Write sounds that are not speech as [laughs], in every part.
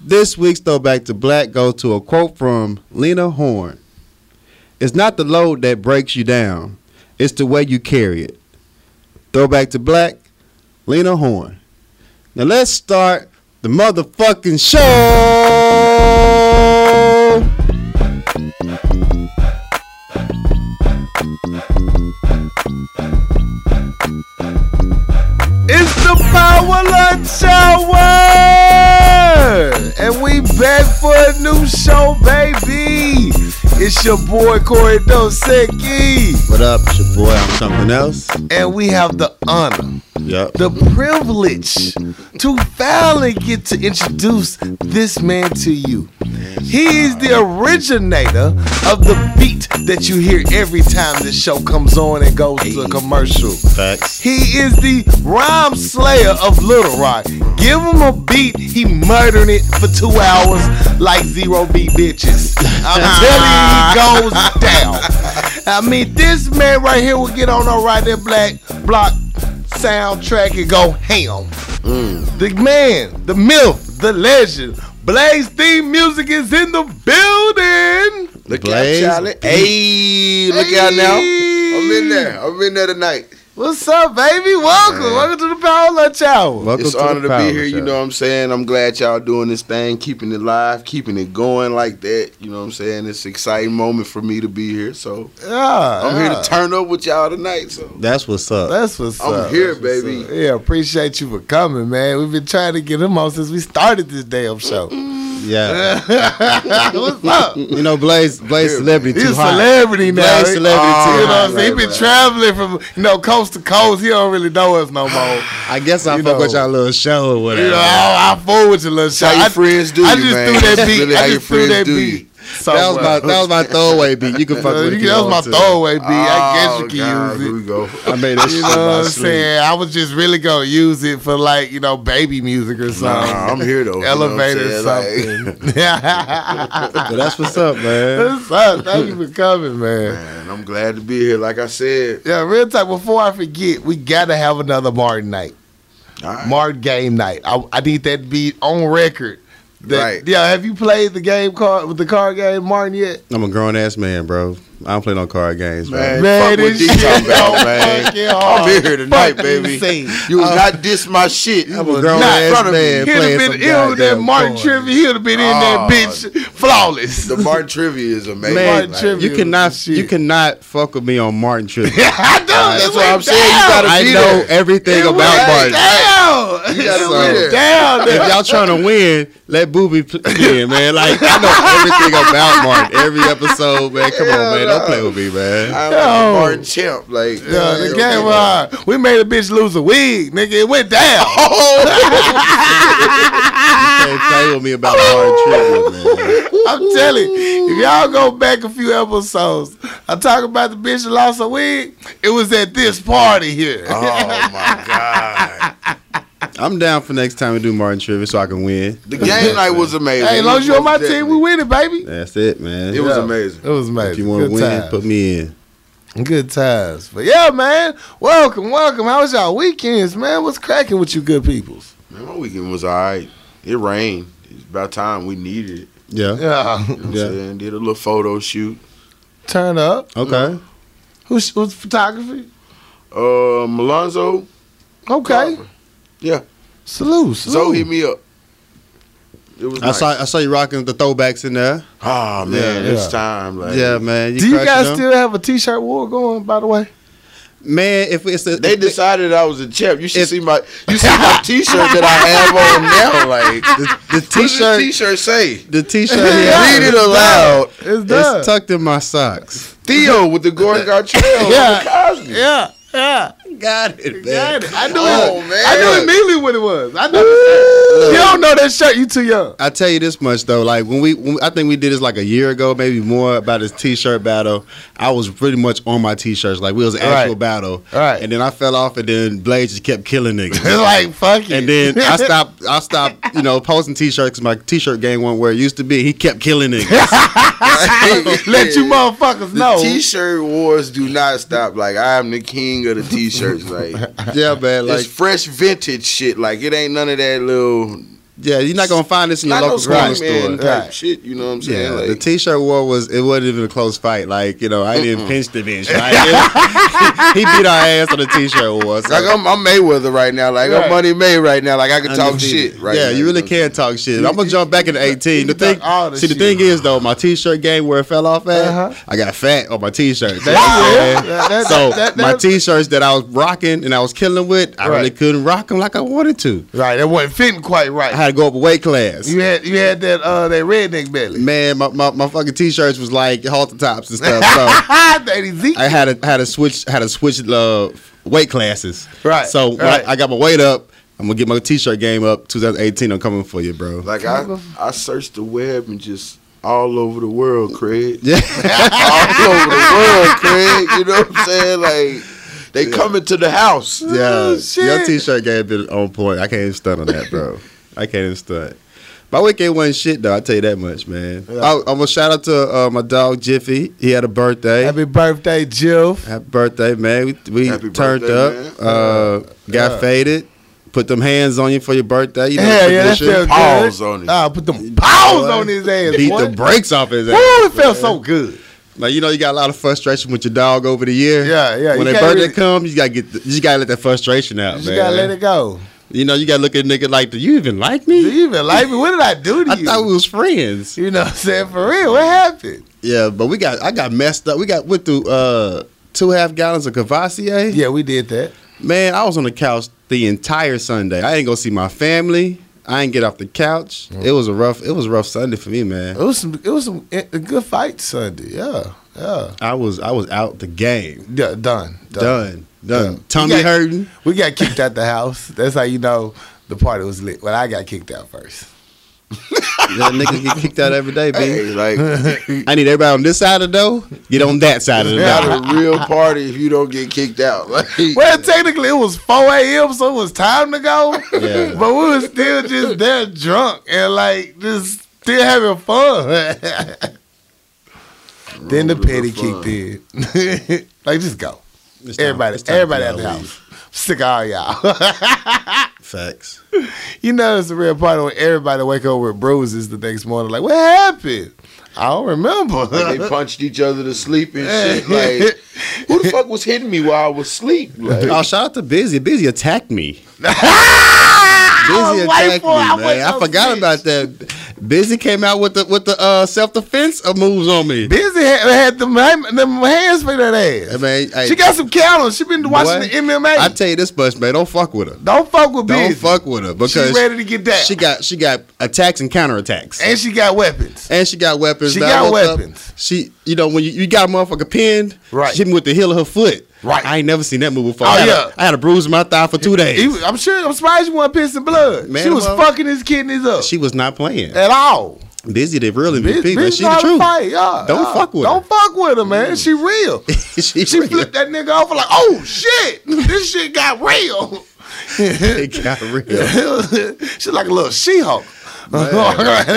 this week's Throwback to Black goes to a quote from Lena Horne It's not the load that breaks you down, it's the way you carry it. Throwback to Black, Lena Horne. Now let's start the motherfucking show! It's the Power Lunch Hour! And we back for a new show, baby! It's your boy Corey Dosecki, What up, it's your boy? I'm something else. and we have the honor, Yep. the privilege to finally get to introduce this man to you. He is the originator of the beat that you hear every time this show comes on and goes to a commercial. Facts. He is the rhyme slayer of Little Rock. Give him a beat, he murdering it for two hours like zero beat bitches. I'm telling you, he goes down. I mean, this man right here will get on a right there black block soundtrack and go ham. The man, the myth, the legend. Blaze theme music is in the building. Look Blaze out, Charlie. Hey, look out now. I'm in there. I'm in there tonight. What's up, baby? Welcome. Man. Welcome to the Power Lunch Hour. Welcome it's to honor the to Power be here. You Show. know what I'm saying? I'm glad y'all doing this thing, keeping it live, keeping it going like that. You know what I'm saying? It's an exciting moment for me to be here. So Yeah, I'm yeah. here to turn up with y'all tonight. So That's what's up. That's what's I'm up. here, That's what's baby. up. Yeah, appreciate you for coming, man. We've been trying to get him on since we started this damn show. [laughs] yeah. [laughs] what's up? You know, Blaze, Blaze celebrity He's too a hot. celebrity now. Blaze celebrity you too know what hot. I'm saying? He been traveling from you know coast to coast. He don't really know us no more. I guess I you fuck with know. y'all little show or You whatever. know, I, I forward with you, little shot. how your I, friends do I you, just man. threw [laughs] that That's beat. really how I your just threw friends that do beat. you. that was my somewhere. that was my throwaway beat. You can fuck Uh, with it. you if can- that was want my to. throwaway beat. I Oh, guess you God, can use it. Here we [laughs] go. I made that shit You up Oh, my know what I'm sleep. saying? I was just really gonna use it for like you know baby music or Nah, something, I'm here though. elevator you know or what I'm saying? Like, something. [laughs] Yeah, But that's what's up, [laughs] man. What's up? Thank you for coming, man. man, I'm glad to be here. Like I said, Yeah, real talk. Before I forget, we gotta have another Martin night, all right. Martin game night. I, I need that beat on record. That, Right. Yeah. Have you played the game card with the card game Martin yet? I'm a grown ass man, bro. I don't play no card games, man. Man. fuck what D talking about, so man. fucking I'm hard. here tonight, Fucking baby. insane. Uh, You was not diss my shit. You I'm a was grown not in ass front of me. man He'd have playing some been ill with that goddamn Martin porn. Trivia. He'd have been in Oh. that bitch flawless. The Martin trivia is amazing. Man, Like, Trivia you cannot shit. you cannot fuck with me on Martin [laughs] Trip. [laughs] I do. That's what I'm saying. You gotta I be know there. everything it about went Martin. Down. You gotta It be went there. down. [laughs] If y'all trying to win, let Booby [laughs] play in, man. Like I know everything about Martin. Every episode, man. Come on, man. Don't play with me, man. I'm Yo. like a Martin champ. Like, Yeah, the game [laughs] was hard. We made a bitch lose a wig, nigga. It went [laughs] down. Oh. Can't play with me about Martin Trip, man. I'm telling you, if y'all go back a few episodes, I talk about the bitch that lost a wig. It was at this party here. Oh my god! I'm down for next time we do Martin Trivia so I can win. [laughs] The game night was amazing. hey, as long as you on my team, we win. win it, baby. That's it, man. It was Yeah. It amazing. was amazing. if you want to Good win, times. put me in. Good times. But yeah, man, welcome, welcome. How was y'all weekends, man? What's cracking with you good peoples? Man, my weekend was all right. It rained. It's about time we needed it. Yeah. Yeah. Yeah. You know what I'm saying? Did a little photo shoot. [laughs] Turn up. Okay. Who's, who's photography? Um, Alonzo, Okay. Yeah. Salute. Zoe hit salute. me up. It was. I nice. saw I saw you rocking the throwbacks in there. Oh man, Yeah, it's yeah. time. Like, yeah, man. Do you crushing guys them. still have a t-shirt war going, by the way? Man, if it's a, They decided I was a champ. You should If- see my. You [laughs] see my T-shirt that I have on now. Like, [laughs] the, the what does the t-shirt, T-shirt say? the [laughs] t-shirt. Read it aloud. It's done. It's tucked in my socks. Theo with the Gordon [laughs] Gartrell. Yeah. yeah. yeah. Yeah. Got it, Got it. I knew Oh, it. man. I knew immediately what it was. I knew. You don't know that shirt. You too young. I tell you this much though, like when we, when, I think we did this like a year ago, maybe more about this t-shirt battle. I was pretty much on my t-shirts, like we was an All right. actual battle, All right. and then I fell off, and then Blade just kept killing [laughs] niggas. It's like fuck it. And [laughs] then I stopped. I stopped. You know, posting t-shirts. 'cause My t-shirt game wasn't where it used to be. He kept killing niggas. [laughs] Let you motherfuckers The know. T-shirt wars do not stop. Like I am the king of [laughs] the T-shirts. Like, yeah, man. Like it's fresh vintage shit. Like it ain't none of that little Yeah, you're not gonna find this in your Not no local Spider-Man grocery store. type Right. shit. You know what I'm Yeah, saying? Like, the T-shirt war was it wasn't even a close fight. Like you know, I didn't pinch the bitch. Right? he beat our ass on the T-shirt war. so- like I'm, I'm Mayweather right now. Like Right. I'm Money May right now. Like I can talk Undefeated. shit right Yeah, now, you really know? can talk shit. I'm gonna jump back into 18. The can talk thing, all the see, the shit. thing is though, my T-shirt game where it fell off at, Uh-huh. I got fat on my T-shirt. That's what I'm saying. That- that- so that- that- my T-shirts that I was rocking and I was killing with, I really Right. couldn't rock them like I wanted to. Right, that wasn't fitting quite I right. had to go up a weight class. You had you had that uh that redneck belly. [laughs] Man, my, my, my fucking T-shirts was like halter tops and stuff. [laughs] So. that Ezekiel. I had to had to switch had to switch uh, weight classes. Right, So when right. I, I got my weight up. I'm gonna get my t-shirt game up. 2018, I'm coming for you, bro. Like I, I searched the web and just all over the [laughs] world, Craig. yeah, all over the world, Craig. You know what I'm saying? Like they coming to the house. yeah. Your Oh, shit. t-shirt game been on point. I can't even stunt on that, bro. I can't even stunt. My weekend wasn't shit though. I tell you that much, man. Yeah. I, I'm gonna shout out to uh, my dog Jiffy. He had a birthday. Happy birthday, Jiff. Happy birthday, man. We, we Happy turned birthday, up, uh, got Yeah. faded, put them hands on you for your birthday. You know, Hell yeah, that tradition. felt Paws good. on it. Ah, put them paws Boy. on his ass. beat boy. the brakes off his ass. Woo, it felt so good. Like you know, you got a lot of frustration with your dog over the year. Yeah, yeah, you When their can't birthday really- comes, you gotta get, the, you just gotta let that frustration out, You man. just gotta let it go. You know, you gotta look at a nigga like, do you even like Do me? you even like me? What did I do to I you? thought we was friends. you know what I'm saying? For real, what happened? Yeah, but we got, I got messed up. We got went through uh, two half gallons of Cavassier. Yeah, we did that. Man, I was on the couch the entire Sunday. I ain't go see my family. I ain't get off the couch. Mm. It was a rough, it was a rough Sunday for me, man. It was some, it was some, a good fight Sunday. Yeah, yeah, I was, I was out the game. yeah. Done, done. Done, done. Yeah. Tummy You got- [laughs] hurting. We got kicked out the house. That's how you know the party was lit. Well, I got kicked out first. That niggas get kicked out every day, B. Hey, like [laughs] [laughs] I need everybody on this side of the door. Get on that side of the door. not a real party if you don't get kicked out. [laughs] Like Well, technically it was 4 a.m., so it was time to go. Yeah. [laughs] But we was still just there drunk and like just still [laughs] having fun. then the Rules are petty fun. kicked in. [laughs] like just go. It's time- Everybody, it's time everybody for at the y'all to house. [laughs] Sick of all y'all. [laughs] leave. Facts. you know it's a real party when everybody wake up with bruises the next morning. Like, what happened? I don't remember. [laughs] [laughs] Like they punched each other to sleep and shit. Like, who the fuck was hitting me while I was asleep? [laughs] Like, Oh, shout out to Busy. Busy attacked [laughs] me. was Busy white attacked me, boy, I man. wasn't I, no forgot bitch. about that. Busy came out with the with the uh, self defense moves on me. Busy had, had them, them hands for that ass. I mean, hey, She got some cattle. She been watching boy, the MMA. I tell you this much, man. Don't fuck with her. don't fuck with Don't Busy. fuck with her She because ready to get down. she got she got attacks and counterattacks. and she got weapons. And she got weapons. She man. I got woke up, weapons. she, you know, when you, you got a motherfucker pinned, Right. she hit me with the heel of her foot. Right. I ain't never seen that move before. Oh, I had yeah. A, I had a bruise in my thigh for two days. He was- I'm sure. I'm surprised you weren't pissing blood. Man, she was well, fucking his kidneys up she was not playing. at all. Busy the real Bitch, MVP. Like, bitch she know the how to truth. fight. Yeah, Don't yeah. fuck with Don't her. fuck with her, man. She real. [laughs] she she real. flipped that nigga off like, oh shit, this shit got real. It [laughs] got real. [laughs] She's like a little she-hulk. [laughs] in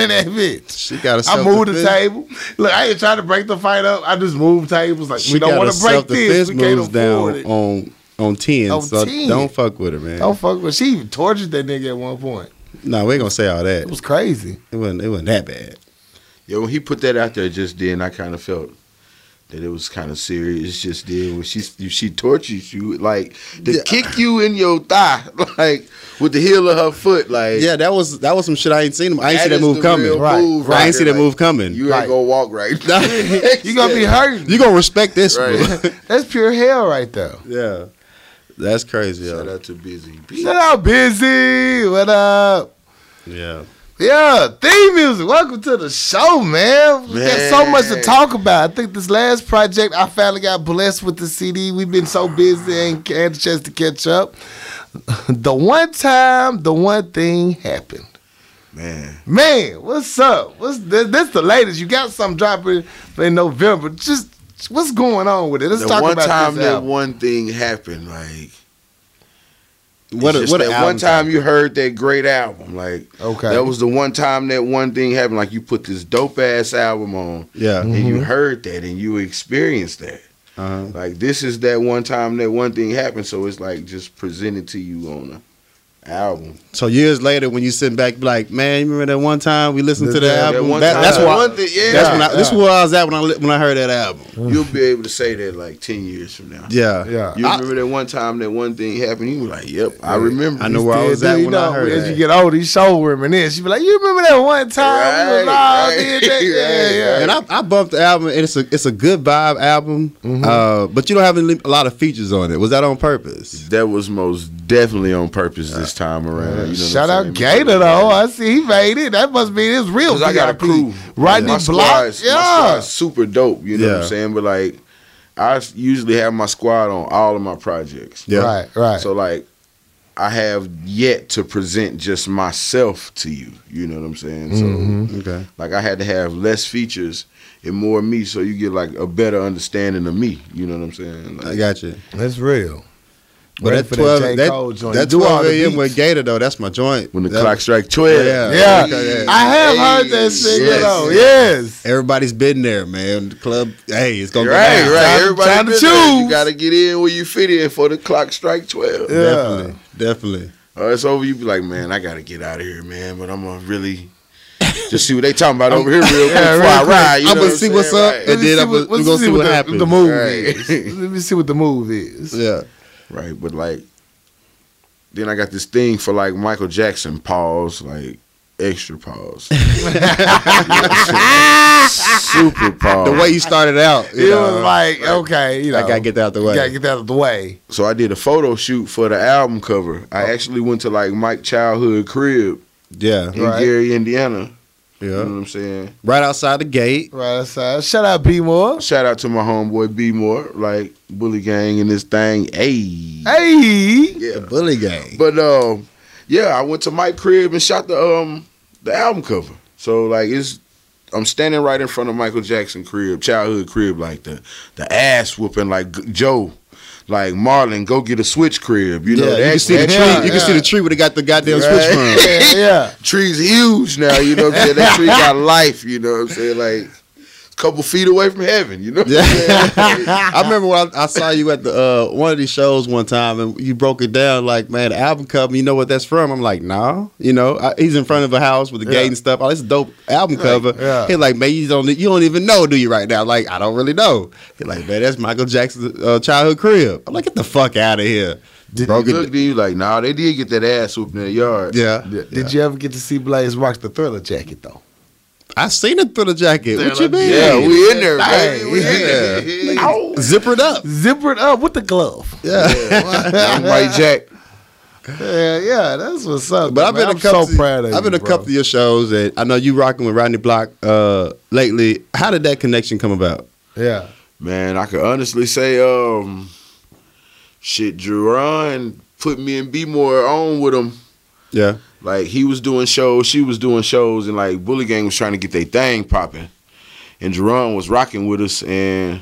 that bitch. She got a I moved the self-defense- table. Look, I ain't trying to break the fight up. I just moved tables. Like She we don't got want her to break this. self-defense We can't moves afford down it. on on 10. On so 10. don't fuck with her, man. Don't fuck with. She even tortured that nigga at one point. No, we ain't gonna say all It that. was crazy. It wasn't it wasn't that bad. yo, when he put that out there just then, I kind of felt that it was kind of serious just then. When she she tortures you, like to Yeah. kick you in your thigh, [laughs] like with the heel of her foot, like Yeah, that was that was some shit I ain't seen. I ain't see is that move the coming. real Right, move I ain't see there. that Like, move coming. You You, ain't [laughs] Right. gonna walk right. [laughs] You gonna be hurting. gonna respect this Right. move. [laughs] That's pure hell right there. Yeah. That's crazy. Shout Yeah. out to Busy. Shut out, busy. What up? yeah. Yeah, theme music. Welcome to the show, man. We got so much to Man. talk about. I think this last project, I finally got blessed with the CD. We've been so busy and had a chance to catch up. [laughs] The one time, the one thing happened. Man, Man, what's up? What's this, this the latest? You got something dropping in November? Just what's going on with it? Let's the talk one about time this that album. one thing happened, like What It's a, just what a that album one time you heard that great album, like Okay. that was the one time that one thing happened. Like you put this dope ass album on, Yeah. and you heard that and you experienced that. Uh-huh. Like this is that one time that one thing happened, so it's like just presented to you on a album. So years later, when you sit back, be like, man, you remember that one time we listened to the That album? one That- time- that's why. one thing- yeah. that's when I, This is yeah. where I was at when I li- when I heard that album. You'll be able to say that like ten years from now. Yeah, Yeah. You I- remember that one time that one thing happened? You were like, "Yep, I remember." I know where I was at you when I know, heard as that. you get older, you show reminisce. You be like, you remember that one time we was Right, all right, [laughs] did that? right, Yeah, yeah. And I, I bumped the album, and it's a it's a good vibe album. Mm-hmm. Uh, but you don't have any, a lot of features on it. Was that on purpose? That was most definitely on purpose this time around. You know Shout what I'm out saying? Gator though. I see he made it. That must be his real. Cause I got a VIP. crew. Rodney my Block. squad is- yeah. my squad is super dope. You know what Yeah. I'm saying? But like, I s- usually have my squad on all of my projects. Yeah. Right, right. So like, I have yet to present just myself to you. You know what I'm saying? So Okay. like, I had to have less features and more me, so you get like a better understanding of me. You know what I'm saying? I Like, got you. That's real. But Ready that for that twelve, J. that, Cole that, joint. Do all 12 the a.m. beats. with Gator though, that's my joint. when the That- clock strike twelve. Yeah. Yeah. Okay, yeah. I have heard that shit Yes. though. Yes. Everybody's been there, man. The club, hey, it's gonna go Right, down. right. Time- Everybody time to been there. choose. You gotta get in where you fit in for the clock strike twelve. Yeah. Definitely, definitely. Uh, it's over. You be like, man, I gotta get out of here, man. But I'm gonna really just see what they [laughs] talking about over here real quick Yeah, before real I quick. ride. You I'm know gonna what see I'm what's saying? up, and then I'm gonna, let's we gonna see what what the, happens. The move is. Right. Let me see what the move is. Yeah, Right. right, but like, then I got this thing for like Michael Jackson pause, like extra [laughs] pause, [laughs] super pause. the way you started out, you it know, was like, okay, you know, I gotta get that out the way. gotta get that out of the way. So I did a photo shoot for the album cover. Oh. I actually went to like Mike Childhood crib yeah, in Right. Gary, Indiana. You yeah. know what I'm saying? Right outside the gate. Right outside. Shout out B Moore. Shout out to my homeboy B More, like Bully Gang and this thing. Hey. Hey. The Yeah. bully gang. But um, yeah, I went to Mike crib and shot the um the album cover. So like it's I'm standing right in front of Michael Jackson crib, childhood crib, like the the ass whooping like G- Joe, like Marlon, go get a switch crib. You know, yeah, you that, can see the that tree. yeah, you can see yeah. the tree where they got the goddamn switch from. [laughs] Right. [laughs] Yeah, yeah. tree's huge now, you know what I'm saying? That tree [laughs] got life, you know what I'm saying? Like a couple feet away from heaven, you know what I'm [laughs] saying? I remember when I, I saw you at the uh, one of these shows one time, and you broke it down like, man, the album cover. You know what that's from? I'm like, nah. You know, I, he's in front of a house with the Yeah. gate and stuff. Oh, this dope album cover. yeah. He's like, man, you don't you don't even know, do you? Right now, like, I don't really know. He's like, man, that's Michael Jackson's uh, childhood crib. I'm like, get the fuck out of here. Broke you it. look, then you like, nah, they did get that ass whooped in the yard. Yeah. Did you ever get to see Blaze rock the Thriller jacket though? I seen it through the jacket. What you Like, mean? Yeah, we in there, Hey, baby. We yeah. in there. Ow. Zipper it up. Zippered up with the glove. [laughs] I'm White Jack. Yeah, yeah, that's what's up. But I've been a man. I'm couple. so proud of I've you, been a bro. couple of your shows, and I know you rocking with Rodney Block uh, lately. How did that connection come about? Yeah. Man, I could honestly say, um, shit, Jerron put me and B more on with him. Yeah, Like he was doing shows, she was doing shows, and like Bully Gang was trying to get their thing popping. And Jerron was rocking with us, and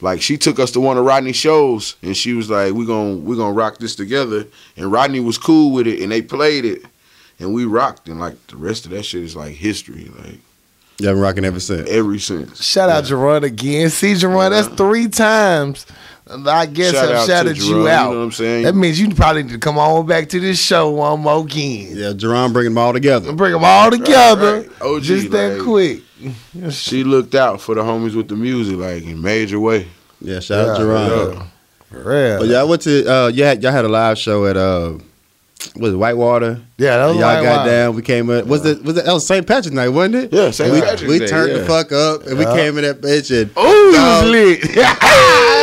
like she took us to one of Rodney's shows, and she was like, "We gon' we gonna rock this together." And Rodney was cool with it, and they played it, and we rocked, and like the rest of that shit is like history, like you have been rocking ever since. ever since. Shout out Jerron again. See Jerron, that's three times. I guess Shout I've out to shouted Jerron, you you out. know what I'm saying? That means you probably need to come on back to this show one more again. Yeah, Jerron bringing them all together. Bring them all together. right. OG, just that like- quick. She looked out for the homies with the music, like in major way. Yeah, shout out Yeah, Jerron. yeah. For real. But yeah, I went to uh, you had y'all had a live show at uh, was it Whitewater? Yeah, that was Y'all like, got wow. down. We came up. Was it was it? That was St. Patrick's night, wasn't it? Yeah, St. We, Patrick's we Day, turned yeah. the fuck up and Yeah. we came in that bitch and Ooh, it Dog. was lit. [laughs]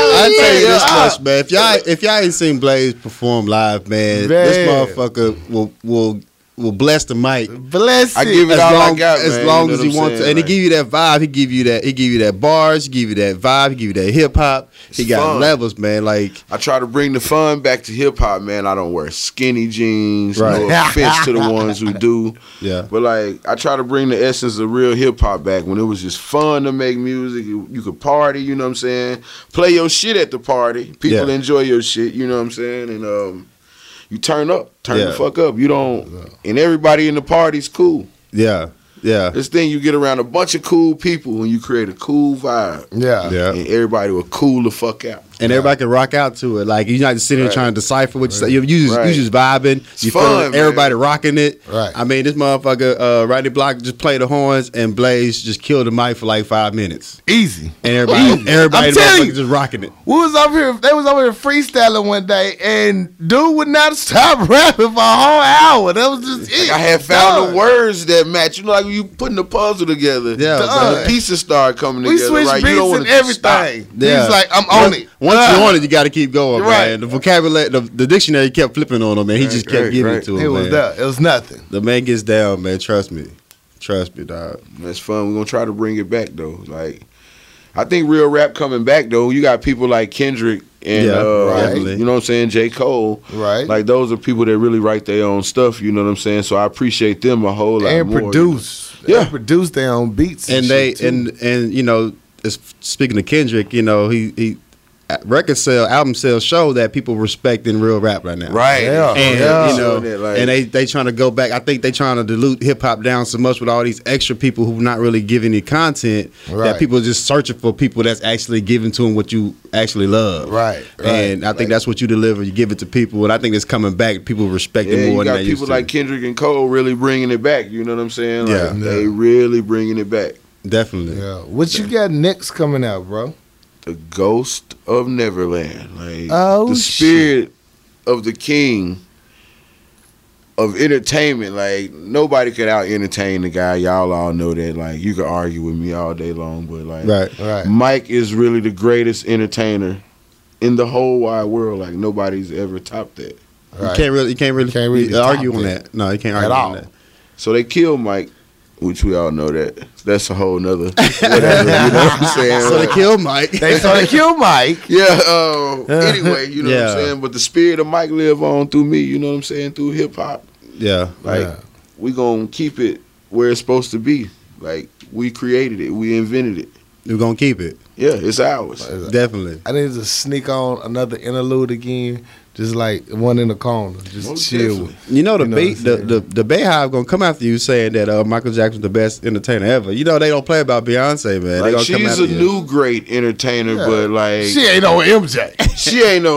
I tell you this Yeah. much, man. If y'all if y'all ain't seen Blaze perform live, man, this Man. motherfucker will will will bless the mic. Bless it. I give it As all long, I got, as, man, long you know as what he I'm wants to, saying? and he Like- give you that vibe. He give you that. He give you that bars. He give you that vibe. He give you that hip hop. He It's got fun. levels, man. Like I try to bring the fun back to hip hop, man. I don't wear skinny jeans. No Right. [laughs] offense to the ones who do. Yeah. But like I try to bring the essence of real hip hop back when it was just fun to make music. You, you could party, you know what I'm saying? Play your shit at the party. People Yeah. enjoy your shit, you know what I'm saying? And um you turn up, turn Yeah. the fuck up. You don't and everybody in the party's cool. yeah, yeah, This thing you get around a bunch of cool people when you create a cool vibe. Yeah. yeah. And everybody will cool the fuck out. and everybody can rock out to it. Like you're not just sitting there Right. trying to decipher what you say. You, you just Right. you just vibing. you fun, feeling everybody man. rocking it. Right. I mean, this motherfucker uh, Rodney Block just played the horns, and Blaze just killed the mic for like five minutes, Easy. and everybody everybody I'm the telling motherfucker you. just rocking it. We was up here. They was over here freestyling one day, and dude would not stop [laughs] rapping for a whole hour. That was just it. Like I had found Done. the words that match. You know, like when you putting the puzzle together. Yeah, Done. bro. the uh, pieces start coming We together. switched right? beats you don't wanna and everything. stop. Yeah. He's like, I'm on once, it. Once Done. you're on it, you got to keep going, You're right. man. The vocabulary, the, the dictionary kept flipping on him, man. He just kept right, giving right. it to him. it was man. done. It was nothing. The man gets down, man. Trust me, trust me, dog. That's fun. We're gonna try to bring it back though. Like, I think real rap coming back though. You got people like Kendrick and Yeah, uh, definitely. you know what I'm saying, J Cole. Right. Like those are people that really write their own stuff. You know what I'm saying. So I appreciate them a whole lot and more. produce. Yeah. They produce their own beats. And, and they shit, too. and and you know, as, speaking of Kendrick, you know he he record sale album sales show that people respect in real rap right now. Right. Yeah. And Yeah. you know, Doing it, like- and they they trying to go back. I think they trying to dilute hip hop down so much with all these extra people who not really giving any content Right. that people just searching for people that's actually giving to them what you actually love. Right, right. And I think Like- that's what you deliver. You give it to people, and I think it's coming back. People respect Yeah, it more you than got they people used like to. Kendrick and Cole really bringing it back. You know what I'm saying? Like, Yeah. they really bringing it back. Definitely. yeah. What you got next coming out, bro? the ghost of Neverland, like Oh, the spirit of the king of entertainment. Like nobody could out entertain the guy. Y'all all know that. Like you could argue with me all day long, but like Right. Right. Mike is really the greatest entertainer in the whole wide world. Like nobody's ever topped that. You right. can't really, you can't really, Can't really top argue on that. that. No, you can't At argue all. on that. So they killed Mike, which we all know that. That's a whole nother [laughs] whatever. you know what I'm saying? So they killed Mike. [laughs] They so [laughs] they kill Mike. Yeah. Uh, anyway, you know Yeah. what I'm saying. But the spirit of Mike live on through me. You know what I'm saying through hip hop. yeah, Like Yeah. we gonna keep it where it's supposed to be. Like we created it. We invented it. you're gonna keep it. Yeah, it's ours. Definitely. I need to sneak on another interlude again, just like one in the corner, just Most chill. definitely. With. You know the You know bait, what the, I'm the the Bayhive gonna come after you saying that uh, Michael Jackson's the best entertainer ever. You know they don't play about Beyonce, man. they Like gonna come she's after a you. new great entertainer, Yeah. but like She ain't no MJ. she ain't no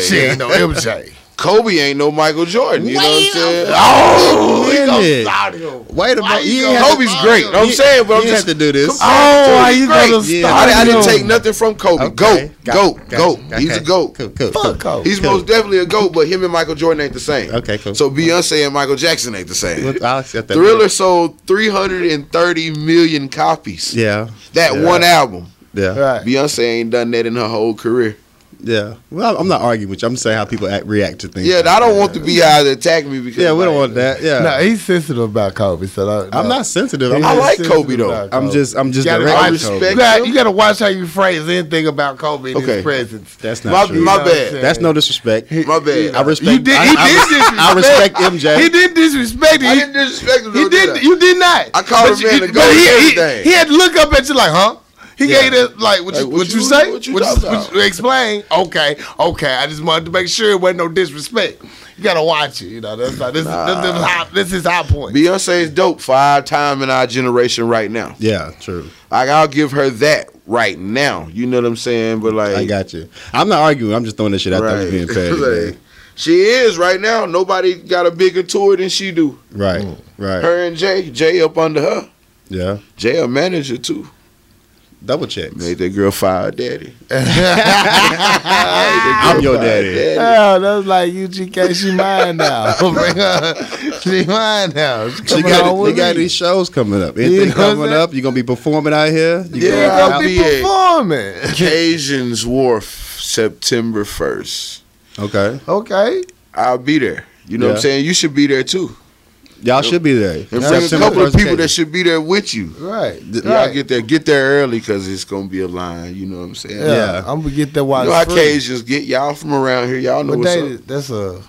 [laughs] She ain't no MJ. Kobe ain't no Michael Jordan. You know what I'm saying? oh, Win it. start him. Wait a minute, you ain't have Kobe's great. I'm you- saying, but I'm you just have to do this. Come on, Oh, Kobe's how you great. gonna Yeah. start I, didn't- I didn't him? take nothing from Kobe. Okay. Goat, Got- goat, got- goat. He's a okay. goat. Cool, cool, cool. Fuck Kobe. He's most definitely a GOAT, but him and Michael Jordan ain't the same. Okay, cool. So Beyonce and Michael Jackson ain't the same. I'll accept that. Thriller sold 330 million copies. Yeah, That Yeah. one album. yeah, Right. Beyonce ain't done that in her whole career. yeah. Well, I'm not arguing with you. I'm saying how people act, react to things. Yeah, I don't want the Beehive to attack me because. yeah, we don't like, want that. Yeah, No, he's sensitive about Kobe. So I, I'm no. not sensitive. I'm, He's I just, like sensitive Kobe, though. about I'm Kobe. just, I'm just You gotta direct watch- with respect- Kobe. You gotta, you gotta watch how you phrase anything about Kobe in Okay. his presence. That's My- not true. my You know what I'm bad. saying? That's no disrespect. My bad. I respect. You did- I, he I- did disrespect. I respect MJ. He did disrespect. I it. didn't disrespect him. He though, did. I? You did not. I called But him you- in to but go he, and he- everything. he had to look up at you like, huh? He Yeah. gave it like, what, Like, you, what, you, say? what you talking about? explain? Okay, okay. I just wanted to make sure it wasn't no disrespect. You gotta watch it. You know, that's like, this, is, this, is high, this is high point. Beyonce is dope five time in our generation right now. Yeah, true. Like I'll give her that right now. You know what I'm saying? But like, I got you. I'm not arguing. I'm just throwing this shit out there. right. as Being [laughs] petty, Like, she is right now. Nobody got a bigger tour than she do. man. right, right. Mm. Her and Jay, Jay up under her. Yeah, Jay a manager too. double checks. Made that girl fire daddy. [laughs] I'm your daddy. Hell, that's like UGK. She mine now. [laughs] Bring her- she mine now. She They coming on got, with they got me. these shows coming up. Anything know what I'm coming saying? up? You gonna be performing out here? You Yeah, gonna I'll I'll be be it. performing. Cajun's Wharf, September first. Okay, Okay. I'll be there. You know what Yeah. I'm saying? You should be there too. y'all should be there. And bring a September couple of first people that occasion. should be there with you. Right. Th- right. Y'all get there, get there early because it's gonna be a line. You know what I'm saying? yeah. Yeah. I'm gonna get that watch. You know how free. Cajuns get y'all from around here. Y'all know What what's day? up. is- That's a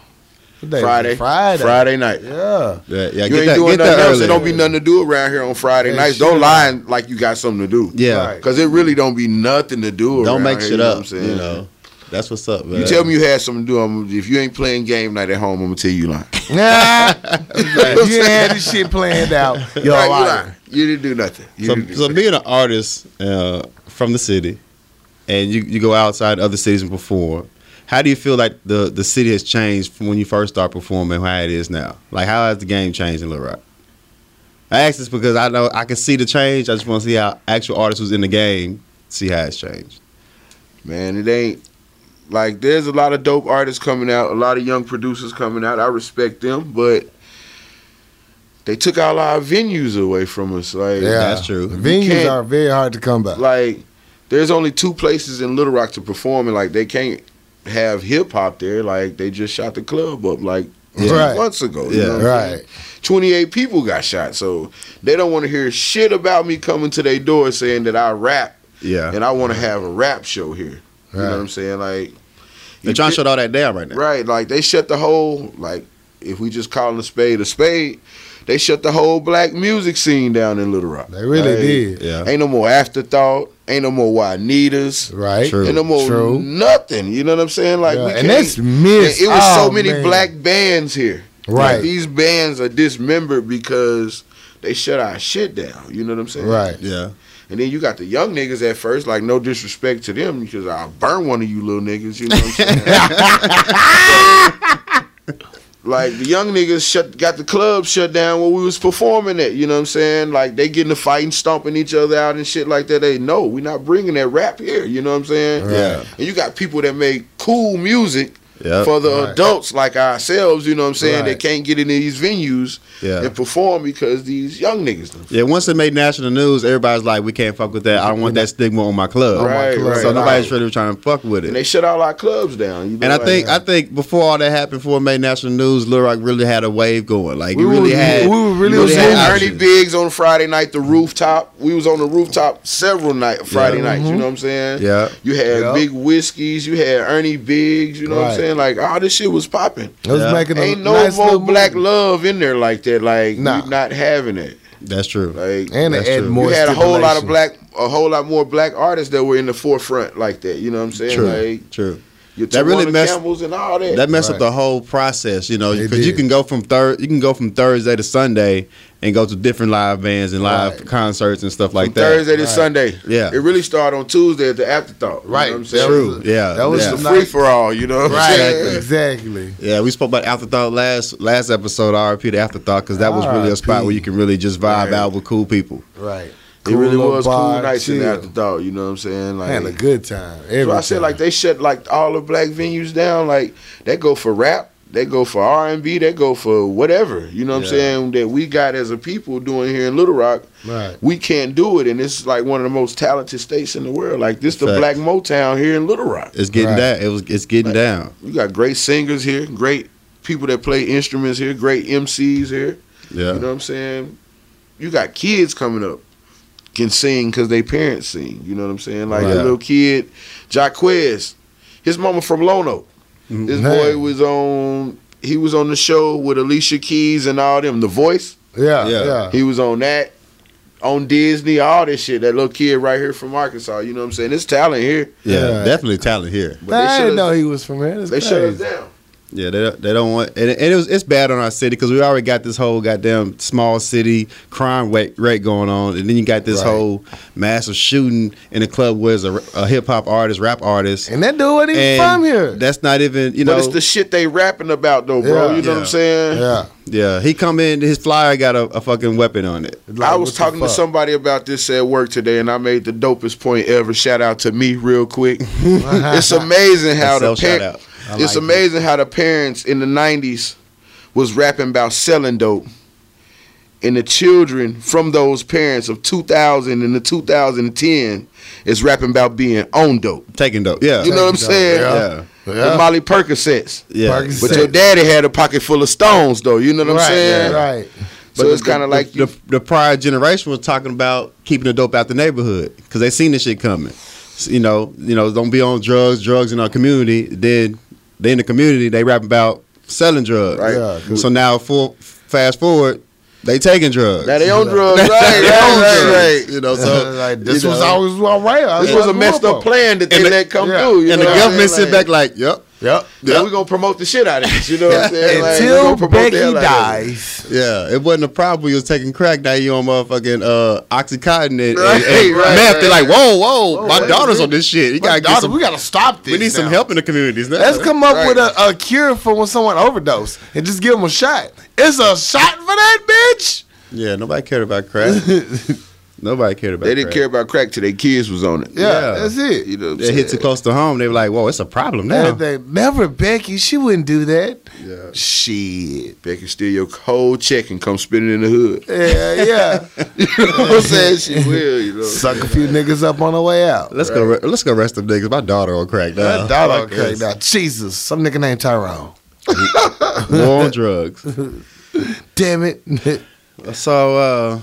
what day is it? Friday, Friday. Friday night. [laughs] Yeah. Yeah, yeah. you Get ain't that, doing get nothing that else. early. It don't be nothing to do around here on Friday Hey, nights. shit. Don't lie and- like you got something to do. yeah, Right. Cause it really don't be nothing to do. don't around make here, shit you know up. what I'm saying? you know, that's what's up. Man. You tell me you had something to do. I'm, if you ain't playing game night at home, I'm gonna tell you lying. Nah. you had this shit planned [laughs] out. Yo, Right, you lying. lying. You didn't do nothing. You So, didn't do so nothing. being an artist uh, from the city, and you, you go outside other cities and perform. How do you feel like the, the city has changed from when you first started performing and how it is now? Like how has the game changed in Little Rock? I ask this because I know I can see the change. I just want to see how actual artists who's in the game see how it's changed. Man, it ain't like there's a lot of dope artists coming out, a lot of young producers coming out. I respect them, but they took all our venues away from us. Like, that's true. The You Venues can't- are very hard to come by. like there's only two places in Little Rock to perform, and like they can't have hip hop there. Like they just shot the club up like two Right. months ago. Yeah. what I'm saying? right. 28 people got shot. So they don't want to hear shit about me coming to their door saying that I rap Yeah. and I want to have a rap show here. You know Right. what I'm saying? Like They're trying to shut all that down right now. Right, like they shut the whole like if we just calling a spade a spade, they shut the whole black music scene down in Little Rock. They really Like, did. Yeah. Ain't no more afterthought. Ain't no more Juanitas. Right. True. Ain't no more True. nothing. You know what I'm saying? Like Yeah, we and can't, that's missed. and it was Oh, so many man. black bands here. Right. Like, these bands are dismembered because they shut our shit down. You know what I'm saying? Right. Yeah. And then you got the young niggas at first, like no disrespect to them, because I'll burn one of you little niggas, you know what I'm saying? So, [laughs] like the young niggas shut got the club shut down where we was performing at, you know what I'm saying? Like they getting to fighting, stomping each other out and shit like that. They no, we not bringing that rap here, you know what I'm saying? Yeah. And you got people that make cool music Yeah. for the Right. adults like ourselves, you know what I'm saying? Right. That can't get into these venues Yeah. and perform because these young niggas. done Yeah, once it made national news, everybody's like, "We can't fuck with that. I don't want that stigma on my club." Oh, my Right, club. right, so nobody's right. really trying to fuck with and they it. shut all our clubs down. you know, And I like- think I think before all that happened, before it made national news, Lil Rock really had a wave going. Like We you really were- had, we were really you It was had at options. Ernie Biggs on Friday night, the rooftop. We was on the rooftop several night Friday nights. You know what I'm saying? Mm-hmm. Yeah. You had Yeah. big whiskeys. You had Ernie Biggs. You know what Right. I'm saying? Like all this shit was popping. It was Yeah. making a Ain't no nice more little black movie. love in there like that. Like Nah. we not having it. That's true. Like And That's it added true. more. you had a whole lot of stipulation. black, a whole lot more black artists that were in the forefront like that. You know what I'm saying? True. Like true. your That that really really messed- Campbells and all that. That messed Right. up the whole process, you know, It because you did. can go from third, you can go from Thursday to Sunday and go to different live bands and live Right. concerts and stuff like From that. Thursday to Right. Sunday. Yeah. It really started on Tuesday at the afterthought. You know Right. what I'm That saying? True. was a- yeah. that was yeah. the It's a free for all, you know what I'm Right. saying? Exactly. Yeah, we spoke about afterthought last last episode. I repeat afterthought because that was really a spot R.I.P.. where you can really just vibe Right. out with cool people. Right. it really little was bar, cool nights in chill. the afterthought, you know what I'm saying? Like Had a good time. Every so I said time. like they shut like all the black venues down, like they go for rap, they go for R and B, they go for whatever, you know what Yeah. I'm saying, that we got as a people doing here in Little Rock. Right. We can't do it and it's like one of the most talented states in the world. Like this the Facts. black Motown here in Little Rock. It's getting Right. down. It was. It's getting Right. down. You got great singers here, great people that play instruments here, great MCs here. Yeah. You know what I'm saying? You got kids coming up can sing because they parents sing. You know what I'm saying? Like Right. a little kid, Jaquez, his mama from Lono. This boy Man. was on. He was on the show with Alicia Keys and all them. The Voice. Yeah. Yeah. Yeah. He was on that. On Disney, all this shit. That little kid right here from Arkansas. You know what I'm saying? It's talent here. yeah, Yeah. definitely talent here. But they I shut didn't us- know he was from here. That's They shut us crazy. down. Yeah, they don't- they don't want, and, and it was it's bad on our city because we already got this whole goddamn small city crime rate, rate going on, and then you got this Right. whole massive shooting in a club where it's a, a hip hop artist, rap artist, And that dude wasn't even and from here. That's not even you know. but it's the shit they rapping about though, bro. Yeah. you know what Yeah. I'm saying? yeah. yeah, he come in, his flyer got a, a fucking weapon on it. Like, I what was the talking to [laughs] fuck? somebody about this at work today, and I made the dopest point ever. Shout out to me, real [laughs] quick. it's amazing how the That's so shout par- out. I it's like it. amazing how the parents in the '90s was rapping about selling dope, and the children from those parents of 2000 and the 2010 is rapping about being on dope. Taking dope, yeah, You know what I'm dope, saying? yeah, The Yeah. Molly Percocets. yeah, Parkinson's But your daddy had a pocket full of stones, though. You know what right, I'm saying? Right. So it's the- kind of the- like you the, the prior generation was talking about keeping the dope out the neighborhood because they seen this shit coming. S- You know, you know, don't be on drugs, drugs in our community. Then, they in the community, they rap about selling drugs. Right. Yeah, 'cause- so now, full, fast forward, they taking drugs. Now they on drugs, right? They on drugs, right, right, right. You know, so [laughs] like this you was know. always all right. This was a messed up plan to the- think that come yeah. through. You and the know what I'm government saying? sit back like, yep, Yep. Then we gonna promote the shit out of this. You know what [laughs] I'm saying? Like, we Until gonna promote the Becky hell out of it. dies. Yeah, it wasn't a problem. You was taking crack. Now you on motherfucking uh, oxycontin and, and, Right, and meth. right, right. They're like, whoa, whoa, Whoa, my wait, daughter's wait. on this shit. You My gotta daughter, get some. we gotta stop this. We need some now. help in the communities. Now. Let's come up Right. with a, a cure for when someone overdose and just give them a shot. It's a shot for that bitch. Yeah, nobody cared about [laughs] crack. nobody cared about. They didn't crack. care about crack till their kids was on it. Yeah, Yeah. that's it. You know what I'm It hit too saying? close to home. They were like, whoa, it's a problem now. That thing- Never Becky. She wouldn't do that. Yeah. Shit. Becky steal your whole check and come spit it in the hood. Yeah, [laughs] yeah. You know what I'm saying? She will, you know. Suck a few niggas up on the way out. Let's go. Re- let's go rest them niggas. My daughter on crack now. That dollar Fuck crack this. now. Jesus, some nigga named Tyrone. War on [laughs] drugs. Damn it. So, uh,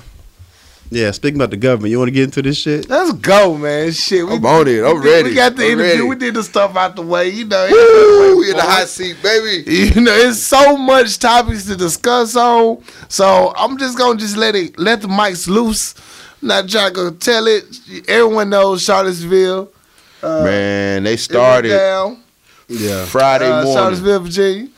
yeah. Speaking about the government, you want to get into this shit? Let's go, man. Shit. We, I'm on it. I'm we- ready. We got the I'm interview. ready. We did the stuff out the way. You know, Woo, we in the hot seat, [laughs] baby. you know, it's so much topics to discuss on. So I'm just gonna just let it let the mics loose. I'm not trying to go tell it. Everyone knows Charlottesville. Uh, it Man, they went started down, Yeah. Friday uh, morning. Charlottesville, Virginia.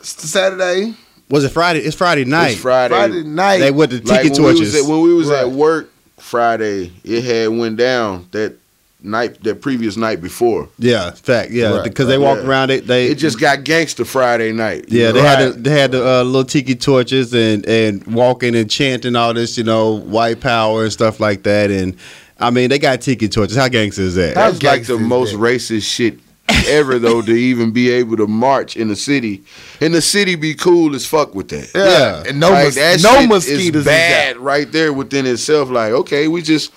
S- Saturday, Was it Friday? It's Friday night. It's Friday. Friday night. They went to Like, tiki when we torches. was at- when we was Right. at work Friday, it had went down that night, that previous night before. yeah, fact. Yeah, Right, because they walked yeah. around it. They It just got gangster Friday night. Yeah, they had Right. the, they had the uh, little tiki torches and and walking and chanting all this, you know, white power and stuff like that. And I mean, they got tiki torches. How gangster is that? How That's like gangsta the is most that? racist shit ever, though, to even be able to march in the city. And the city be cool as fuck with that. Yeah. and no, Like, mos- that shit no is mosquitoes. is bad out. right there within itself. Like, okay, we just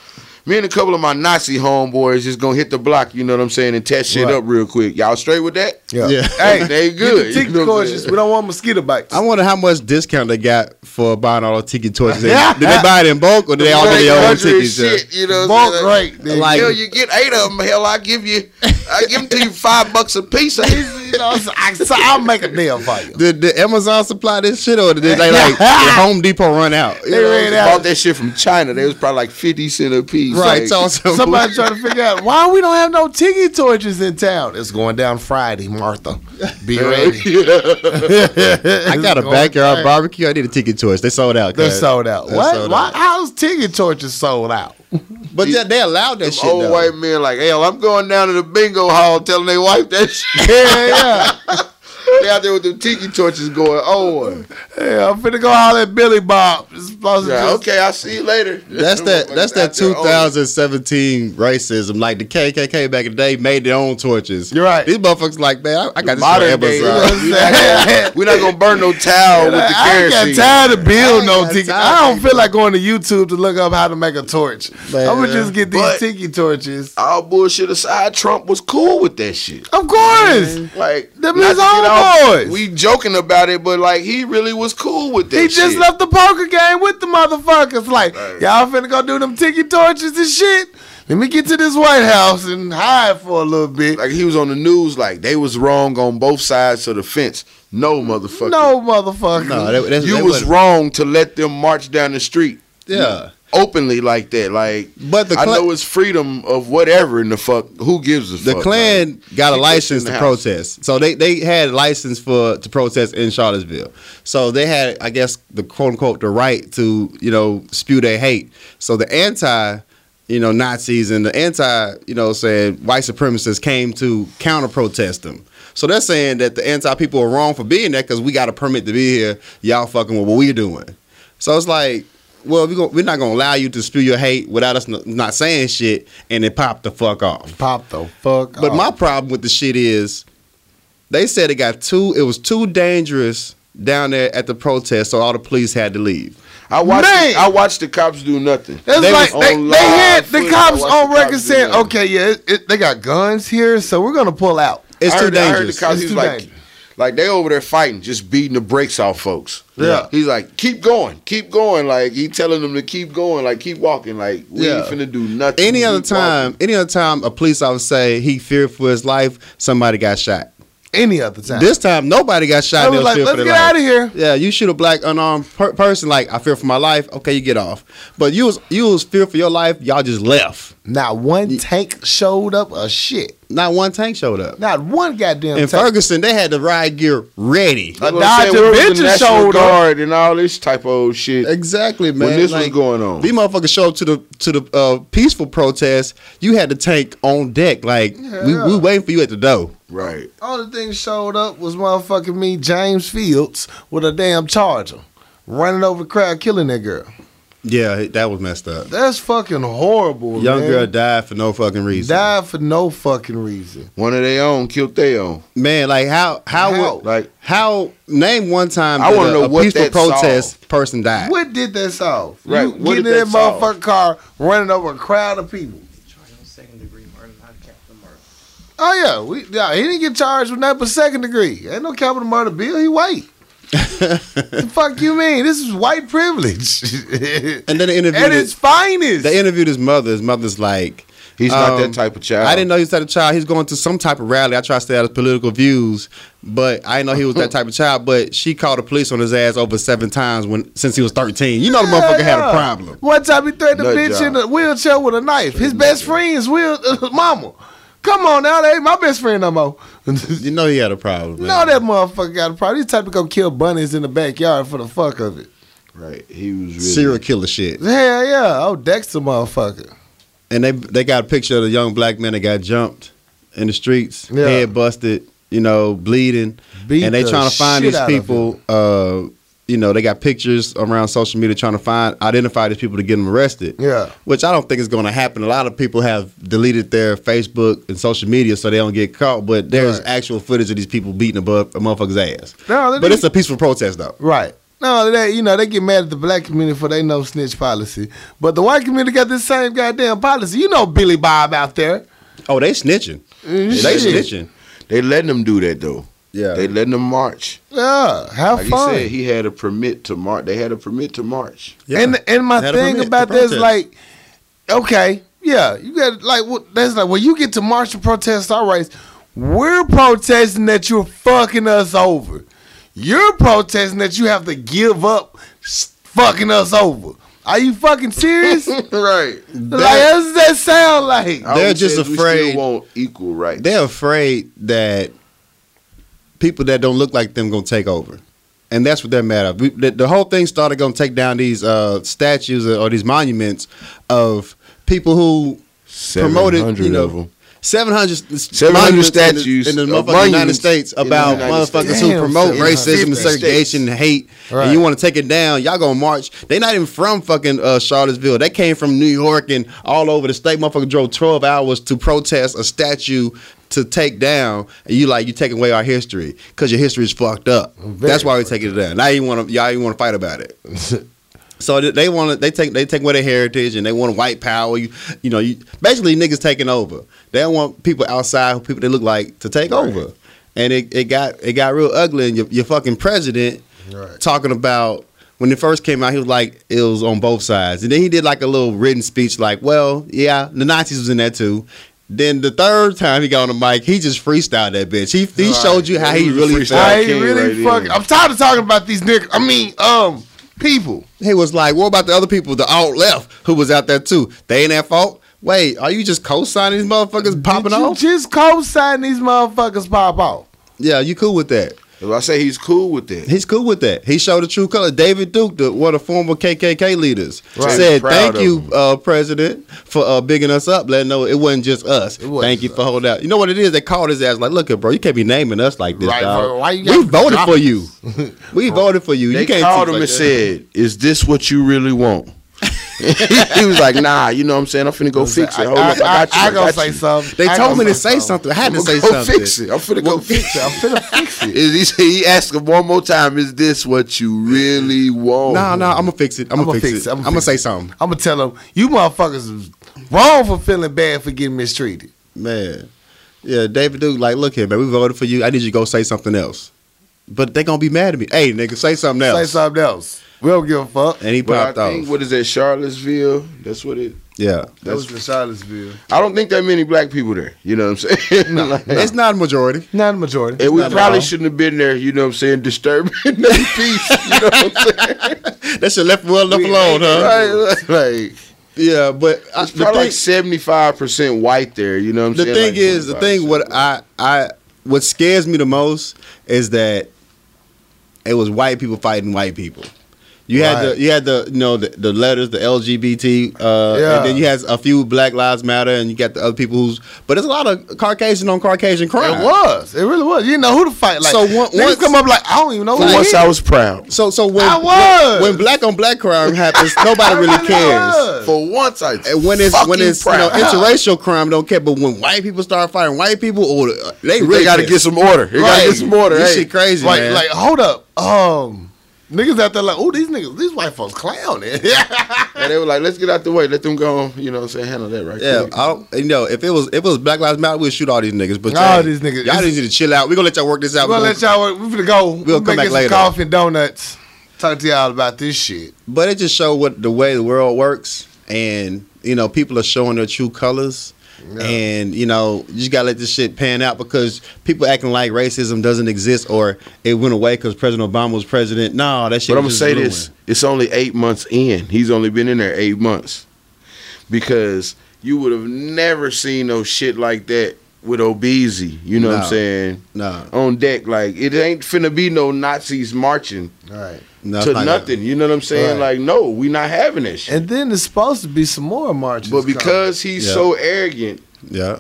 me and a couple of my Nazi homeboys just gonna hit the block. You know what I'm saying? And test shit Right. up real quick. Y'all straight with that? [laughs] Yeah. Yeah. [laughs] Hey, They get good. the You Tiki know what I'm torches. saying? We don't want mosquito bites. I wonder how much discount they got for buying all the tiki torches. [laughs] They- Did they buy it in bulk or did they all get their own Country and tickets? shit, you know, what I'm Bulk saying? rate, nigga. Like- hell, you get eight of them. Hell, I give you, I give them to you five bucks a piece. [laughs] [laughs] You know, so I, so I'll make a deal for you. Did, did Amazon supply this shit or did they [laughs] like did Home Depot run out? You know, ran they out. bought that shit from China. They was probably like fifty cent a piece. Right, Like, so, so Somebody trying to figure out why we don't have no tiki torches in town. It's going down Friday, Martha. Be [laughs] ready. [laughs] I got a backyard barbecue. I need a tiki torch. They sold out. They're cuz. sold out. They're what? sold Why? out. How's tiki torches sold out? But they, they allowed that Them shit. old though. white men like, hell, I'm going down to the bingo hall telling they [laughs] wife that shit. Yeah, yeah. they out there with them tiki torches going on. [laughs] Hey, I'm finna go holler at Billy Bob. It's supposed to Yeah, just- okay, I'll see you later. [laughs] That's that. That's that Out there oh, on it. 2017 racism. Like the KKK back in the day made their own torches. You're right. These motherfuckers like, man, I, I got this from Modern day, [laughs] Amazon. we're not gonna- we're not gonna burn no towel with the I ain't kerosene. got tired of I building ain't no got tiki. time I don't to- feel like going to YouTube to look up how to make a torch. Man. I'm gonna just get these But- Uh, tiki torches. All bullshit aside, Trump was cool with that shit. Of course, Like Them not his to get off- homeboys. We joking about it, but like he really was cool with that. he just shit. left the poker game with the motherfuckers. Like Right. y'all finna go do them tiki torches and shit. Let me get to this White House and hide for a little bit. Like he was on the news, like they was wrong on both sides of the fence. No motherfucker. no motherfucker. No, that, that's, you that was wasn't- wrong to let them march down the street Yeah, openly like that. Like, but the I Klan, know it's freedom of whatever in the fuck. Who gives a the fuck? Klan got a Keep this license in to the house. protest, so they they had a license for to protest in Charlottesville. So they had, I guess, the quote unquote the right to you know spew their hate. So the anti. You know, Nazis and the anti, you know, saying white supremacists came to counter protest them. So they're saying that the anti people are wrong for being there because we got a permit to be here. Y'all fucking with what we're doing. So it's like, well, we gon- we're not gonna allow you to spew your hate without us n- not saying shit, and it popped the fuck off. Pop the fuck. But my off. problem with the shit is they said it got too it was too dangerous down there at the protest, so all the police had to leave. I watched. Man. The, I watched the cops do nothing. It's They like was they, on they had live the footage. cops I watched on the record cops do saying, that. "Okay, yeah, it, it, they got guns here, so we're gonna pull out." It's I too heard, I heard the dangerous. cops It's he was too like, dangerous. like they over there fighting, just beating the brakes off folks. Yeah. he's like, keep going, keep going. Like he telling them to keep going, like keep walking. Like we Yeah. ain't finna do nothing. Any other Keep walking. time, any other time a police officer say he feared for his life, somebody got shot. any other time. This time, nobody got I shot. was They'll like, feel for let's their get life. out of here. Yeah, you shoot a black unarmed per- person, like I fear for my life. Okay, you get off. But you was you was fear for your life. Y'all just left. Not one tank showed up or shit. Not one tank showed up. Not one goddamn In tank. Ferguson, they had the riot gear ready. That's A what I'm saying. Dodger Where was the bitches National showed up. Guard and all this type of old shit. Exactly, man. When this was Like, going on, These motherfuckers showed up to the to the uh, peaceful protest. You had the tank on deck. Like we, we waiting for you at the door. right? Only thing showed up was motherfucking me, James Fields, with a damn charger, running over the crowd, killing that girl. Yeah, that was messed up. That's fucking horrible. Young man. girl died for no fucking reason. died for no fucking reason. One of their own killed their own. Man, like how how How? would- Like How name one time I I want wanna to know a what peaceful that protest person died? What did that solve? Right, You what getting did in that that solve? motherfucking car, running over a crowd of people. Trial second degree murder, not capital murder. Oh yeah, we yeah, he didn't get charged with nothing but second degree. Ain't no capital murder bill. He white. the fuck you mean? This is white privilege at And then they interviewed its his, finest. they interviewed his mother. His mother's like, He's not Um, that type of child. I didn't know he was that type of child. He's going to some type of rally. I tried to stay out of political views, but I didn't know he was that type of child. But she called the police on his ass over seven times when since he was thirteen. You know the motherfucker had a Yeah. problem. One time he threatened a Nut bitch job. in a wheelchair with a knife. His best friend's wheel uh, mama. Come on now, that ain't my best friend no more. [laughs] You know he had a problem. Man. No, that motherfucker got a problem. This type of go kill bunnies in the backyard for the fuck of it. Right? He was really serial killer shit. Hell yeah. Oh, Dexter motherfucker. And they they got a picture of the young black man that got jumped in the streets, Yeah. head busted, you know, bleeding. Beat and they the trying to find shit these out of people. Uh, you know, they got pictures around social media trying to find identify these people to get them arrested. Yeah. which I don't think is going to happen. A lot of people have deleted their Facebook and social media so they don't get caught. But there's Right. actual footage of these people beating above a motherfucker's ass. No, they but do- it's a peaceful protest though. Right. No, they you know, they get mad at the black community for they no snitch policy. But the white community got this same goddamn policy. You know Billy Bob out there. Oh, they snitching. Mm, They shit. snitching. They letting him do that though. Yeah. They letting him march. Yeah, have Like fun. he said, he had a permit to march. They had a permit to [laughs] march. [laughs] Yeah. And and my Had a thing permit to about this, protest. like, okay, yeah, you got like what that's like when you get to march and protest our rights, we're protesting that you're fucking us over. You're protesting that you have to give up s- fucking us over. Are you fucking [laughs] serious? like, right. how does that sound like? They're just afraid- We still want equal rights. They're afraid that people that don't look like them gonna take over, and that's what they're mad of. We- The, the whole thing started gonna take down these uh, statues or, or these monuments of people who promoted, 700 you know, of 'em. 700, 700 monuments in the- statues in the, of motherfucking United monuments States in the about United motherfuckers States. who Damn, promote racism 750 and segregation and hate. Right. And you want to take it down, y'all gonna march. They not even from fucking uh, Charlottesville. They came from New York and all over the state. Motherfucker drove 12 hours to protest a statue to take down. And you like, you taking away our history because your history is fucked up. Very That's why we taking it down. Now you want to, y'all even want to fight about it. So th- they want to they take they take away their heritage and they want white power. You you know you basically niggas taking over. They don't want people outside who people they look like to take over. And it, it got it got real ugly. And your, your fucking president Right. talking about when it first came out, he was like it was on both sides. And then he did like a little written speech, like, well, yeah, the Nazis was in that too. Then the third time he got on the mic, he just freestyled that bitch. He he showed you how He he was a really freestyler. felt. I ain't King really right fucking. there. I'm tired of talking about these niggas. I mean, um, people. He was like, "What about the other people, the alt left, who was out there too? They ain't at fault." Wait, are you just co-signing these motherfuckers popping Did you off? Just co-sign these motherfuckers pop off. yeah, you cool with that? If I say he's cool with that. He's cool with that. He showed the true color. David Duke, the, one of the former KKK leaders, Right. said, Proud "Thank of you, him. uh, President, for uh, bigging us up, letting know it wasn't just us. wasn't Thank you just for holding out. You know what it is? They called his ass like, look, here, bro, you can't be naming us like this, Right, dog. bro, why you we got- voted for you. [laughs] we voted for you. They you can't called teach him like and that. said, "Is this what you really want?" [laughs] he was like, "Nah, you know what I'm saying. I'm finna go fix it. Hold I, up, I got you. I, I, I gonna got say you. something. They I told gonna me to say something. something. I had to I'm say gonna go something. fix it. I'm finna [laughs] go fix it. I'm [laughs] finna fix it. Is he, said- he asked him one more time, is this what you really want? Nah, nah, I'm gonna fix it. I'm I'ma gonna fix, fix it. it. I'm I'ma gonna fix say something, I'm gonna tell them you motherfuckers is wrong for feeling bad for getting mistreated. man. Yeah, David Duke, like, look here, man, we voted for you. I need you to go say something else. But they gonna be mad at me. Hey, nigga, say something else. Say something else. We don't give a fuck. And he But I popped off. think, what is that, Charlottesville? That's what it Yeah. That was in Charlottesville. I don't think that many black people there. You know what I'm saying? [laughs] Like, It's not a majority. Not the majority. [laughs] and we not at probably all. shouldn't have been there. You know what I'm saying? Disturbing [laughs] that peace. You know what I'm saying? That shit left well enough alone, huh? [laughs] Right, like Yeah, but I, it's the probably like thing, seventy five percent white there. You know what I'm the saying? thing Like, is, the thing 25%. what I I what scares me the most is that it was white people fighting white people. You had Right. the you had the you know the, the letters the LGBT uh, Yeah. and then you had a few Black Lives Matter and you got the other people who's but there's a lot of Caucasian on Caucasian crime. It was. It really was. You didn't know who to fight. Like, So one- niggas once- come up like, I don't even know. For who once he I is. was proud. So so when I was. when black on black crime happens, nobody I really really cares. was. For once I And when it's when fucking it's you know proud. interracial crime, don't care. But when white people start fighting white people, or they really they got to pissed. get some order. They got Right. to get some order. This hey. shit crazy, like, man. like, hold up. Um, niggas out there like, oh, these niggas, these white folks clowning. And they were like, let's get out the way. Let them go on. You know what I'm saying? Handle that right yeah, quick. I don't, you know, if it was if it was Black Lives Matter, we'd shoot all these niggas. But All y'all- these niggas. y'all just need to chill out. We gonna let y'all work this out. We're gonna We let y'all. work. We finna go. We'll, come back get later. Some coffee and donuts. Talk to y'all about this shit. but it just show what the way the world works, and you know, people are showing their true colors. And you know you just gotta let this shit pan out because people acting like racism doesn't exist or it went away because President Obama was president. No, that shit. But I'm gonna was say just this: ruined. it's only eight months in. He's only been in there eight months, because you would have never seen no shit like that with Obese. You know what No. I'm saying? No, On deck, like it ain't finna be no Nazis marching All right. no, it's to not gonna- nothing. You know what I'm saying? Right. Like, no, we not having that shit. And then there's supposed to be some more marches. but because he's Yeah. so arrogant, Yeah,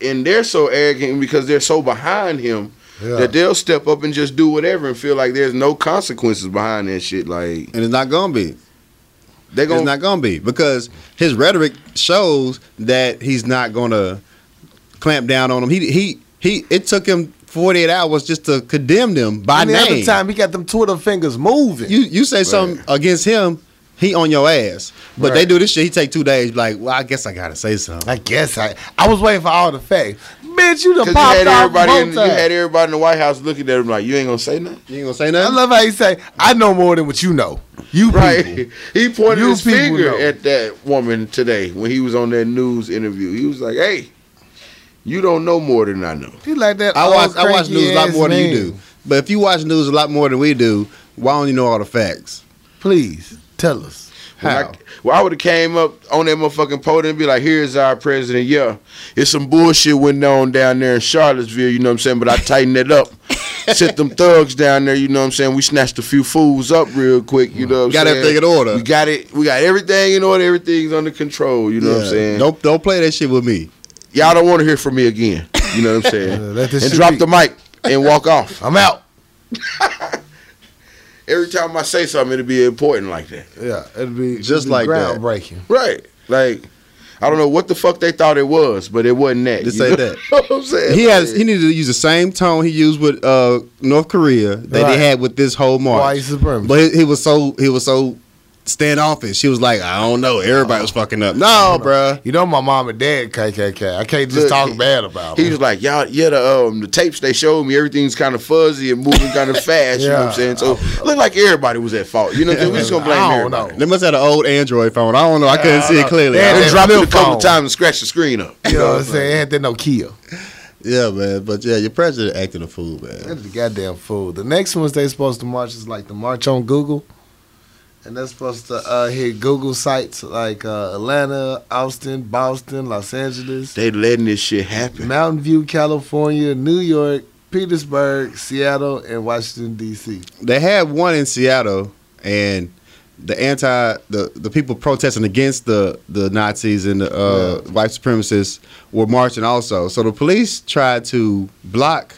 and they're so arrogant because they're so behind him, coming. that they'll step up and just do whatever and feel like there's no consequences behind that shit. Like and it's not gonna be. they're gonna it's not gonna be because his rhetoric shows that he's not gonna clamp down on him. He he he. It took him forty eight hours just to condemn them by and the other name. time he got them Twitter fingers moving. you you say something against him, he on your ass. But they Right. do this shit. He take two days. Like, well, I guess I gotta say something. I guess I. I was waiting for all the facts. Bitch, you done Because popped you had off everybody, in, you multiple had everybody in the White House looking at him like, "You ain't gonna say nothing." You ain't gonna say I nothing. love how you say, "I know more than what you know." You Right? people. He pointed You his people finger know. at that woman today when he was on that news interview. He was like, "Hey, you don't know more than I know." You like that? I old watch I watch cranky news a lot ass more than you man. do. But if you watch news a lot more than we do, why don't you know all the facts? Please tell us. When I- How? well, I would have came up on that motherfucking podium and be like, "Here's our president." Yeah, it's some bullshit went on down there in Charlottesville. You know what I'm saying? But I tightened it [laughs] up. Sent them thugs down there, you know what I'm saying? We snatched a few fools up real quick, you know what I'm Mm. Got saying? everything in order. We got it, we got everything in order, everything's under control, you know what I'm Yeah. saying? Don't don't play that shit with me. y'all don't want to hear from me again. You know what [laughs] I'm saying? Yeah, let this and shit drop be. the mic and walk off. I'm out. Every time I say something, it'll be important like that. Yeah, it'd be Just it'd be like that. groundbreaking. Right. Like, I don't know what the fuck they thought it was, but it wasn't that. Just [laughs] You say know that. what I'm saying? He has. He needed to use the same tone he used with uh, North Korea that Right. he had with this whole march. White supremacy. But he, he was so he was so standoffish. He was like, I don't know. Everybody was fucking up. No, bruh. You know my mom and dad KKK. I can't just Look, talk he- bad about He them. was like, y'all, yeah, the um, the tapes they showed me, everything's kind of fuzzy and moving kind of fast. You know what I'm Yeah. saying? So looked like everybody was at fault. You know what I'm saying? We just gonna blame I don't everybody. know. They must have an old Android phone. I don't know. I couldn't see it clearly. They had They that dropped it a flip couple phone. times and scratched the screen up. You know what I'm saying? Ain't that no kill? yeah, man. But yeah, your president acting a fool, man. That's the goddamn fool. The next ones they supposed to march is like the march on Google. And that's supposed to uh, hit Google sites like uh, Atlanta, Austin, Boston, Los Angeles, They letting this shit [laughs] happen. Mountain View, California, New York, Petersburg, Seattle, and Washington D.C. They had one in Seattle, and the anti the, the people protesting against the the Nazis and the uh, white supremacists were marching also. So the police tried to block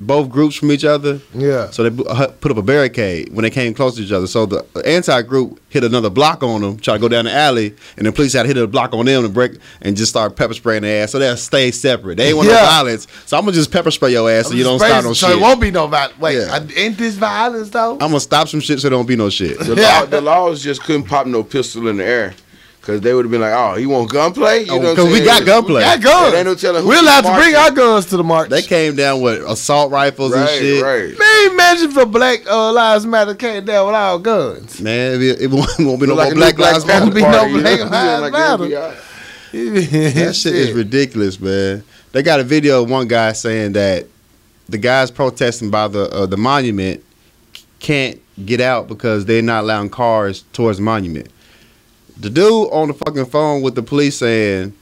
both groups from each other. Yeah, So they bu- uh, put up a barricade when they came close to each other. So the anti group hit another block on them, try to go down the alley, and the police had to hit a block on them and break and just start pepper spraying their ass. So they'll stay separate. They ain't want no Yeah. violence. So I'm gonna just pepper spray your ass so you don't start no so shit. it won't be no violence. Wait, Yeah. I- ain't this violence though? I'm gonna stop some shit so there don't be no shit. The, Yeah. law, the laws just couldn't pop no pistol in the air because they would have been like, oh, he want gunplay? You know what I'm Because we saying? got gunplay. got guns. There ain't no telling who We're allowed to marching. bring our guns to the march. They came down with assault rifles and Right, shit. right. Man, you imagine if the Black uh, Lives Matter came down with our guns? Man, it, it won't, won't be no Look like more a Black new Lives Matter. Panther Won't be no party, you Black know? Lives Yeah, like Matter. [laughs] FBI. [laughs] That shit is ridiculous, man. They got a video of one guy saying that the guys protesting by the uh, the monument can't get out because they're not allowing cars towards the monument. The dude on the fucking phone with the police saying,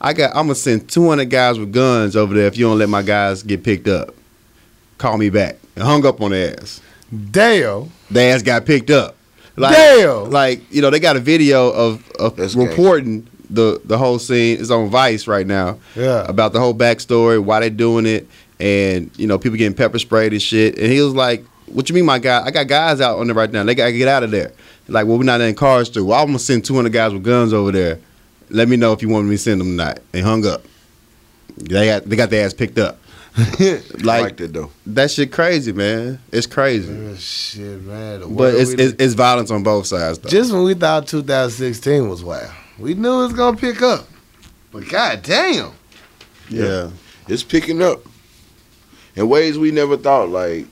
"I got, I'm gonna send 200 guys with guns over there if you don't let my guys get picked up. Call me back." And hung up on their ass. Damn. Their ass got picked up. Like, Damn. Like you know, they got a video of of That's gay. reporting the the whole scene. It's on Vice right now Yeah. about the whole backstory, why they doing it, and you know people getting pepper sprayed and shit. And he was like, "What you mean, my guy? I got guys out on there right now. They gotta get out of there." Like, well, we're not in cars through. Well, I'm gonna send 200 guys with guns over there. Let me know if you want me to send them or not. And hung up. They got they got their ass picked up. [laughs] I Like, like that though. that shit crazy, man. It's crazy. Shit, man. the But world it's, we it's it's violence on both sides though. Just when we thought 2016 was wild, we knew it was gonna pick up. But god damn, yeah. It's picking up in ways we never thought. Like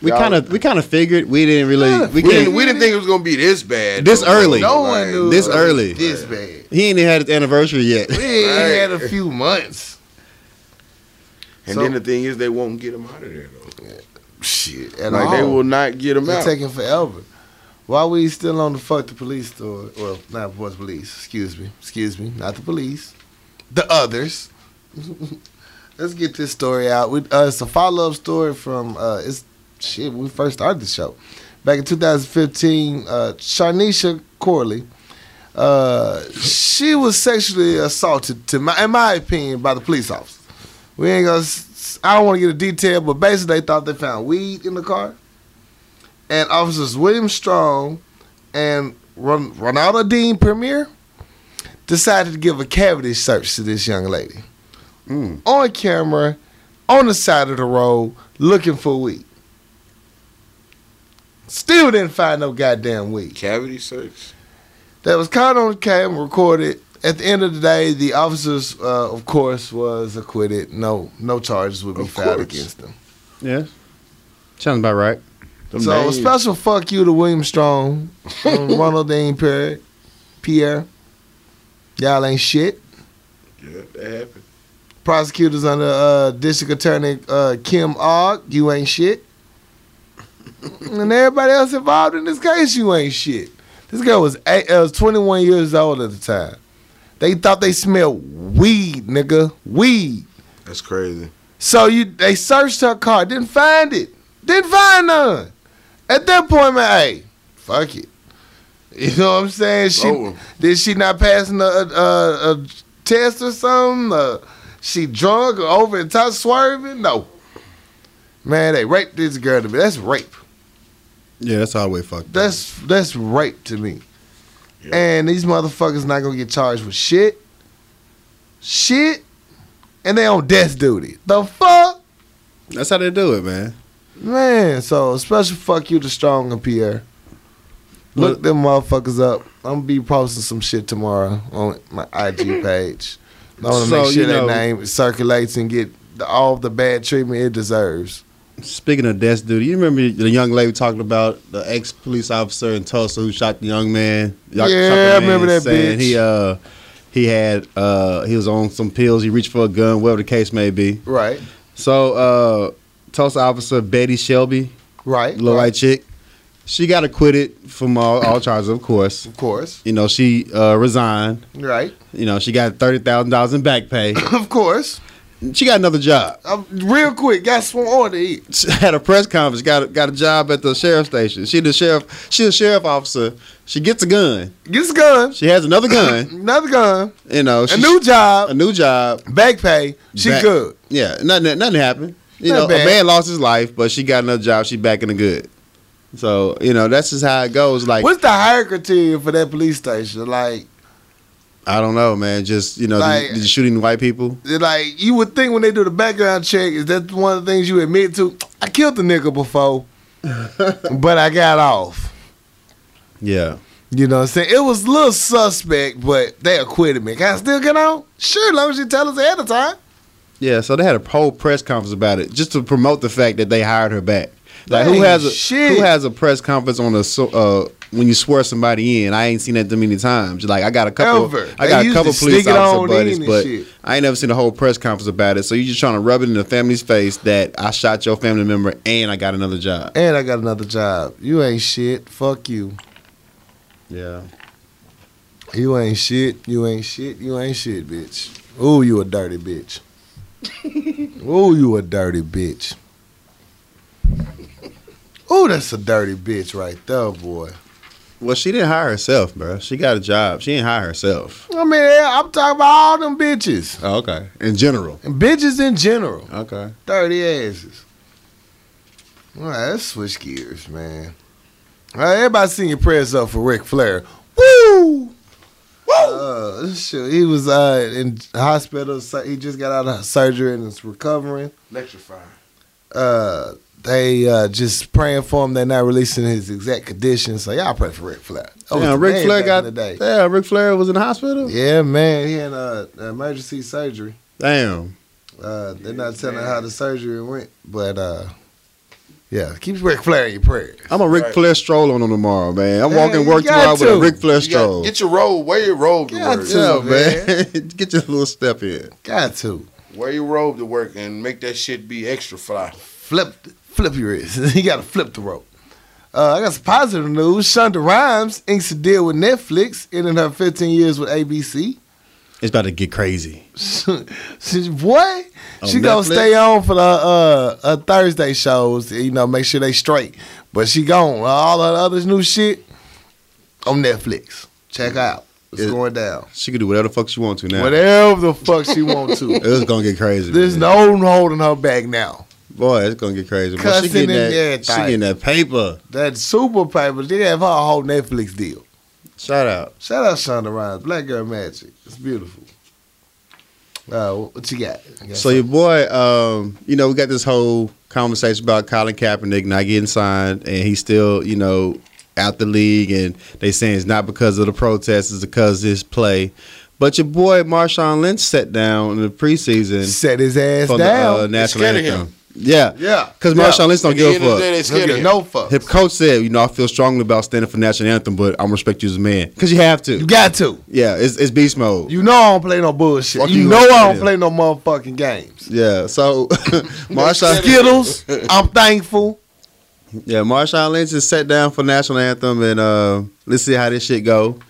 We y'all- kind of we kind of figured we didn't really we we didn't, can't. we didn't think it was gonna be this bad. This though. early. no Like, one knew this it was early. This bad. He ain't even had his anniversary yet. [laughs] We ain't had Right. a few months. And So- then the thing is, they won't get them out of there though. Shit, at like all. they will not get them It's out. taking forever. Why we still on the fuck the police story? Well, not what's police. Excuse me. Excuse me. Not the police. The others. [laughs] Let's get this story out. We, uh, it's a follow up story from uh, it's shit. When we first started the show back in 2015. Uh, Sharnisha Corley. Uh, she was sexually assaulted, to my, in my opinion, by the police officer. We ain't gonna. s- I don't want to get a detail, but basically they thought they found weed in the car, and officers William Strong and Ron, Ronaldo Dean Premier decided to give a cavity search to this young lady Mm. on camera, on the side of the road, looking for weed. Still didn't find no goddamn weed Cavity search. that was caught on camera recorded. At the end of the day, the officers, uh, of course, was acquitted. No, no charges would be Of filed course. against them. Yeah, sounds about right. Them so, names. a special fuck you to William Strong, and Ronald Dean Pierre, Pierre. Y'all ain't shit. Yeah, that happened. Prosecutors under uh, District Attorney uh, Kim Ogg, you ain't shit. and everybody else involved in this case, you ain't shit. This girl was eight, uh, was 21 years old at the time. They thought they smelled weed, nigga, weed. That's crazy. So you they searched her car, didn't find it, didn't find none. At that point, man, hey, fuck it. [laughs] You know what I'm saying? She Over. did she not passing a, uh, a, a test or something? Uh, she drunk or over the top swerving? No. Man, they raped this girl to me. That's rape. Yeah, that's all the way fucked. up. That's that's rape to me. Yeah. And these motherfuckers not gonna get charged with shit. Shit. And they on death duty. The fuck? that's how they do it, man. Man, so special fuck you to Strong and Pierre. Look Look- them motherfuckers up. I'm gonna be posting some shit tomorrow on my [laughs] IG page. I wanna So, make you sure that know- name circulates and get the, all the bad treatment it deserves. Speaking of death duty, you remember the young lady talking about the ex police officer in Tulsa who shot the young man? Y'all shot the Yeah, I man remember that saying bitch. He uh he had uh he was on some pills. He reached for a gun, whatever the case may be. Right. So uh Tulsa officer Betty Shelby, Right. little right. white chick, she got acquitted from all, all charges, of course. Of course. You know she uh resigned. [laughs] Right. You know she got thirty thousand dollars in back pay. of course. she got another job. [laughs] i real quick, got sworn to eat. She had a press conference, got a, got a job at the sheriff's station. She the sheriff, she a sheriff officer. She gets a gun. Gets a gun. She has another [laughs] gun. Another gun. You know, she, A new a job. new job. Back pay. She Back- good. Yeah, nothing nothing happened. You Not know, bad. a man lost his life, but she got another job. She back in the good. So you know, that's just how it goes. Like What's the higher criteria for that police station? Like I don't know, man. Just you know, Like- did you shooting white people? like you would think when they do the background check, is that one of the things you admit to? I killed the nigga before, but I got off. Yeah, You know what I'm saying? It was a little suspect, but they acquitted me. Can I still get on? Sure, as long as you tell us ahead of time. yeah. So they had a whole press conference about it, just to promote the fact that they hired her back. Like Dang, who has a shit. who has a press conference on a so, uh when you swear somebody in? I ain't seen that too many times. Like I got a couple, Ever. I They got a used couple to police sneak it officer on buddies, in and but shit. I ain't never seen a whole press conference about it. So you just trying to rub it in the family's face that I shot your family member and I got another job. And I got another job. You ain't shit. Fuck you. Yeah, You ain't shit. You ain't shit. You ain't shit, bitch. Ooh, you a dirty bitch. Ooh, you a dirty bitch. Ooh, that's a dirty bitch right there, boy. well she didn't hire herself, bro. She got a job. She didn't hire herself. I mean, yeah, I'm talking about all them bitches. Oh, okay. In general, And bitches in general. okay. Dirty asses. All right, let's switch gears, man. All right, everybody seen your prayers up for Ric Flair. Woo! Woo! Uh, shoot, he was uh, in hospital. so- He just got out of surgery and is recovering. Electrified. Uh, they uh, just praying for him. They're not releasing his exact condition. So y'all pray for Ric Flair. That Oh, was Yeah, the Ric name Flair back got. in the day. Yeah, Ric Flair was in the hospital. Yeah, man, he had uh, emergency surgery. Damn. Uh, they're not telling how the surgery went, but uh, yeah, keep Ric Flair in your prayers. I'm a Ric Right. Flair stroll on him tomorrow, man. I'm Yeah, walking you work got tomorrow with to. a Ric Flair You got- stroll. get your robe. Wear your robe to Yeah, work. too. Yeah, to, man. [laughs] Get your little step in. Got to Wear your robe to work and make that shit be extra fly. flip, flip your wrist. [laughs] you got to flip the rope. Uh, I got some positive news. Shonda Rhimes inks a deal with Netflix, ending her 15 years with ABC. It's about to get crazy. [laughs] She- what? On she gonna Netflix? stay on for the uh, uh, Thursday shows, you know, make sure they straight. But she gone. All her other new shit on Netflix. Check out. It's Mm. It- going down. She can do whatever the fuck she wants to now. Whatever the fuck she want [laughs] to. It's gonna get crazy. There's man. no holding her back now. boy. It's gonna get crazy. Boy, she Cussing getting and that. She getting everything. that paper. That super paper, they have her a whole Netflix deal. Shout out. Shout out Shonda Rhimes, Black Girl Magic. It's beautiful. Uh, what you got? I got So your boy, um, you know, we got this whole conversation about Colin Kaepernick not getting signed, and he's still, you know, out the league, and they saying it's not because of the protests, it's because of his play. But your boy Marshawn Lynch sat down in the something. preseason set his ass for down. the uh, national scared of him. anthem. Yeah, Yeah. because Yeah. Marshawn Lynch don't At the give end of a fuck. the day, they Don't scared of get him. no fucks. His coach said, you know, I feel strongly about standing for national anthem, but I'm respect you as a man because you have to. You got to. yeah, it's, it's beast mode. You know I don't play no bullshit. Fuck you you, know I yeah. don't play no motherfucking games. yeah, [laughs] so [laughs] Marshawn Skittles, I'm thankful. Yeah, Marshawn Lynch is set down for national anthem, and uh, let's see how this shit go.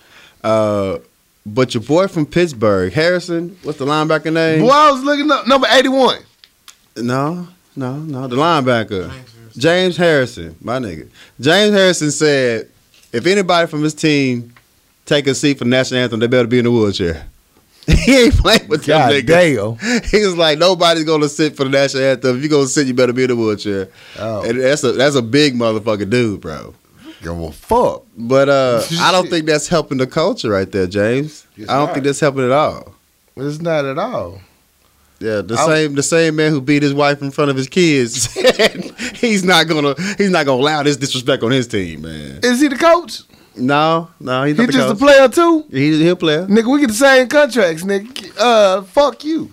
Uh, but your boy from Pittsburgh, Harrison, what's the linebacker name? Boy, I was looking up number 81. No, no, no, the linebacker, James Harrison, my nigga. James Harrison said, if anybody from his team take a seat for national anthem, they better be in a wheelchair. [laughs] he ain't playing with them God niggas. damn. [laughs] He was like, nobody's gonna sit for the national anthem. If you gonna sit, you better be in a wheelchair. Oh. And that's a that's a big motherfucking dude, bro. Give a fuck. But [laughs] uh, I don't think that's helping the culture right there, James. It's I don't not. think that's helping at all. It's not at all. Yeah, the I- same the same man who beat his wife in front of his kids. [laughs] said he's not gonna he's not gonna allow this disrespect on his team, man. Is he the coach? No, no, he's He not the just a coach. player too? He's he'll play. Nigga, we get the same contracts, nigga. Uh, fuck you.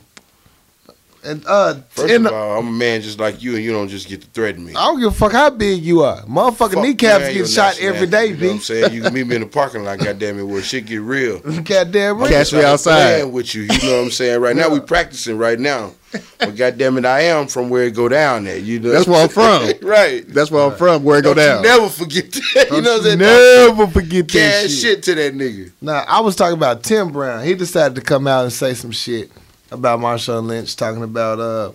And uh, First in of the- all, I'm a man just like you, and you don't just get to threaten me. I don't give a fuck how big you are. Motherfucking Fuck kneecaps man, get your shot national every anthem, day, You know what I'm bitch. saying? You can meet me in the parking lot, goddamn it, where shit get real. [laughs] Goddamn right. Catch me I'm outside. playing with you, you know what I'm saying? Right now we practicing right now. But goddamn it, I am from where it go down at. You know That's where I'm from. right. [laughs] That's where I'm from. Where it go down? Don't You never forget that. You know what I'm saying? Never forget that Cash shit. shit to that nigga. Now, I was talking about Tim Brown. He decided to come out and say some shit about Marshawn Lynch, talking about uh,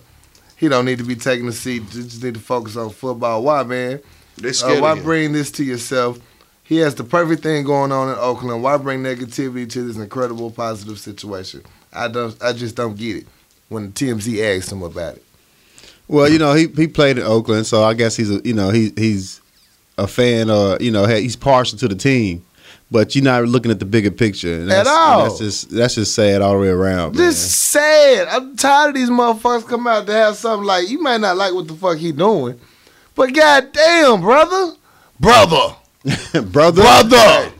he don't need to be taking a seat. You just need to focus on football. Why, man? They Uh, scared why of him. bring this to yourself? He has the perfect thing going on in Oakland. Why bring negativity to this incredible positive situation? I don't. I just don't get it. When TMZ asked him about it, Well, you know, he he played in Oakland, so I guess he's a you know he he's a fan or you know he's partial to the team, but you're not looking at the bigger picture and that's, and all. That's just that's just sad all the way around. man. this sad. I'm tired of these motherfuckers come out to have something like you might not like what the fuck he doing, but goddamn, brother, brother. [laughs] brother, brother,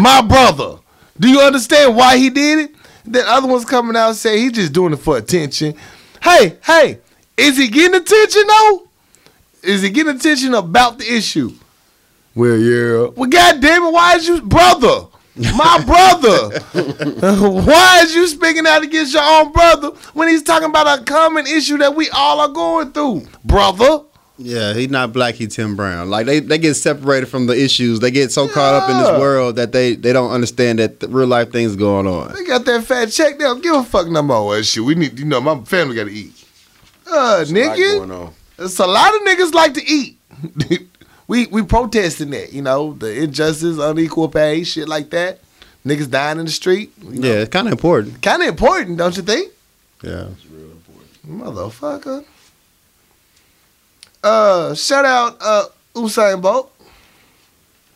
my brother. Do you understand why he did it? That other one's coming out and say he just doing it for attention. Hey, hey, is he getting attention though? Is it getting attention about the issue? Well, yeah. Well, goddamn it, why is you brother? My brother. [laughs] why is you speaking out against your own brother when he's talking about a common issue that we all are going through, brother? Yeah, he's not black. He's Tim Brown. Like they, they get separated from the issues. They get so caught up in Yeah. this world that they, they don't understand that the real life things going on. They got that fat check. They don't give a fuck no more. Well, shit, we need, you know, my family got to eat. Uh, Like going nigga, on. it's a lot of niggas like to eat. [laughs] we we protesting that, you know, the injustice, unequal pay, shit like that. Niggas dying in the street. You know, Yeah, it's kind of important. kind of important, don't you think, Yeah, motherfucker? Uh, shout out uh Usain Bolt.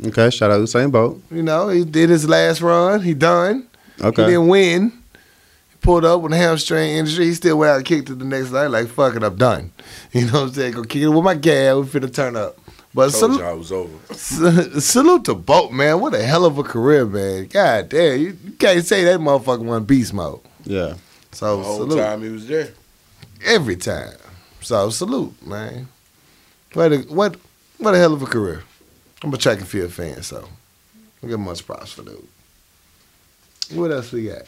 Okay, shout out Usain Bolt. You know, he did his last run. He done. He Okay. didn't win. He pulled up with a hamstring injury. He still went out and kicked it the next night. Like, fuck it, I'm done. [laughs] You know what I'm saying? Go kick it with my gas. We finna turn up. But Told sal- y'all it was over. s- [laughs] salute to Bolt, man. What a hell of a career, man. God damn. You, you can't say that motherfucker won beast mode. Yeah. So, The whole salute. time he was there. Every time. So, salute, man. What a, what, what a hell of a career. I'm a track and field fan, so I give him much props for that. What else we got?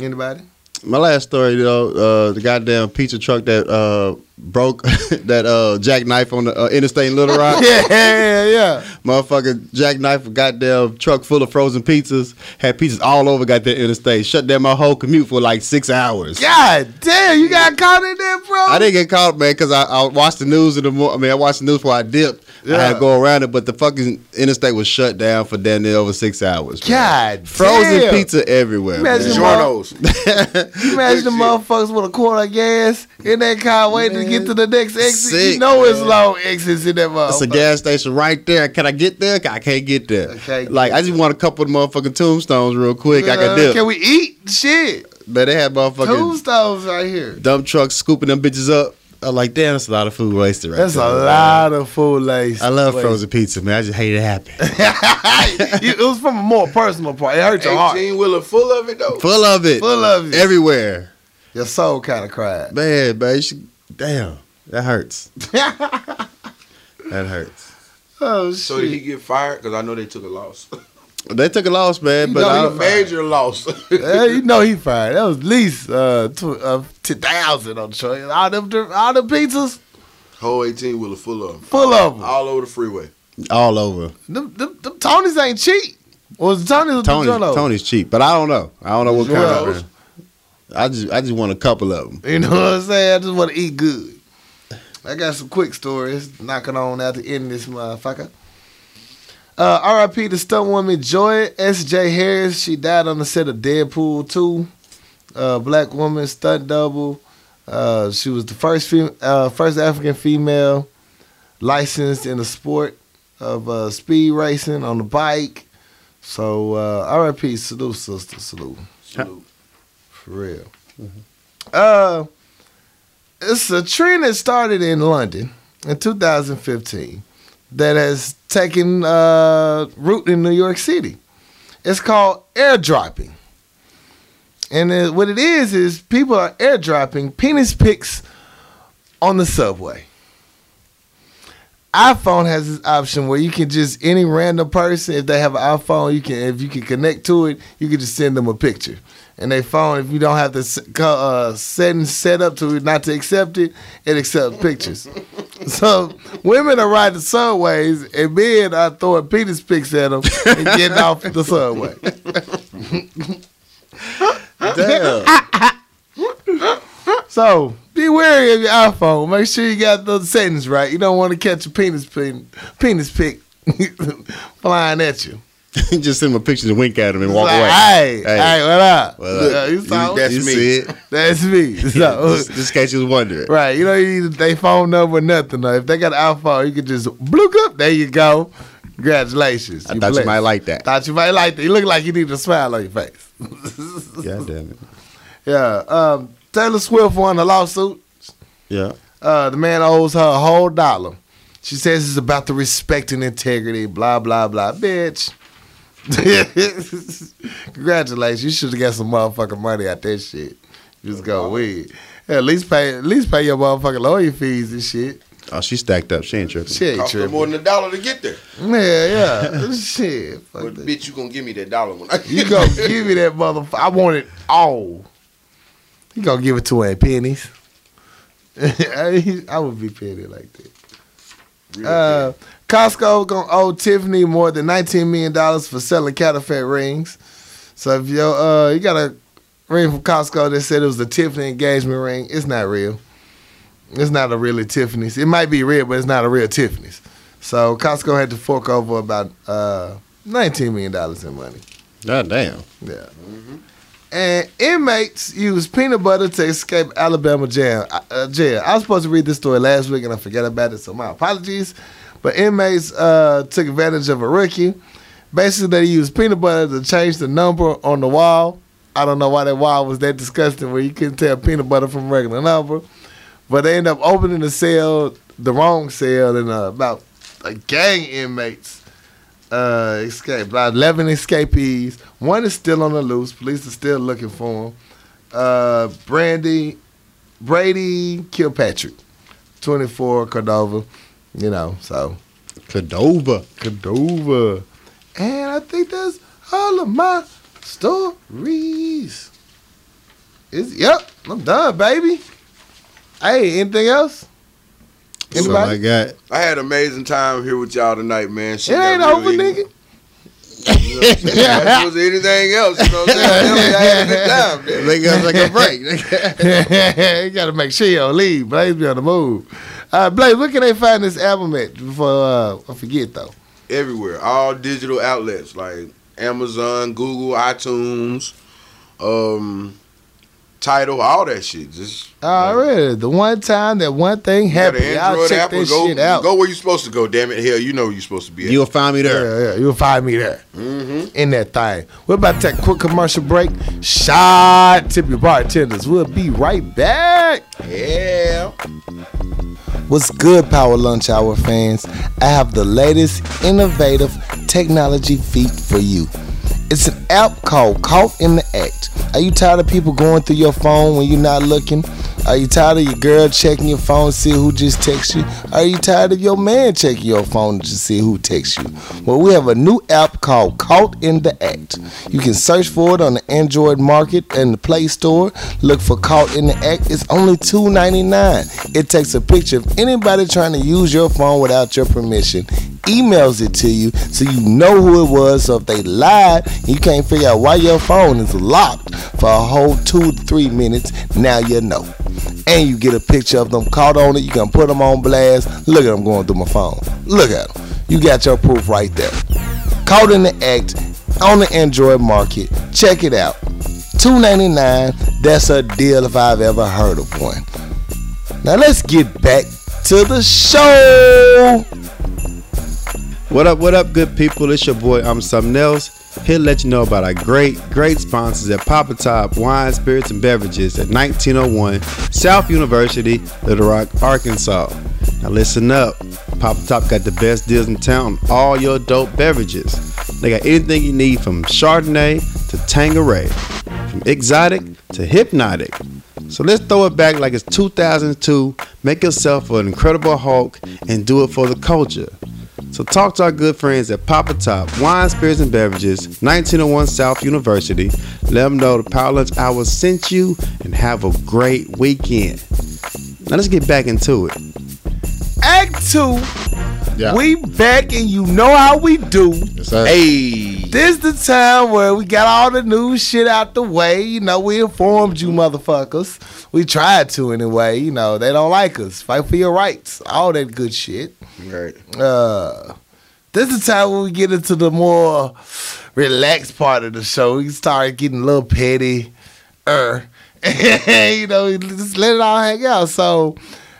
Anybody? My last story though, uh, the goddamn pizza truck that uh, broke [laughs] that uh, jackknife on the uh, interstate in Little [laughs] [laughs] Rock. yeah, yeah, yeah. Motherfucker, jackknife a goddamn truck full of frozen pizzas. Had pizzas all over goddamn interstate. Shut down my whole commute for like six hours. God damn, you got caught in there, bro. I didn't get caught, man, because I, I watched the news in the morning. I mean, I watched the news before I dipped. I had Yeah. to go around it, but the fucking interstate was shut down for damn near over six hours. man. God Frozen damn. pizza everywhere. Imagine man. my- Jornos. [laughs] You Imagine the motherfuckers with a quart of gas in that car waiting to get to the next exit. you sick, know it's long exits in that motherfucker. It's a gas station right there. Can I get there? I can't get there. I can't like get I just want a couple of motherfucking tombstones real quick. I Uh, can dip. Can we eat? Shit. man, they had motherfucking Tombstones right here. dump trucks scooping them bitches up. I'm like, damn, that's a lot of food wasted right That's a there. lot of food lace. I love [laughs] frozen pizza, man. I just hate it happen. it was from a more personal part. It hurt your heart. 18 wheeler full of it though. Full of it. Full of it. Everywhere. Your soul kind of cried. Man, man, you should, damn, that [laughs] hurts. that hurts. Oh, shit. So did he get fired? Because I know they took a loss. [laughs] They took a loss, man, You but know I he don't- Major loss. Yeah, you know he fired. That was at least uh, tw- uh, ten thousand on choice. All them, dir- all them pizzas whole 18 wheeler full of 'em. full of them. All over the freeway. all over. Them, them, them Tonys ain't cheap. Was the Tonys? Tony's Tony, Tony. Tony's cheap, but I don't know. I don't know what kind Yeah. of man. I just I just want a couple of them. [laughs] You know what I'm saying? I just want to eat good. I got some quick stories knocking on at the end of this motherfucker. Uh, R.I.P. to stunt woman Joy S.J. Harris. She died on the set of Deadpool 2. Uh, black woman stunt double. Uh, she was the first fem- uh, first African female licensed in the sport of uh, speed racing on the bike. So uh, R.I.P. Salute, sister. Salute. Salute. For real. Mm-hmm. Uh, it's a trend that started in London in 2015 that has taken uh, root in New York City. It's called airdropping. And it, what it is is people are airdropping penis pics on the subway. iPhone has this option where you can just any random person, if they have an iPhone, you can if you can connect to it, you can just send them a picture. And they phone, if you don't have the s- co- uh, setting set up to it not to accept it, it accepts [laughs] pictures. so women are riding the subways, and men are throwing penis pics at them and getting off the subway. [laughs] Damn. So be wary of your iPhone. Make sure you got the settings right. You don't want to catch a penis pin, penis pic [laughs] flying at you. [laughs] just send him a picture and wink at him and walk like, away. Hey, hey, Hey. what up? What up? Yeah, you saw- You- that's, that's- you me. see [laughs] it? [laughs] me. So, just, just in case you was wondering. right, you don't need they phone number, nothing. though. If they got an iPhone, you can just bloop up. There you go. Congratulations. I thought you blessed. might like that. Thought you might like that. You look like you need a smile on your face. God damn it. Yeah. Um, Taylor Swift won a lawsuit. Yeah. uh, the man owes her a whole dollar. She says it's about the respect and integrity, blah, blah, blah. Bitch. [laughs] Congratulations. You should have got some motherfucking money out that shit. Just go weird. Yeah, at least pay at least pay your motherfucking lawyer fees and shit. Oh, she stacked up. She ain't tripping. She ain't Cost her tripping. more than a dollar to get there. Yeah, yeah. [laughs] Shit. Fuck But that. bitch, you gonna give me that dollar when I get You [laughs] gonna there. give me that motherfucker. I want it all. You gonna give it to her in pennies. [laughs] I I would be petty like that. Real Uh, Costco gonna owe Tiffany more than nineteen million dollars for selling counterfeit rings. So if yo uh you got a ring from Costco that said it was a Tiffany engagement ring, it's not real. It's not a really Tiffany's. It might be real, but it's not a real Tiffany's. So Costco had to fork over about uh nineteen million dollars in money. God damn. Yeah. And inmates use peanut butter to escape Alabama jail. Uh, jail. I was supposed to read this story last week and I forgot about it, so my apologies. But inmates uh, took advantage of a rookie. Basically, they used peanut butter to change the number on the wall. I don't know why that wall was that disgusting where you couldn't tell peanut butter from regular number. But they end up opening the cell, the wrong cell, and uh, about a gang inmates uh, escaped. About 11 escapees. One is still on the loose. Police are still looking for him. Uh, Brandy, Brady Kilpatrick, 24, Cordova. You know, so Cadova. Cordova. And I think that's all of my stories. Is yep, I'm done, baby. Hey, anything else? That's all I Anybody? got. I had an amazing time here with y'all tonight, man. Shit it ain't got over, really- nigga. [laughs] If it was anything else, you know what I'm saying? Hell, y'all had a good [laughs] time, man. They got like a break. you gotta make sure you don't leave. Blaze be on the move. Uh, Blaze, where can they find this album at? Before uh, I forget though. Everywhere, all digital outlets like Amazon, Google, iTunes, um, Title, all that shit. Just Already, Uh, the one time that one thing you got an happened, y'all check this go, shit out. go where you're supposed to go. Damn it, hell, you know where you're supposed to be. At. Mm-hmm. You'll find me there. Yeah, yeah, you'll find me there in that thing. We're about to take a quick commercial break. Shot tip your bartenders. We'll be right back. yeah. What's good, Power Lunch Hour fans? I have the latest innovative technology feat for you. It's an app called Caught in the Act. Are you tired of people going through your phone when you're not looking? Are you tired of your girl checking your phone to see who just texted you? Are you tired of your man checking your phone to see who texts you? Well, we have a new app called Caught in the Act. You can search for it on the Android market and the Play Store. Look for Caught in the Act. It's only $2.99. It takes a picture of anybody trying to use your phone without your permission, emails it to you so you know who it was. So if they lied, you can't figure out why your phone is locked for a whole two to three minutes. Now you know. And you get a picture of them caught on it. You can put them on blast. Look at them going through my phone. Look at them. You got your proof right there. Caught in the act on the Android market. Check it out. $2.99. That's a deal if I've ever heard of one. Now let's get back to the show. What up, what up, good people? It's your boy, I'm something else. Here to let you know about our great, great sponsors at Papa Top Wine, Spirits, and Beverages at 1901 South University, Little Rock, Arkansas. Now listen up. Papa Top got the best deals in town on all your dope beverages. They got anything you need from Chardonnay to Tangeray, from exotic to hypnotic. So let's throw it back like it's 2002, make yourself an incredible Hulk, and do it for the culture. So talk to our good friends at Papa Top Wine, Spirits, and Beverages, 1901 South University. Let them know the Power Lunch Hour sent you, and have a great weekend. Now let's get back into it. Act two. Yeah. We back and you know how we do. Hey. This the time where we got all the new shit out the way. You know, we informed you motherfuckers. We tried to anyway. You know, they don't like us. Fight for your rights. All that good shit. Right. Uh, this is the time when we get into the more relaxed part of the show. We start getting a little petty, er, [laughs] you know, just let it all hang out. So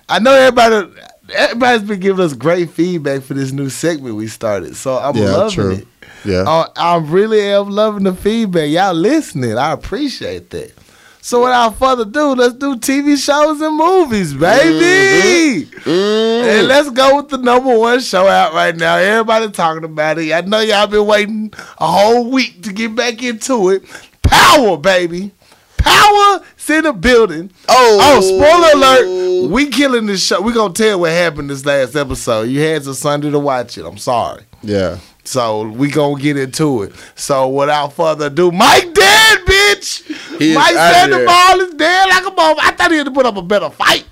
I know everybody, everybody's been giving us great feedback for this new segment we started. So I'm Yeah, loving true. it. Yeah. I, Oh, I really am loving the feedback. Y'all listening. I appreciate that. So without further ado, let's do TV shows and movies, baby. And let's go with the number one show out right now. Everybody talking about it. I know y'all been waiting a whole week to get back into it. Power, baby. Power is in the building. Oh, Oh, spoiler alert! We killing this show. We gonna tell what happened this last episode. You had to Sunday to watch it. I'm sorry. Yeah. So we gonna get into it. So without further ado, Mike dead, bitch. He is Mike outta there. Sandoval is dead like a mother. I thought he had to put up a better fight,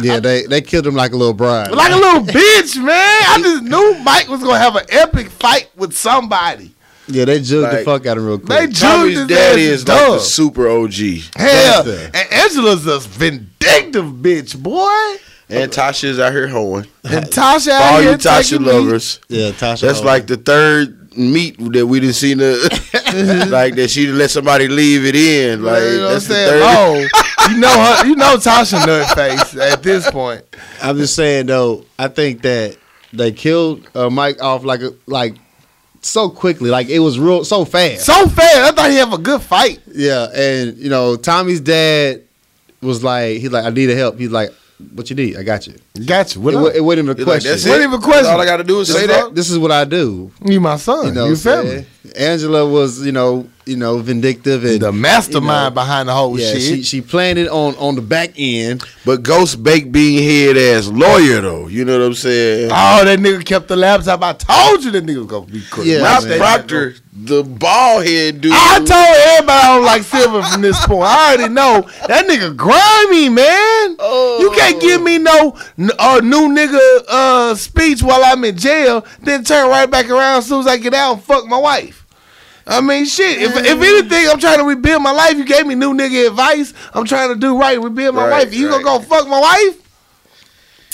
Yeah, they, they killed him like a little bride. like a [laughs] little bitch, man. I just knew Mike was gonna have an epic fight with somebody. yeah, they jugged the Like- fuck out of him real They quick. juiced Tommy's his daddy ass is like the dumb. super OG. Hell, Gangster. and Angela's a vindictive bitch, boy. And Tasha's out here hoeing. And Tasha, For out all you here Tasha taking me- lovers, yeah, Tasha. that's Holmes. like the third meat that we didn't see. [laughs] The, like that she done let somebody leave it in. Like Mm-hmm. you know what I'm that's the saying? third. Oh, you know her, you know Tasha nut face at this point. I'm just saying though, I think that they killed uh, Mike off like a, like so quickly, like it was real so fast. So fast, I thought he have a good fight. yeah, and you know Tommy's dad was like, he's like, I need help. He's like, what you need? I got you. Gotcha. It, What wa- it wasn't even a He's like, question. that's What it. even question? All I got to do is This, say is that. this is what I do. You my son. You You, know, what I'm feel me? saying? Angela was, you know, you know, vindictive and The mastermind You know, behind the whole yeah, shit. she she planned it on on the back end. But Ghost baked bean head ass lawyer though. You know what I'm saying? oh, that nigga kept the laptop. I told you that nigga was gonna be quick. Yeah, Rob Rob man. Proctor, the bald head dude. I told everybody I don't like Silver from this point. I already know that nigga grimy, man. You can't give me no n- uh, new nigga uh, speech while I'm in jail, then turn right back around as soon as I get out and fuck my wife. I mean, shit. If, if anything, I'm trying to rebuild my life. You gave me new nigga advice. I'm trying to do right, rebuild my Right, wife. You right. gonna go fuck my wife?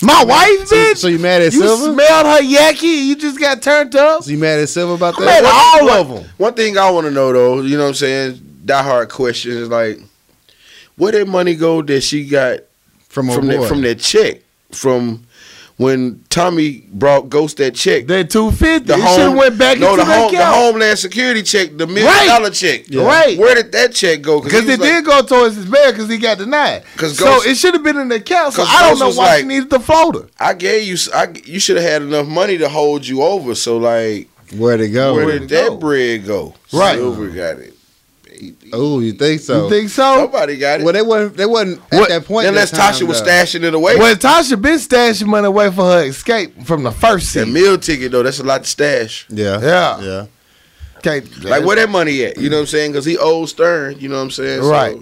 My wife, So, bitch. so you mad at you Silver? smelled her yucky. You just got turned up. so you mad at Silver about I'm mad that? at all of them. One thing I want to know though, you know what I'm saying? Die hard question is like, where did money go that she got From from that from that check from when Tommy brought Ghost that check? That 250. the it should went back no, into the, home, the account. Homeland Security check, the million Right. dollar check. Yeah. Right. Where did that check go? Because he it was like- did go towards his bed because he got denied. 'Cause so Ghost- it should have been in the account. So 'cause I don't Ghost know was why like- he needed the floater. I gave you. s- I you should have had enough money to hold you over. So like, Where'd it go? where Where'd did it that go? bread go? Right. Silver got it. Oh, you think so? you think so? Nobody got it. Well, they wasn't. They wasn't at What- that point. Unless that time, Tasha was though. stashing it away. Well, Tasha been stashing money away for her escape from the first That scene. meal ticket though, that's a lot to stash. Yeah, Yeah. yeah. Okay, Like where that money at? You know what I'm saying? Because he owes Stern. You know what I'm saying? So, Right.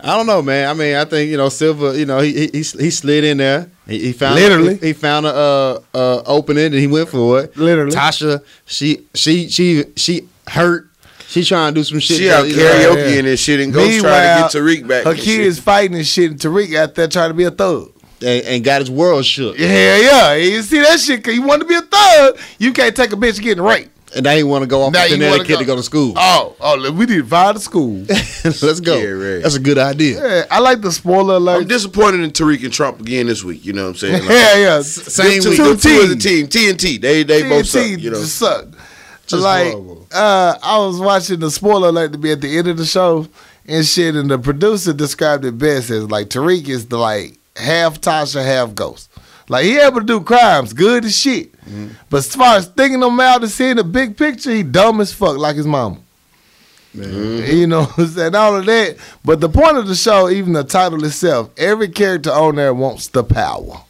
I don't know, man. I mean, I think you know Silver. You know, he he, he, he slid in there. He, he found Literally. He, he found a uh, uh, opening and he went for it. Literally. Tasha, she she she she hurt. She trying to do some shit. she that, out you know, karaoke yeah. and this shit, and Ghost trying to get Tariq back. her and kids shit. fighting and shit, and Tariq out there trying to be a thug. and, and got his world shook. Yeah, yeah. You see that shit? Cause you want to be a thug, you can't take a bitch getting raped. And now he want to go off Now to you wanna Connecticut go- to go to school. Oh, oh, look, we need to fire the [laughs] school. [laughs] Let's go. Yeah, right. That's a good idea. yeah, I like the spoiler I'm alert. disappointed in Tariq and Trump again this week. You know what [laughs] I'm saying? Like, yeah, yeah. Same two, week. them Two two as a teams. team. TNT. They they both suck. TNT You know. just suck. Just like horrible. uh, I was watching the spoiler alert to be at the end of the show and shit, and the producer described it best as like Tariq is the like half Tasha, half Ghost. Like he able to do crimes, good as shit. Mm-hmm. But as far as thinking them out and seeing the big picture, he dumb as fuck, like his mama. Mm-hmm. You know, [laughs] what I'm saying all of that. But the point of the show, even the title itself, every character on there wants the power.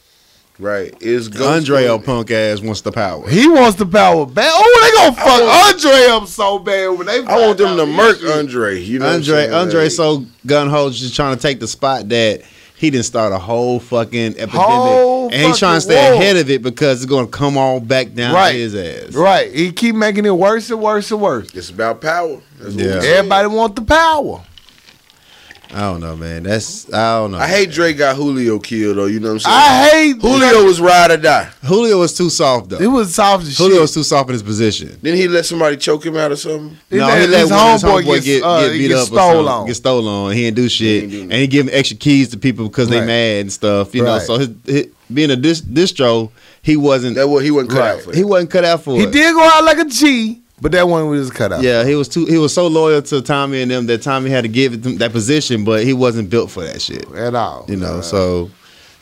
Right. Is Ghost Andre going- old punk ass wants the power. He wants the power back. Oh, they gonna fuck Andre up so bad when they. I want them to murk Andre. Andre. You know. what I'm Andre, saying? Andre, Like, so gun ho just trying to take the spot that he didn't start a whole fucking epidemic, Whole and he's trying fucking to stay war. ahead of it because it's going to come all back down Right. to his ass. Right, he keep making it worse and worse and worse. it's about power. That's what Yeah. we said. Everybody want the power. I don't know, man. That's I don't know. I hate Dre got Julio killed though. You know what I'm I hate saying? Julio was ride or die. Julio was too soft It though. was soft as Julio shit. was too soft in his position. Then he let somebody choke him out or something. He no, let he let his one of his homeboy homeboy gets, get, uh, get beat get up, stole or something, on. get stolen on. He didn't do shit, ain't do nothing. and he give him extra keys to people because they Right. mad and stuff. You know, Right. so his, his, being a dis- distro, he wasn't That what he wasn't cut out for. he wasn't cut out for. He it. did go out like a G, but that one was just cut out. Yeah, he was too. He was so loyal to Tommy and them that Tommy had to give him that position, but he wasn't built for that shit. at all. You know, so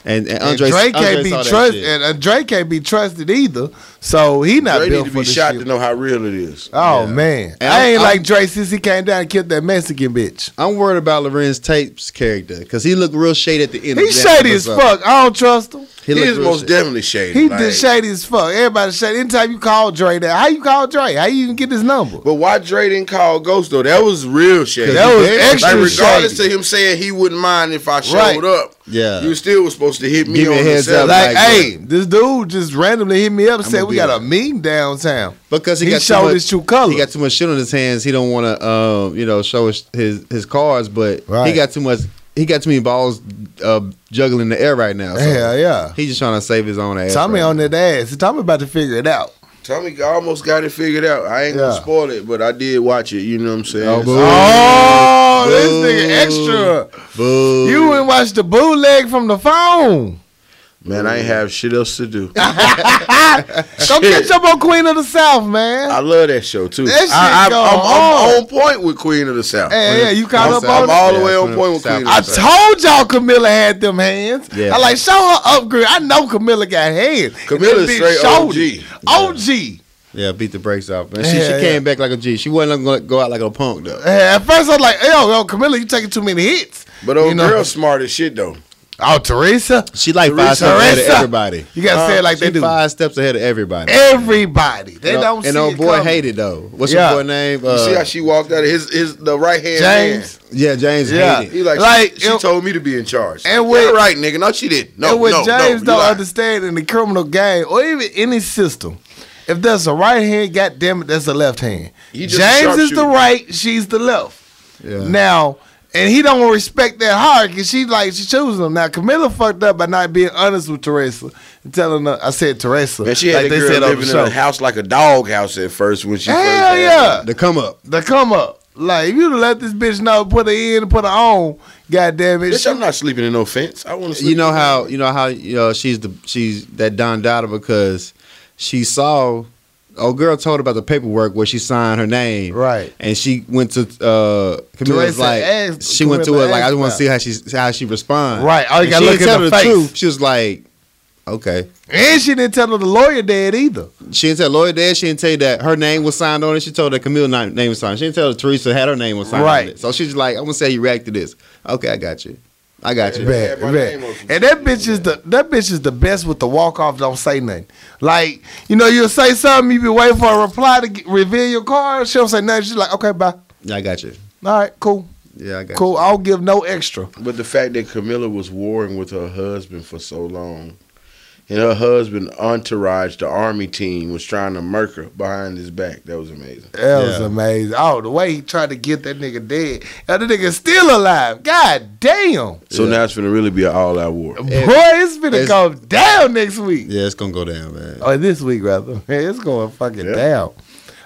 And, and And Andre, Drake Andre can't be saw that trusted, shit. and uh, Drake can't be trusted either. So he not Dre built need to for be this shot shit. to know how real it is. Oh man, And I I'm- I'm- ain't like Dre since he came down and killed that Mexican bitch. I'm worried about Lorenz Tate's character because he looked real shady at the end. He of that shady as episode. fuck. I don't trust him. He, He, looked is real most shady. definitely shady. He like- just shady as fuck. Everybody shady. Anytime you call Dre that, how you call Dre? How you even get his number? But why Dre didn't call Ghost though? That was real shady. That was extra like, regardless shady. of him saying he wouldn't mind if I showed Right. up. Yeah. you still was supposed to hit me Give me on a the heads up, cell. Like, Like, hey, this dude just randomly hit me up and I'ma said we be got there. a meeting downtown. because he, He, got showed too much, his true colors. He got too much shit on his hands. He don't want to, um, you know, show his his, his cards. But Right. he got too much. He got too many balls uh, juggling in the air right now. So Hell yeah. He's just trying to save his own ass. Tommy right on now. that ass. Tommy about to figure it out. Tommy almost got it figured out. I ain't Yeah. gonna spoil it, but I did watch it. You know what I'm saying? Oh, boo. Oh, Boo. this nigga extra. Boo. You went and watched the bootleg from [laughs] the phone. Man, I ain't have shit else to do. Come catch up on Queen of the South, man. I love that show too. That shit I, go am hard. on point with Queen of the South. Hey, yeah, you caught I'm up sorry, on I'm it. all Yeah, the way on Queen point of with the Queen of South. I the South. told y'all Camilla had them hands. Yeah. I like show her upgrade. I know Camilla got hands. Camilla That bitch straight shorty. OG. Yeah, beat the brakes off. And she, Yeah, she yeah. came back like a G. She wasn't gonna go out like a punk though. Yeah, At first, I was like, yo, yo, Camilla, you taking too many hits. But old You know- girl smart as shit though. Oh, Teresa, She like Teresa. five steps ahead of Teresa. everybody. you gotta say it like She Uh, they do. Five steps ahead of everybody. Everybody, they and, don't. and see old it boy coming. hated though. What's Yeah. your boy name? You Uh, see how she walked out of his his the right hand. James. yeah, James Yeah. hated. He like, Like, she, she it- told me to be in charge. and And with- with, yeah, right, nigga. No, she didn't. No, and what no, James no, don't you lied. understand in the criminal game or even any system, if there's a right hand, goddamn it, that's a left hand. You just a James is the sharpshooter. right, she's the left. Yeah. Now, and he don't want to respect that hierarchy. She like she choosing him. Now Camilla fucked up by not being honest with Teresa and telling her. I said Teresa. Man, she had like a they girl said on the living in show. a house like a dog house at first when she first Hell had yeah. the come up. the come up. Like if you let this bitch know, put her in, put her on. God damn it, Bitch, I'm not sleeping in no fence. I want to sleep. You know how you know how you know she's the she's that Don Dada because she saw old girl told about the paperwork where she signed her name. Right. And she went to uh Camilla's Teresa like asked- she went to Camilla her like I asked just want about to see how she how she responds. Right. Oh, you And gotta she look didn't at tell her her face. the truth. She was like, Okay. and she didn't tell her the lawyer dead either. She didn't tell Lloyd that. She didn't tell you that her name was signed on it. She told that Camille ni- name was signed. She didn't tell her Teresa had her name was signed Right. on it. So she's like, I'm gonna say you react to this. Okay, I got you. I got you. Bad, Yeah, my bad. name was- And that bitch is the that bitch is the best with the walk off. Don't say nothing. Like you know, you'll say something, you be waiting for a reply to get, reveal your card. She don't say nothing. She's like, okay, bye. Yeah, I got you. All right, cool, Yeah, I got cool. I don't give no extra. But the fact that Camilla was warring with her husband for so long, and her husband entourage, the army team, was trying to murk her behind his back. That was amazing. That was Yeah. amazing. Oh, the way he tried to get that nigga dead, and the nigga still alive. God damn, So now it's gonna really be an all-out war. boy, it's gonna it's- go down next week. you. Yeah, it's gonna go down, man. Or this week rather. [laughs] It's going fucking Yeah. down.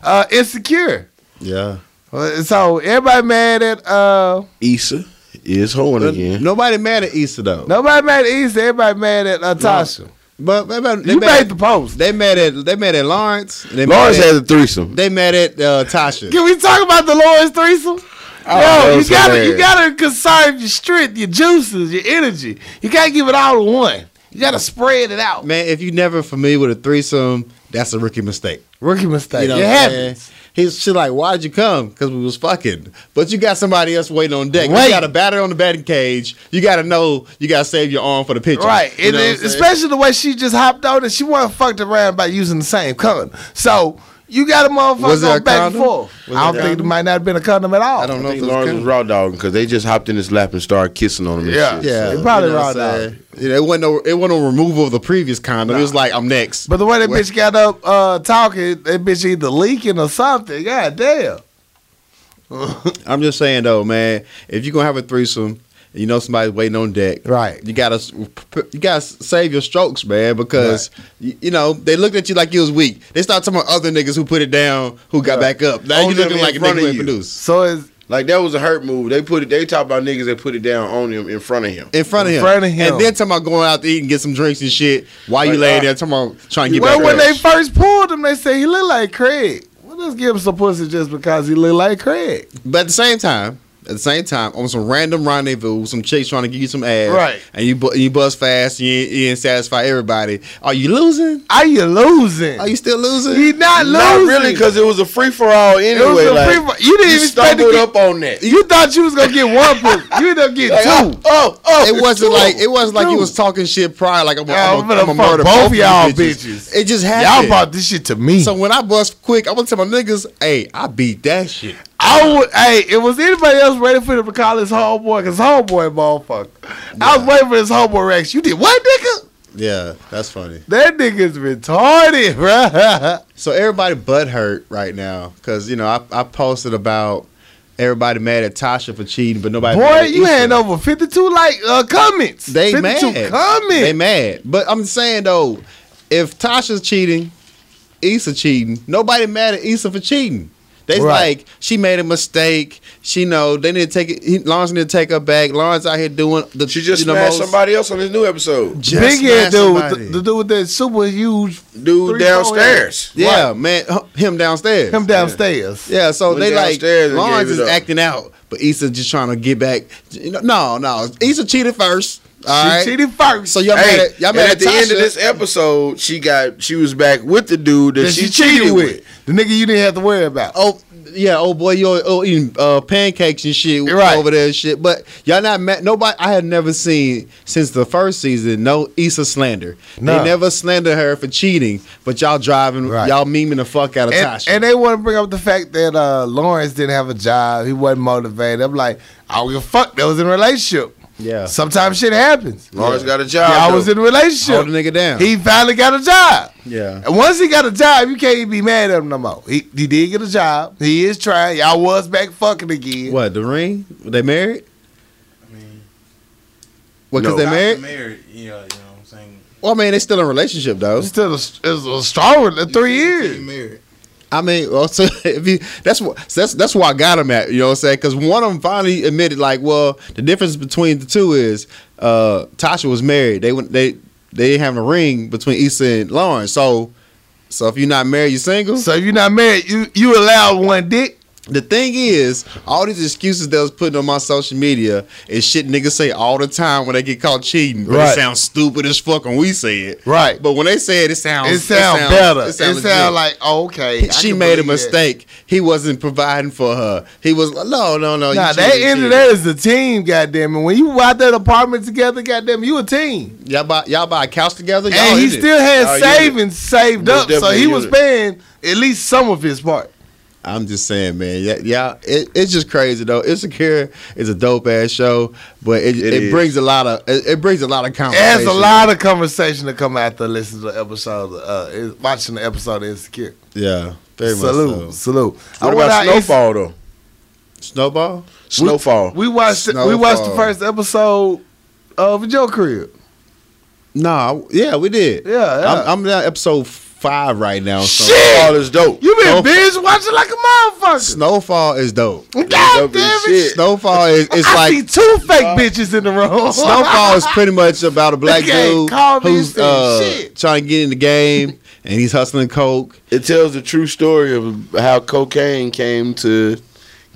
Uh, insecure. Yeah. Uh, So everybody mad at uh Issa is hoeing again. Nobody mad at Issa though. nobody mad at East, everybody mad at Natasha. But they mad, they you mad made the post. they mad at they mad at Lawrence. They Lawrence mad had at, a threesome. they mad at uh, Tasha. Can we talk about the Lawrence threesome? Oh, that Yo, you was gotta you hilarious. gotta conserve your strength, your juices, your energy. You gotta give it all to one. You gotta spread it out. Man, if you never familiar with a threesome, that's a rookie mistake. Rookie mistake. You know, it what I'm saying? happens. He's she like, why'd you come? Because we was fucking. But you got somebody else waiting on deck. Waiting. You got a batter on the batting cage. You got to know you got to save your arm for the pitcher. Right. You And know what it- I'm saying? especially the way she just hopped on and she wasn't fucked around by using the same condom. So you got a motherfucker Was it going a back and condom? forth. Was I it a don't think it condom? might not have been a condom at all. I don't know I if think it was Lawrence Kim. was raw dogging because they just hopped in his lap and started kissing on him. and Yeah. shit. Yeah, It probably what rolled I'm out. saying? You know, It wasn't no, it wasn't no removal of the previous condom. It was like I'm next. But the way that bitch got up uh, talking, that bitch either leaking or something. God damn. I'm just saying though, man, if you're gonna have a threesome and you know somebody's waiting on deck, Right. You gotta you gotta save your strokes, man, because you, you know they looked at you like you was weak. They start talking about other niggas who put it down, who got back up. Now Only you looking them like a in front nigga of who ain't you. produced So it's Like that was a hurt move. They put it. They talk about niggas that put it down on him in front of him. in front of In him, front of him. and then talking about going out to eat and get some drinks and shit. While you Like, laying uh, there, talking about trying to get well back when up. they first pulled him, they said he looked like Craig. Well, let's give him some pussy just because he looked like Craig. but at the same time, at the same time on some random rendezvous, some chicks trying to give you some ass, Right. And you bu- you buzz fast, you ain't, you ain't satisfy everybody. Are you losing? Are you losing? Are you still losing? He not losing. Not really, because it was a free for all It was anyway. a like, free- you didn't you even expect to stumbled get. up on that. You thought you was gonna get one [laughs] pussy. You ended up getting Like, two. oh, oh, oh, it wasn't two. like it wasn't like you Dude. was talking shit prior. Like I'm Yeah, gonna I'm gonna fuck murder both both of of you y'all bitches. It just Y'all happened. brought this shit to me. so when I bust quick, I'm gonna tell my niggas, "Hey, I beat that shit." I would. Hey, it was anybody else ready for him to call his homeboy? Cause homeboy, motherfucker. I was waiting for his homeboy reaction. You did what, nigga? Yeah, that's funny. That nigga's retarded, bruh. [laughs] So everybody butt hurt right now because you know I, I posted about everybody mad at Tasha for cheating, but nobody. Boy, mad at you Issa. had over fifty-two like uh, comments. They fifty-two mad. comments. They mad. But I'm saying though, if Tasha's cheating, Issa cheating, nobody mad at Issa for cheating. They Right. like she made a mistake. She know they need to take it. He, Lawrence need to take her back. Lawrence out here doing the. She just you know, smashed most- somebody else on this new episode. Just Big smashed head dude, somebody. with the, the dude with that super huge Dude Three, downstairs. yeah, man, h- him downstairs. him downstairs. Yeah, so Went they like downstairs and Lawrence gave is it up. acting out, but Issa just trying to get back. You know, No, no, Issa cheated first. All she right, cheated first. So y'all Hey, mad at, y'all and mad at the end of Tasha. this episode, she got she was back with the dude that, that she, cheated, with. the nigga you didn't have to worry about. Oh yeah, oh boy, you oh, eating uh, pancakes and shit Right. over there and shit. But y'all not mad. Nobody. I had never seen since the first season no Issa slander. Nah. They never slander her for cheating, but y'all driving, Right. y'all memeing the fuck out of and, Tasha. and they want to bring up the fact that uh, Lawrence didn't have a job. He wasn't motivated. I'm like, I don't give a fuck. That was in a relationship. Yeah. Sometimes shit happens. Lawrence got a job. I though. was in a relationship. Hold the nigga down. He finally got a job. Yeah. And once he got a job, you can't even be mad at him no more. He, he did get a job. He is trying. Y'all was back fucking again. what the ring? They married? I mean, What? Because No. they not married? married, yeah, you know what I'm saying? Well, I mean, they still in a relationship though. It's still a, it's a strong rela- three You years. married. I mean, well, [laughs] so if you that's what so that's that's where I got him at. You know what I'm saying? Because one of them finally admitted, like, well, the difference between the two is uh, Tasha was married. They went they they didn't have a ring between Issa and Lauren. So so if you're not married, you're single. So if you're not married, you you allowed one dick. the thing is, all these excuses that I was putting on my social media is shit niggas say all the time when they get caught cheating. But Right. it sounds stupid as fuck when we say it. Right. But when they say it, it sounds It sounds better. It sounds legit. like oh, okay. He- I she can made a believe that. mistake. He wasn't providing for her. He was no, no, no. Oh, you Nah, cheated, that end cheated. of that is a team, goddamn it. When you out that apartment together, goddamn, you a team. Y'all buy y'all buy a couch together. Y'all and he in it. still had Y'all unit. savings saved Most up, so definitely he was unit. paying at least some of his part. I'm just saying, man. Yeah, yeah. It, it's just crazy though. Insecure is a dope ass show, but it, it, is. brings a lot of it, it brings a lot of conversation. There's a lot of conversation to come after listening to the episode, uh, is- watching the episode of Insecure. Yeah, very much. salute, So. salute. What I went about out East- Snowfall though? Snowball. Snowfall. We watched we watched the Snowfall. first episode of Joe Crib. No, I- yeah, we did. Yeah, yeah. I'm, I'm at episode five right now. So. Shit! Snowfall is dope. You been Snowfall. binge watching like a motherfucker. Snowfall is dope. God dope damn as it! shit. Snowfall is it's [laughs] I like see two fake bitches in the [laughs] room. Snowfall [laughs] is pretty much about a black Okay, dude call me who's and say uh, shit. trying to get in the game and he's hustling coke. It tells the true story of how cocaine came to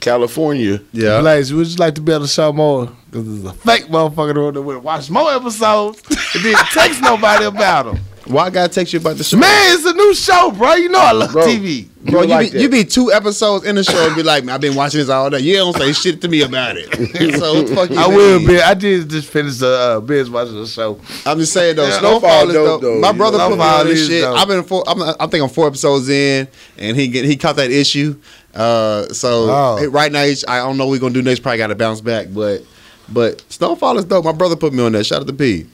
California. Yeah. Blaze, would you like to be able to show more? Because there's a fake motherfucker in the room that would watch more episodes and didn't text nobody [laughs] about them. Why I gotta text you about the show? Man, it's a new show, bro. You know I love Bro. TV. Bro, You you, like be, that. you be two episodes in the show and be like, "Man, I've been watching this all day. You don't say shit to me about it. so what the fuck you I will mean? be. I did just finish the uh, binge watching the show. I'm just saying though, Yeah, Snowfall Snowfall is dope. dope, though. My You brother know, put me Snowfall on this is shit. dope. I've been four. I'm, I think I'm four episodes in, and he get, he caught that issue. Uh, so Oh. hey, right now, he's- I don't know what we're gonna do next. Probably got to bounce back, but but Snowfall is dope. My brother put me on that. Shout out to P.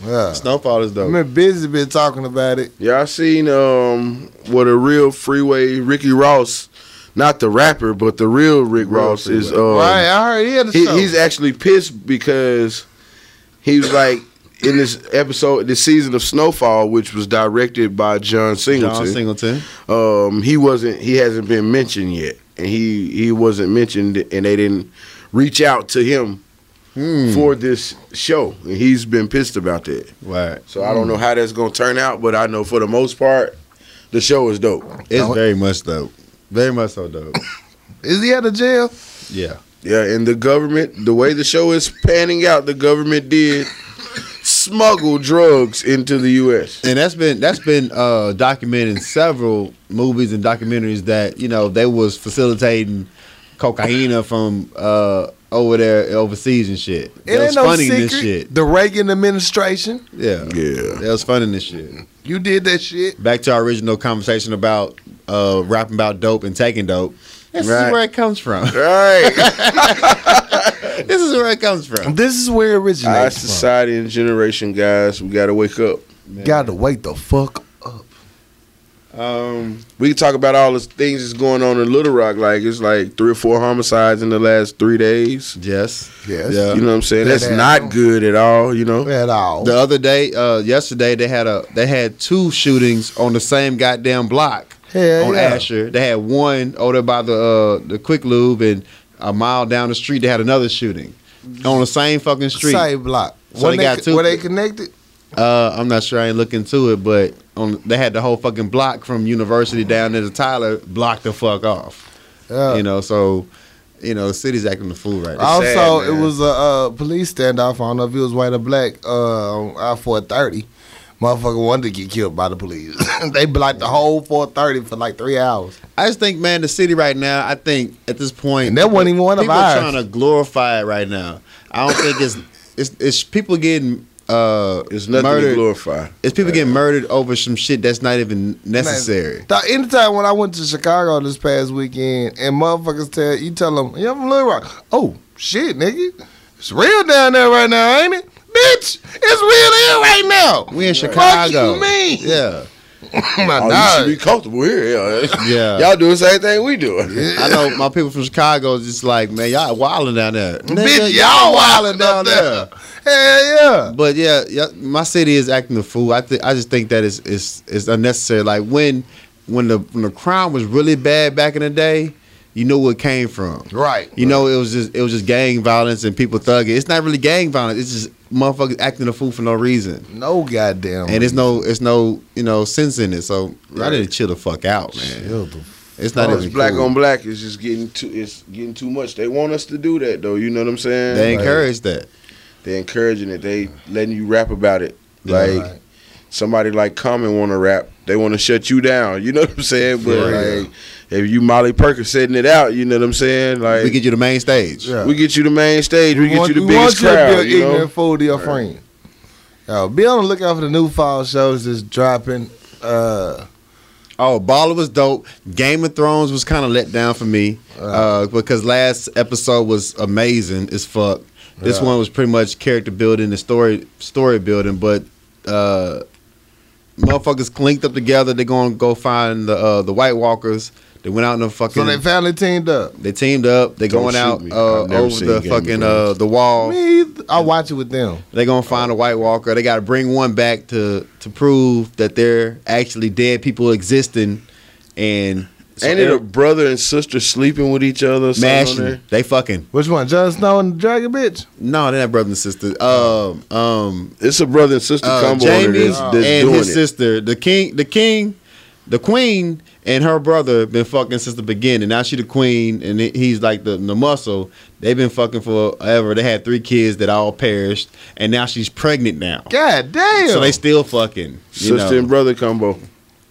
Yeah. Uh, Snowfall is I've dope. been busy, been talking about it. Y'all seen um what a real freeway Ricky Ross, not the rapper, but the real Rick Ross is um, right, I heard he had a he, show. he's actually pissed because he was like in this episode, this season of Snowfall, which was directed by John Singleton. John Singleton. um, he wasn't, he hasn't been mentioned yet, and he he wasn't mentioned, and they didn't reach out to him for this show, and he's been pissed about that. Right. So I don't know how that's gonna turn out, but I know for the most part, the show is dope. It's very much dope. Very much so dope. Is he out of jail? Yeah. Yeah, and the government, the way the show is panning out, the government did smuggle drugs into the U.S. and that's been that's been uh, documented in several movies and documentaries that you know they was facilitating cocaine from uh, over there overseas and shit. It They ain't was no funding secret. this shit. The Reagan administration, Yeah, Yeah. They was funding this shit. you did that shit. Back to our original conversation about uh, rapping about dope and taking dope. This Right. is where it comes from. [laughs] Right. this is where it comes from. This is where it Our originates from. society and generation, guys, we gotta wake up. Got to wake the fuck up. Um, we can talk about all the things that's going on in Little Rock. Like it's like three or four homicides in the last three days. Yes. Yes. Yeah. You know what I'm saying? That That's ass. not good at all. You know. At all. The other day, uh, yesterday, they had a they had two shootings on the same goddamn block Hell on yeah. Asher. They had one over by the uh, the Quick Lube, and a mile down the street, they had another shooting on the same fucking street. Same block. So When they got two- Were they connected? Uh, I'm not sure. I ain't looking to it, but on they had the whole fucking block from University down to the Tyler blocked the fuck off. Yeah. You know, so you know the city's acting the fool right now. also, sad, man. it was a uh, police standoff. I don't know if it was white or black. Uh, on I four thirty, motherfucker wanted to get killed by the police. [laughs] they blocked the whole four thirty for like three hours. I just think, man, the city right now. I think at this point, And that wasn't even one of people ours. trying to glorify it right now. I don't think [coughs] it's it's it's people getting uh It's nothing to murdered. glorify. it's people getting murdered over some shit that's not even necessary. Now, anytime when I went to Chicago this past weekend, and motherfuckers tell you tell them, yeah, from Little Rock. Oh shit, nigga, it's real down there right now, ain't it? Bitch, it's real here right now. We in Fuck Chicago. you mean? Yeah, [laughs] My Oh, dog. you should be comfortable here. Yeah. [laughs] Yeah. Y'all do the same thing we do. I know my people from Chicago is just like, man, y'all wilding down there. Nigga, Bitch, y'all wildin' down up there. Hell yeah. But yeah, yeah, my city is acting the fool. I think I just think that is is is unnecessary. Like when when the when the crime was really bad back in the day, you knew where it came from. Right. You know, it was just it was just gang violence and people thugging. It's not really gang violence. It's just motherfuckers acting a fool for no reason. No goddamn. And it's no it's no you know sense in it. So I need to chill the fuck out, man. Chill the It's not [laughs] Oh, even It's black cool. on black is just getting too. It's getting too much. They want us to do that though. You know what I'm saying? They Like, encourage that. they encouraging it. They letting you rap about it. Like Right. somebody like Common want to rap, they want to shut you down. You know what I'm saying? But Yeah. like if you Molly Perkins setting it out, you know what I'm saying? Like We get you the main stage. Yeah. you the main stage. We, get want- you the we biggest want crowd. You to be an You know? ignorant fool to your friend. Yo, be on the lookout for the new fall shows that's dropping. Uh, Oh, Baller was dope. Game of Thrones was kind of let down for me uh, because last episode was amazing as fuck. This one was pretty much character building and story story building, but uh, motherfuckers clinked up together. They're gonna go find the uh, the White Walkers. They went out in the fucking. so they they, finally teamed up. teamed up. They're Don't going shoot out me. uh, I've never over seen the Game of fucking uh, Thrones. the Oh. wall. Me, I watch it with them. They're gonna find a White Walker. They gotta bring one back to to prove that they're actually dead people existing, and so Ain't it a every- brother and sister sleeping with each other? or something on there? mashing. They fucking Which one? Jon Snow and the Dragon Bitch. no, they're not brother and sister. Um, um, It's a brother and sister uh, combo on Jamie there that's, that's and doing his it. sister, the king, the king, the queen, and her brother been fucking since the beginning. Now she the queen, and he- he's like the the muscle. They've been fucking forever. They had three kids that all perished, and now she's pregnant now. God damn. So they still fucking. You sister know. and brother combo.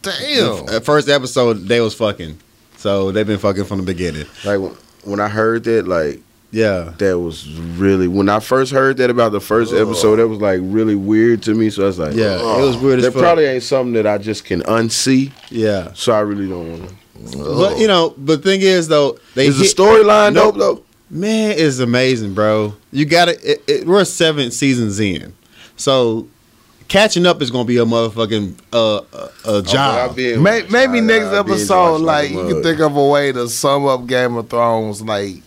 damn. At first episode, they was fucking. So they've been fucking from the beginning. Like when- when I heard that, like Yeah. that was really when I first heard that about the first episode. That was like really weird to me. So I was like, Yeah, it was weird as That fuck. probably ain't something that I just can unsee. Yeah. So I really don't want to. But, you know, but thing is, though, they Is the hit- storyline Nope. dope though? Man, it's amazing, bro. You got it, it. We're seven seasons in, so catching up is gonna be a motherfucking uh, a, a job. May- maybe next episode, like you can think of a way to sum up Game of Thrones, like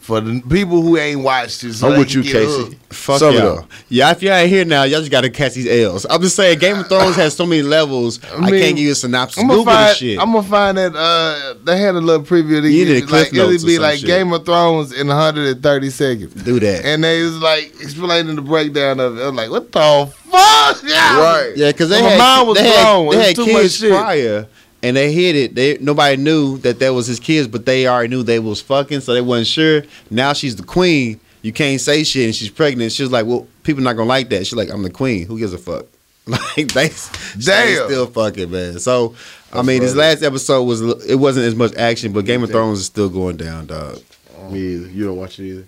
for the people who ain't watched this. I'm with you, Casey. Fuck Sum it y'all. up. Yeah, if y'all ain't here now, y'all just gotta catch these L's. I'm just saying, Game of Thrones has so many levels. I, mean, can't give you a synopsis. I'm Google gonna this find. shit. I'm gonna find that. Uh, they had a little preview. To You give need you, Cliff like it'd Notes or be some like shit. Game of Thrones in 130 seconds, Do that. and they was like explaining the breakdown of it. I'm like, what the fuck? [laughs] Yeah. Right. Yeah, because they My had, mind was they had, blown. They It was had too much kids shit. prior, and they hid it. They nobody knew that that was his kids, but they already knew they was fucking, so they wasn't sure. Now she's the queen. You can't say shit, and she's pregnant. She's like, well, people not gonna like that. She's like, I'm the queen. Who gives a fuck? [laughs] Like they, they Damn. still fucking man. So I mean, this last episode was it wasn't as much action, but Game of Thrones is still going down, dog. Me either. You don't watch it either.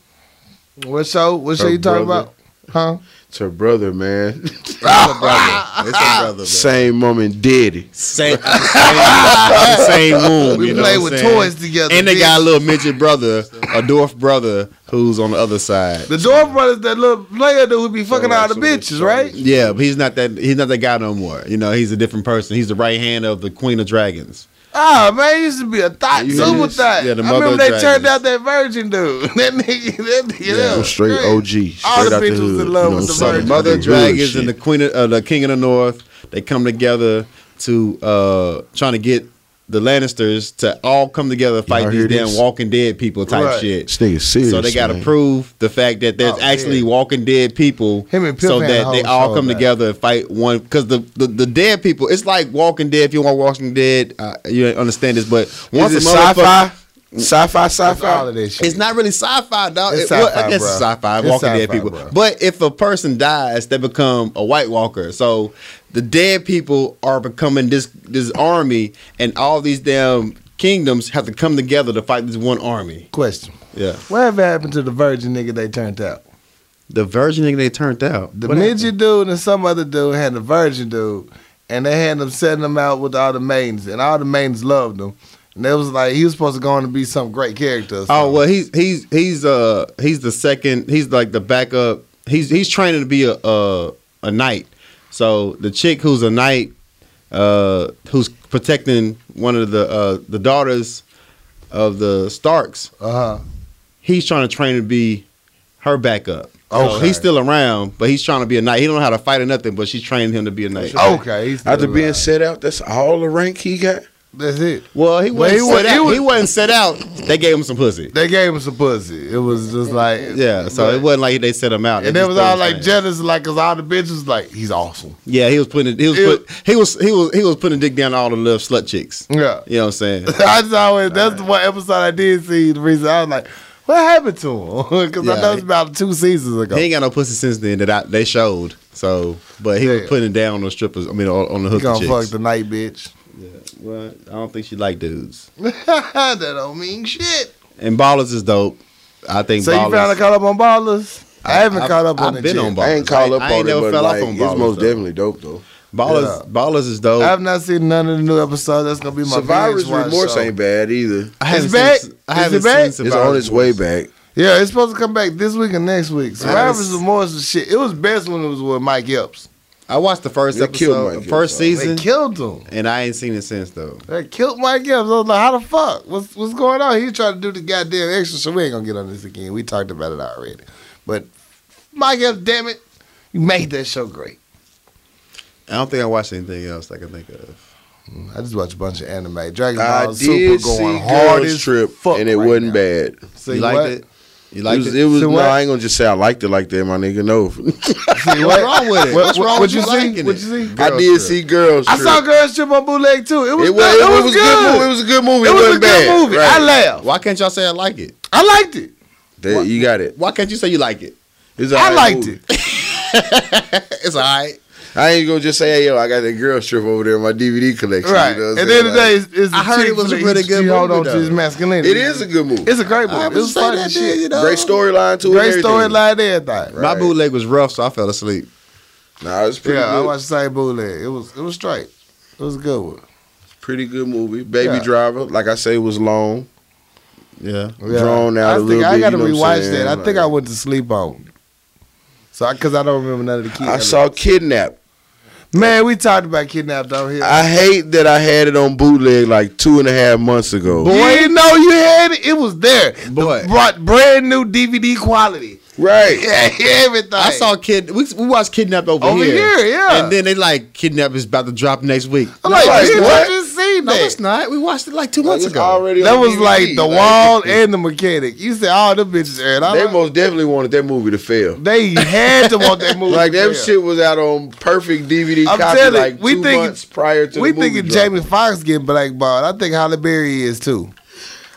What show? What show Her you talking brother. about? Huh? It's her brother, man. [laughs] It's a brother. It's a [laughs] brother. Man. Same mom and daddy. [laughs] Same, same, same womb. We you know play what with I'm saying? toys together. And they bitch. got a little midget brother, a dwarf brother, who's on the other side. the Dwarf Brothers, that little player that would be fucking all the bitches, right? Yeah, but he's not that. He's not that guy no more. You know, he's a different person. He's the right hand of the Queen of Dragons. Ah man, he used to be a thought, You hear super this? thought. Yeah, the I mother remember of they dragons. turned out that virgin dude. [laughs] that nigga, that nigga. that I'm was straight great. OG. Straight All the out bitches hood. in love with the You know what I'm So Sorry, the saying? Mother Hood of Dragons shit. and the Queen of uh, the King of the North, they come together to uh trying to get the Lannisters to all come together fight Y'all these hear damn this? Walking Dead people type Right. shit. This nigga serious. so they got to man. prove the fact that there's Oh, actually yeah. Walking Dead people, Him and Piff so had a that whole they show all come about it. together and fight one. Because the, the the dead people, it's like Walking Dead. If you want Walking Dead, uh, you ain't understand this, but once Is it a motherfucker- sci-fi? Sci-fi, sci-fi. All of that shit. it's not really sci-fi, dog. It's It- well, sci-fi, I guess it's bro. sci-fi. It's Walking Dead sci-fi, people. bro. But if a person dies, they become a White Walker. So the dead people are becoming this this army, and all these damn kingdoms have to come together to fight this one army. question. Yeah, Whatever happened to the virgin nigga they turned out? the virgin nigga they turned out. The What midget happened? dude and some other dude had the virgin dude, and they had them setting them out with all the maidens, and all the maidens loved him. And it was like he was supposed to go on to be some great character. or Oh something. well, he's he's he's uh he's the second. He's like the backup. He's he's training to be a a, a knight. So the chick who's a knight, uh, who's protecting one of the uh the daughters of the Starks. Uh huh. He's trying to train to be her backup. Oh, Okay. he's still around, but he's trying to be a knight. He don't know how to fight or nothing, but she's training him to be a knight. Okay. He's still After alive. being set out, that's all the rank he got. that's it. Well, he Well, wasn't he wa- set he out. was- he wasn't set out. They gave him some pussy. They gave him some pussy. It was just like Yeah, so it wasn't like they set him out. And They it just was threw all him like in. jealous, like cause all the bitches was like he's awesome. Yeah, he was putting he was Ew. put, he was he was he was putting dick down all the little slut chicks. Yeah. You know what I'm [laughs] saying? I just always that's the one episode I did see. The reason I was like, what happened to him? [laughs] Because I Yeah, know it's he- about two seasons he ago. ain't got no pussy since then that I, they showed. So, but he Yeah. was putting it down on the strippers. I mean, on, on the He hooker gonna fuck chicks. the night bitch. [laughs] well, I don't think she like dudes. that don't mean shit. And ballers is dope. I think. So ballers, you finally caught up on ballers? I haven't I've- caught up on I've it been yet. on I ain't Ballers. call I- up I on ain't it, never but fell off like, on it's Ballers, most though. definitely dope though. ballers. Ballers is dope. I have not seen none of the new episodes. That's gonna be my Survivor's binge watch remorse show. ain't bad either. I haven't It's back? seen. I Is haven't it back? seen. It's on its Survivor's- way back. Yeah, it's supposed to come back this week and next week. Survivor's it's- remorse is shit. It was best when it was with Mike Epps. I watched the first They killed episode, Mike the first Gibson. They season, killed him. and I ain't seen it since though. They killed Mike Epps. I was like, how the fuck? What's what's going on? He trying to do the goddamn extra, so we ain't gonna get on this again. We talked about it already. But Mike Epps, damn it, you made that show great. I don't think I watched anything else I can think of. I just watched a bunch of anime. Dragon I Ball did Super see going hard Girls as Trip, fuck and it right wasn't now. bad. See you what? liked [laughs] it? You liked it was, it? it was So no, what? I ain't gonna just say I liked it like that, my nigga. No, See What's what? wrong with it? What- What's what- wrong what with you you see? liking What it? you see? I Girls did Trip. see girls. I Trip. saw Girls Trip on bootleg too. It was It was, it was, a good good. movie. It was a good movie. It was wasn't a good bad. movie. Right. I laughed. Why can't y'all say I like it? I liked it. That- you got it. Why can't you say you like it? It's a I alright liked movie. it. It's all right. I ain't gonna just say, hey, yo, I got that girl strip over there in my DVD collection. Right. You know and what then I'm the end saying? of the day, it's, it's I the heard it chick was a flick. really good She hold movie, on to his though. masculinity. It is a good movie. It's a great movie. I It was was saying funny that as shit, you shit. know. great storyline too. and Great everything. storyline, everything. My Right. bootleg was rough, so I fell asleep. Nah, it's pretty. Yeah, I good. watched the same bootleg. It was it was straight. It was a good one. pretty good movie. Baby Yeah. Driver, like I say, was long. Yeah. Yeah. Drawn out I a think little I bit, gotta you know what I'm rewatch saying? that. I think I Like- went to sleep on. it. So, I, cause I don't remember none of the kids. I saw Kidnap. Man, we talked about kidnapped over here. I hate that I had it on bootleg like two and a half months ago. Boy, you didn't know you had it. It was there. Boy. The- brought brand new DVD quality. [laughs] Right. Yeah, everything. I saw kid. We, we watched Kidnap over, Over here. here, yeah. And then they like Kidnap is about to drop next week. I'm like, Like, did what? you just see way No, back. it's not. We watched it like two Like, months it's ago. already that on was DVD. like the wall and the mechanic. You said all the bitches aired. I They like- most definitely wanted that movie to fail. They had to want that movie. Like to that fail. shit was out on perfect DVD I'm copy telling you, like we two thinking- months prior to We the movie thinking drop. Jamie Foxx getting blackballed. I think Halle Berry is too.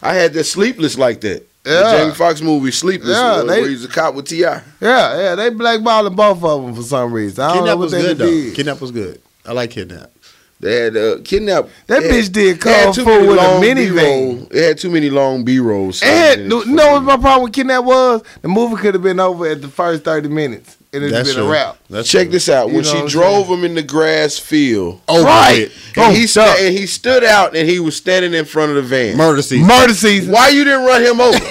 I had that Sleepless like that. Yeah. The Jamie Fox movie Sleepless, Yeah, uh, they- where he's a cop with Ti. Yeah, yeah, they blackballing both of them for some reason. I don't know Kidnap what was they good though. did. Kidnap was good. I like Kidnap. They had uh, kidnapped. That they bitch did they had kung too fu many with a long minivan. B-roll. It had too many long B rolls. And no, no, what my problem with Kidnap was the movie could have been over at the first thirty minutes. and It'd have That's been true. a wrap. That's Check true. this out. You When know what she I'm Oh, drove him in the grass field, Over Right. and he Oh, sta- duh. and he stood out and he was standing in front of the it. van. Murder season. Murder season. Why you didn't run him over? [laughs]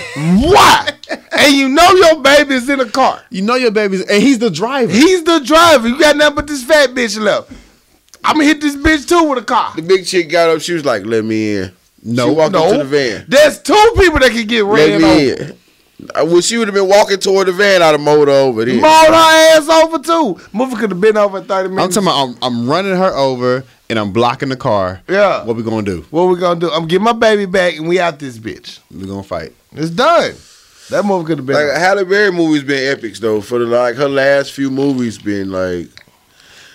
Why? and you know your baby is in a car. You know your baby's and he's the driver. He's the driver. You got nothing but this fat bitch left. I'm gonna hit this bitch too with a car. the big chick got up. She was like, "Let me in." No. she walked No. into the van. There's two people that can get Let ran me over. in. I wish she would have been walking toward the van. I'd have mowed her over then. Mowed her ass over too. Mother could have been over in 30 I'm minutes. talking about I'm, I'm running her over and I'm blocking the car. Yeah. What we gonna do? what we gonna do? I'm getting my baby back and we out this bitch. We gonna fight. It's done. That mother could have been. Like [laughs] Halle Berry movies been epics though. For the like her last few movies been like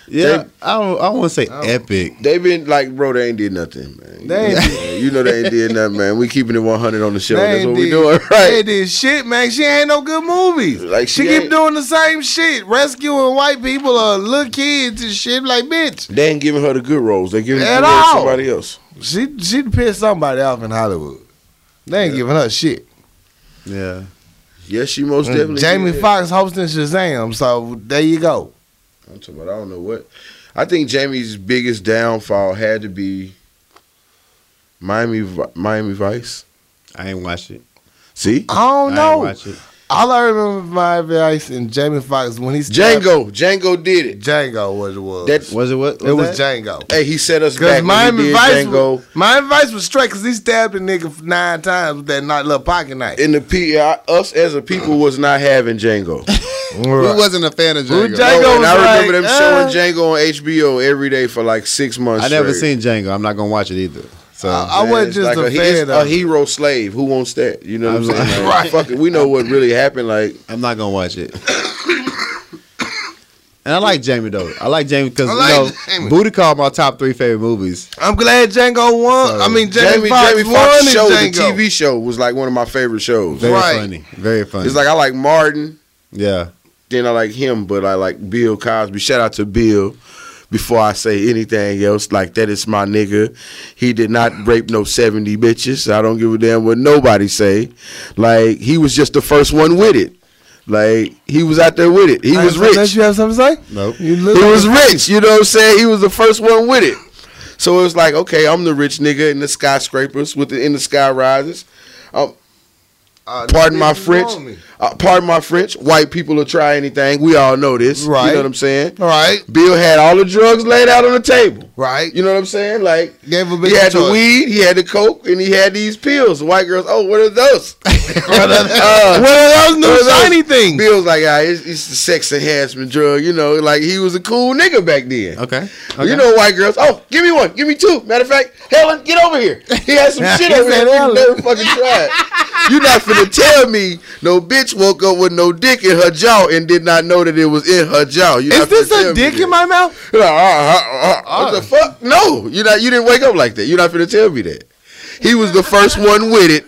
Yeah. They- I don't I don't wanna say epic. they been like bro they ain't did nothing man. They [laughs] ain't Yeah, you know they ain't did nothing man. We keeping it one hundred on the show. They That's ain't what we did- doing They right. did shit, man. She ain't no good movies. Like, she, she keep ain't- doing the same shit, rescuing white people or little kids and shit. Like, bitch, They ain't giving her the good roles. They giving At the good roles to all. somebody else. she she pissed somebody off in Hollywood. They ain't giving her shit. Yeah. Yes, she most definitely. Mm, Jamie did. Foxx hosting Shazam, so there you go. I'm talking about I don't know what. I think Jamie's biggest downfall had to be Miami Vi- Miami Vice. I ain't watched it. See I don't I ain't know. watched it. All I remember from my advice and Jamie Foxx when he started- Django Django did it. Django was it was. That- Was it what? it was that? Django. Hey, he set us Cause back. my when he did advice, Django. my advice was straight because he stabbed a nigga nine times with that not little pocket knife. in the P, I, us as a people was not having [laughs] Django. Who wasn't a fan of Django? Django- No, and was I remember like, them uh. showing Django on HBO every day for like six months. I never straight. seen Django. I'm not gonna watch it either. So I wasn't It's just a he- fan it's of- a hero slave. Who wants that? You know what I'm I'm saying? like- [laughs] Like, Fuck it. We know what really happened. Like I'm not gonna watch it. And I like Jamie though. I like Jamie because I like you know, Jamie. Booty Call my top three favorite movies. I'm glad Django won. I mean, Jamie, Jamie, Foxx Jamie won Foxx and show, Django. the TV show, was like one of my favorite shows. Very Right. funny, very funny. It's like I like Martin, yeah, then I like him, but I like Bill Cosby. Shout out to Bill. Before I say anything else, like that is my nigga. He did not rape no seventy bitches. I don't give a damn what nobody say. Like he was just the first one with it. Like he was out there with it. He was rich. you have something to say? Nope. You He look was rich. You know what I'm saying? He was the first one with it. So it was like, okay, I'm the rich nigga in the skyscrapers with the in the sky rises. Uh, Pardon this my is French. wrong. Uh, pardon my French. White people will try anything. We all know this. Right. You know what I'm saying? All right, Bill had all the drugs laid out on the table. right. You know what I'm saying? Like Gave a bitch he had a choice. the weed, he had the coke, and he had these pills. The white girls, oh, what are those? [laughs] what are those what new are uh, those? shiny things? Bill's like, ah, it's, it's the sex enhancement drug. You know, like he was a cool nigga back then. okay. You know, white girls. Oh, give me one. Give me two. Matter of fact, Helen, get over here. He had some shit He over said here. You Helen. never fucking tried. you not finna tell me no bitch woke up with no dick in her jaw and did not know that it was in her jaw. You Is not this finna tell a me dick that. in [laughs] Ah, my Ah. mouth? You're like, "Uh, uh, uh, uh." What the fuck? No, you not. You didn't wake up like that. You're not finna tell me that. He was the first one with it.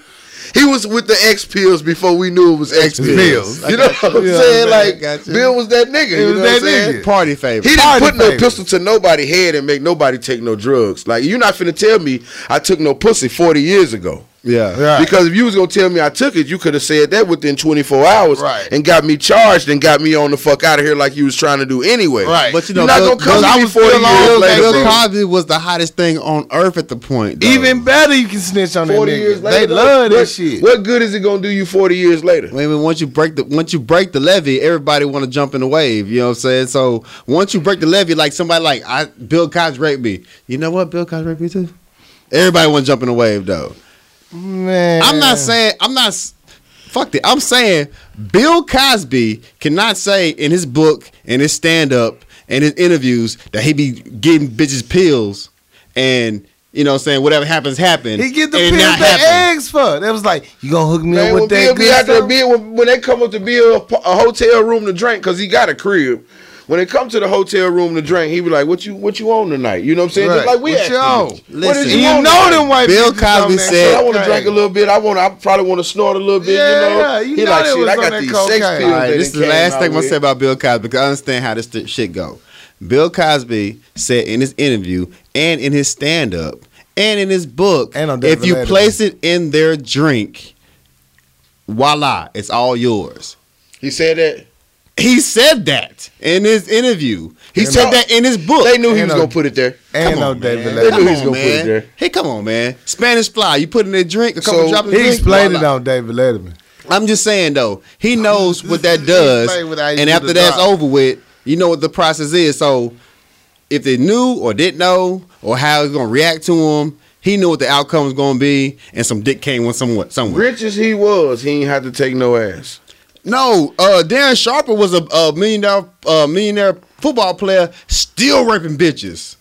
He was with the X pills before we knew it was X Pills. pills. You know what I'm Yeah, saying? I Like got you. Bill was that nigga. you was know what that I'm saying? nigga. Party favorite. He didn't Party put no favor. pistol to nobody's head and make nobody take no drugs. Like you not finna tell me I took no pussy forty years ago. yeah. Yeah. Right. Because if you was gonna tell me I took it, you could have said that within twenty four hours Right. and got me charged and got me on the fuck out of here like you was trying to do anyway. Right. But you know, You're not Bill, gonna come Bill- to me was forty still years on later. that Bill bro. Cosby was the hottest thing on earth at the point. though. Even better, you can snitch on that Forty nigga. years they later, love what, that shit. What good is it gonna do you forty years later? I mean, once you break the once you break the levee, everybody want to jump in the wave. You know what I'm saying? So once you break the levee, like somebody like I Bill Cosby raped me. You know what? Bill Cosby raped me too. Everybody want to jump in the wave though. Man, I'm not saying I'm not. s- Fuck it. I'm saying Bill Cosby cannot say in his book and his stand up and his interviews that he be giving bitches pills and you know what I'm saying? Whatever happens, happens. He get the And pins it not that happen. eggs for. They was like, you gonna hook me Man, up when with that Bill be good out there, stuff? Bill, when, when they come up to Bill a, a hotel room to drink, cause he got a crib. When they come to the hotel room to drink, he be like, "What you what you on tonight?" You know what I'm saying? Just Right. like we What asked you him. on? What Listen. And is you you on know tonight? them white Bill bitches come Cosby there. said- I want to drink a little bit. I want. I probably want to snort a little bit. Yeah, you know. yeah, you he know like they shit. was I on got that these cocaine. sex pills. All right, that this it is the came last out thing I'm gonna with. say about Bill Cosby because I understand how this th- shit go. Bill Cosby said in his interview and in his stand up and in his book, And on Dead if you Relatable. place it in their drink, voila, it's all yours. He said that He said that in his interview. He said that in his book. they knew he And was a- gonna put it there. And Come no on, David man. They knew Come he was on, gonna put it man. there. Hey, come on, man. Spanish fly. You put in a drink, a couple So, drops of He drink. explained it voila. on David Letterman. I'm just saying though, he knows what [laughs] that He does, played with how you and do after the that's drop. over with, you know what the process is. So, if they knew or didn't know or how it's gonna react to him, he knew what the outcome was gonna be, and some dick came with somewhere. somewhere. Rich as he was, he ain't had to take no ass. No, uh, Darren Sharper was a, a million dollar uh, millionaire football player, still raping bitches.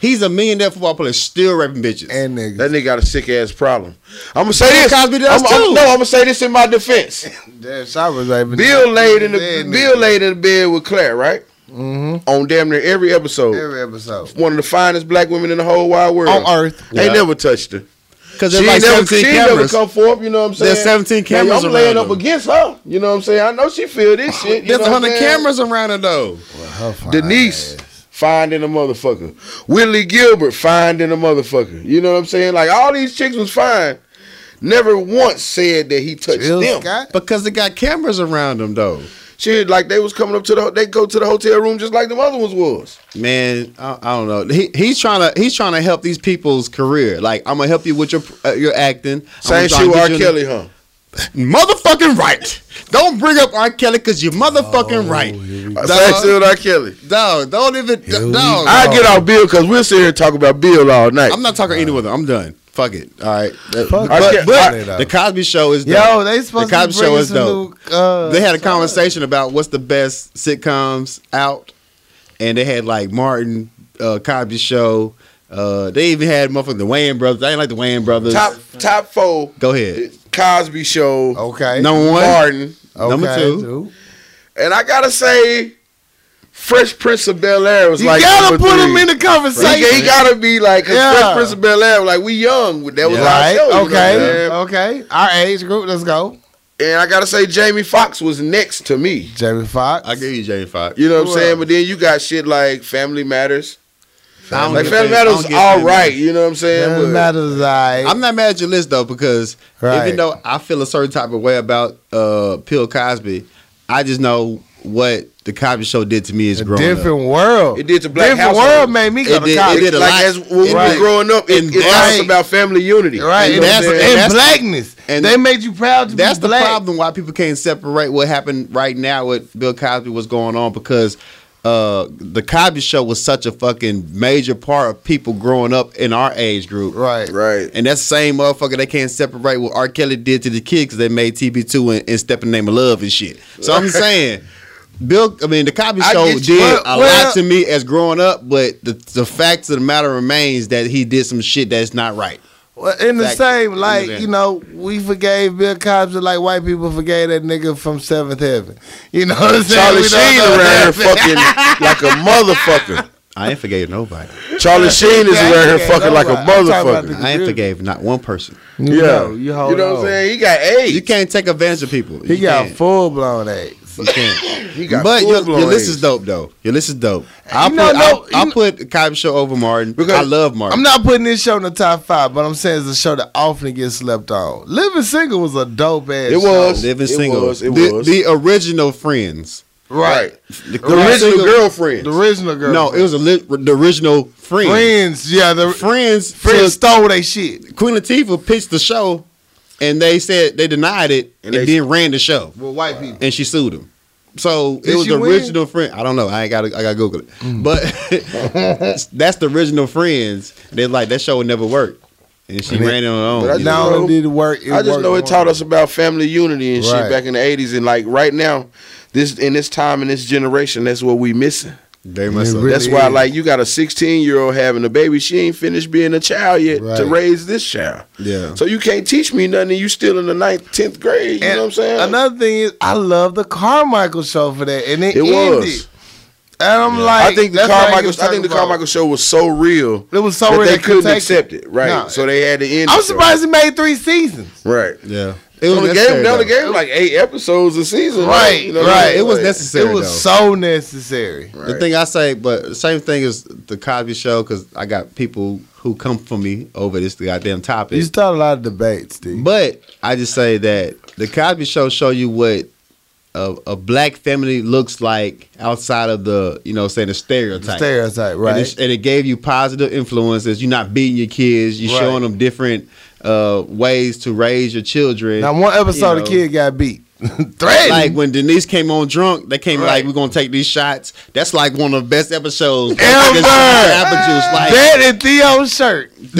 He's a millionaire football player, still raping bitches. And niggas. That nigga got a sick ass problem. I'm gonna say this. Cosby does I'm, I'm- too. no, I'm gonna say this in my defense. Damn, so I was like, Bill laid in the Bed, Bill laid in the bed with Claire, right? Mhm. On damn near every episode. Every episode. One of the finest black women in the whole wide world. On Earth. Yeah. Ain't never touched her. because She there's like ain't never, she 17 ain't never cameras. come forth, you know what I'm saying? There's 17 Now, cameras I'm laying around up them. against her. You know what I'm saying? I know she feel this shit. You There's know what I'm 100 saying? cameras around her though. Her fine Denise ass. finding a motherfucker. Willie Gilbert finding a motherfucker. You know what I'm saying? Like all these chicks was fine. Never once said that he touched Jill them. Scott. Because they got cameras around them though. Shit, like they was coming up to the they go to the hotel room just like the other ones was. Man, I, I don't know. He, he's trying to he's trying to help these people's career. Like I'm gonna help you with your uh, your acting. Same I'm gonna try shit to with get R. you in- Kelly, huh? Motherfucking right. Don't bring up R. Kelly because you're Oh, motherfucking right. Same Dog, shit with R. Kelly. dog, don't even. we Dog, I get off Bill because we'll sit here and talk about Bill all night. I'm not talking any with him. I'm done. Fuck it. All right. Fuck but it. but All right. the Cosby Show is Yo, dope. they supposed the to Cosby be Show bringing is some dope. new. Uh, they had a conversation about what's the best sitcoms out, and they had like Martin, uh, Cosby Show. Uh, they even had motherfucking the Wayne brothers. I didn't like the Wayne brothers. top top four Go ahead. Cosby show. Okay. Number one. Martin. Okay, Number two. dude. And I gotta say, Fresh Prince of Bel Air was You like gotta number put three. him in the He, conversation. he gotta be like 'cause Yeah. Fresh Prince of Bel Air. Like we young, that was our Right. show. you know what I'm okay. saying? Okay. Our age group. Let's go. And I gotta say, Jamie Foxx was next to me. Jamie Foxx. I give you Jamie Foxx. You know what Who I'm saying? else? But then you got shit like Family Matters. I don't Like give Family a- I don't Matters give a- all right. You know what I'm saying? Doesn't But matter. Like, I'm not mad at your list though because Right. even though I feel a certain type of way about uh, Bill Cosby, I just know what the Cosby Show did to me as a growing up. different world. It did to black different households. world made me go It to did- it college. did a like lot. as when we Right. were growing up, it, And it's that's- us about family unity. Right. You And, know what that's- I'm saying? and and that's the- blackness. and- they made you proud to That's be the black. problem why people can't separate what happened right now with Bill Cosby, what's going on, because uh, the Cosby Show was such a fucking major part of people growing up in our age group. Right. Right. And that's the same motherfucker they can't separate what R. Kelly did to the kids because they made TB2 and, and Step in the Name of Love and shit. So I'm saying, Bill, I mean, the Cosby I Show get you. did Well- a well- lot to me as growing up, but the, the fact of the matter remains that he did some shit that's not right. Well, in the Fact. same, like Understand. you know, we forgave Bill Cosby like white people forgave that nigga from Seventh Heaven. You know what I'm saying? Charlie We don't Sheen know around here [laughs] that. fucking like a motherfucker. I ain't forgave nobody. Charlie Sheen is Yeah, around here yeah, fucking like a nobody. I'm talking about motherfucker. the- I ain't forgave not one person. You know, you, hold know what I'm on. saying? He got AIDS. You can't take advantage of people. He You got can't. full blown AIDS. You can't. He got but your, full-blown your list AIDS. is dope though. Your list is dope. I You put know, no, I, you I put Cosby Show over Martin because I love Martin. I'm not putting this show in the top five, but I'm saying it's a show that often gets slept on. Living Single was a dope ass. show. It was. living it single. was, it the, was. the original Friends. right. The, The original single- girlfriend. The original girl. No, it was a li- the original Friends. Friends. Yeah, the Friends, Friends. took- stole their shit. Queen Latifah pitched the show, and they said they denied it, And and, they- then ran the show, Well, white people. and she sued them. So Did it was she the win? original friend. I don't know. I ain't got. I got to Google it. But [laughs] that's the original Friends. They're like that show would never work, and she ran it on her own. But I just you know? Not know- only did it work, it I just worked know it more. taught us about family unity and shit Right. back in the 80s. And like right now, this in this time in this generation, that's what we missing. They must They have. really- That's why, like, you got a 16 year old having a baby. She ain't finished being a child yet to Right. raise this child. yeah. So you can't teach me nothing. and You still in the ninth, tenth grade. You And know what I'm saying? Another thing is, I love the Carmichael show for that, and it, It was. ended. And I'm like, I think the that's what Carmichael. get I think the talking about. Carmichael show was so real It was so that real they couldn't take accept it. Right. No. So they had to end. I'm the show. surprised it made three seasons. Right. Yeah. It They only gave, necessary, they only though. gave like eight episodes a season. Right, You know what right. I mean? It was Like, necessary. it was though. so necessary. right. The thing I say, but the same thing as the Cosby Show, because I got people who come for me over this goddamn topic. You start a lot of debates, dude. But I just say that the Cosby Show show you what a, a black family looks like outside of the you know saying the stereotype. Stereotype, And, right? it, and it gave you positive influences. You're not beating your kids. You're Right. showing them different uh, ways to raise your children. Now one episode, you the know. kid got beat, [laughs] threatened. like when Denise came on drunk, they came Right. like, "We're gonna take these shots." That's like one of the best episodes. Ever. Ever. Apple juice, like that and Theo's shirt. [laughs]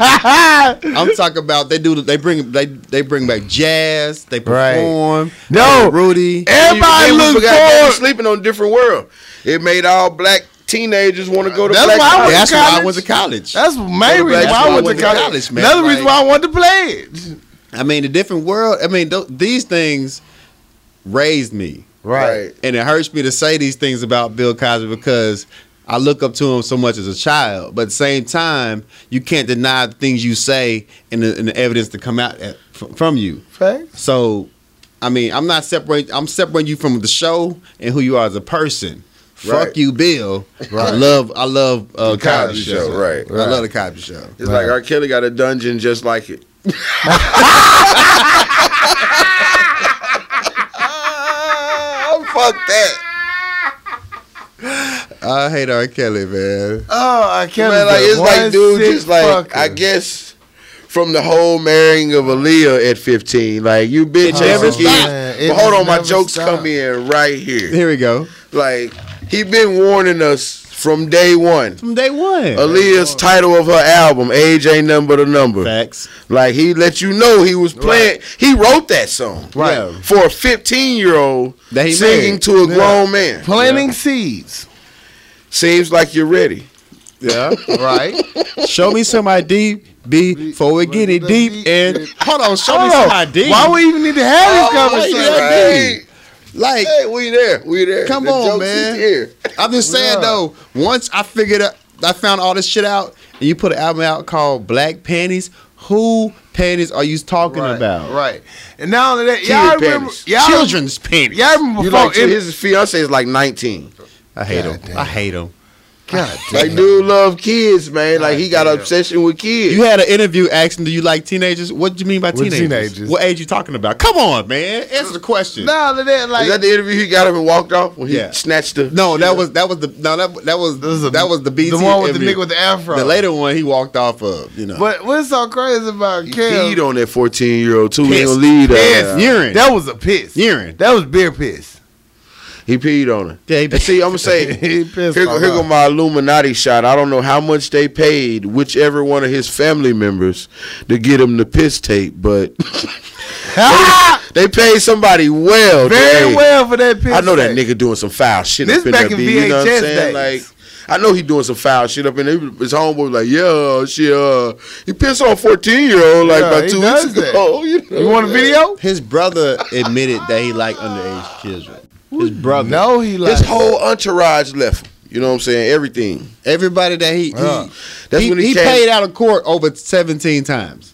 I'm talking about they do they bring they they bring back jazz, they Right. perform. No. Rudy. Everybody Then we look forgot they were forward. sleeping on different world. It made all black teenagers want to go to That's black. why I college. was- That's why I college? went to college. That's the main Quarterback reason why I went to college. man. Another reason Like- why I wanted to play it. I mean, the different world. I mean, th- these things raised me, Right. and it hurts me to say these things about Bill Cosby because I look up to him so much as a child. But at the same time, you can't deny the things you say and the, and the evidence to come out at, f- from you. Facts. So, I mean, I'm not separating. I'm separating you from the show and who you are as a person. Right. Fuck you, Bill. I love, I love uh, The Cosby, Cosby show. Show, right, I right. love the Cosby show. It's like R. Kelly got a dungeon just like it. Fuck that. I hate R. Kelly, man. Oh, I can't. Man, like it's like dude, just like I get. guess from the whole marrying of Aaliyah at 15, like you been It chasing never kids. stopped. Man, it But hold just on, my never jokes stopped. come in right here. Here we go. Like he been warning us from day one. From day one. Aaliyah's title of her album, "Age Ain't Nothing But a Number." Facts. Like he let you know he was playing. He wrote that song Right. Yeah. for a 15 year old That he singing married. to a Yeah. grown man. planting seeds, Seems like you're ready. Yeah. right? show me some ID B before we get it deep. And hold on, show me Hold some on. ID. Why we even need to have this Oh, conversation? yeah, Right. like, Hey, we there. We there. Come The on, jokes man. is here. I'm just saying Yeah. though. Once I figured out, I found all this shit out, and you put an album out called Black Panties. Who panties are you talking Right, about? right? And not only that, Kid y'all remember, panties. y'all, Children's panties. y'all remember You before like it- his fiance is like 19. I hate them. God damn. I hate them. God Like damn. dude love kids, man. Like he got an Goddamn. obsession with kids. You had an interview asking, "Do you like teenagers?" What do you mean by What teenagers? teenagers? What age you talking about? Come on, man. Answer the question. Not only that, is that like the interview he got up and walked off when he Yeah. snatched the? No, that was that was the no that that was, This is a- that was the BT the one with the interview. nigga with the afro. The later one he walked off of, you know. But what's so crazy about He peed Kim? on that 14 year old too. He Piss. don't lead Piss. her. urine, That was a piss. urine. That was beer piss. He peed on her. Yeah, he- And see, I'm gonna say he pissed Here, go- on here her. go my Illuminati shot. I don't know how much they paid whichever one of his family members to get him the piss tape, but [laughs] [laughs] Ah! they paid somebody well. Very today. well for that piss. I know that tape. nigga doing some foul shit This up in back there. in B, you know what I'm VHS saying? days. Like, I know he doing some foul shit up in there. His homeboy was like, yeah, she uh, he pissed on a 14 year old like Yeah, about he two does weeks that. ago. [laughs] You, know You want a that? video? His brother admitted that he liked underage children. His brother. No, he like His whole entourage left. him. You know what I'm saying? Everything. Everybody that he Yeah. he, That's he, when he he came- paid out of court over 17 times.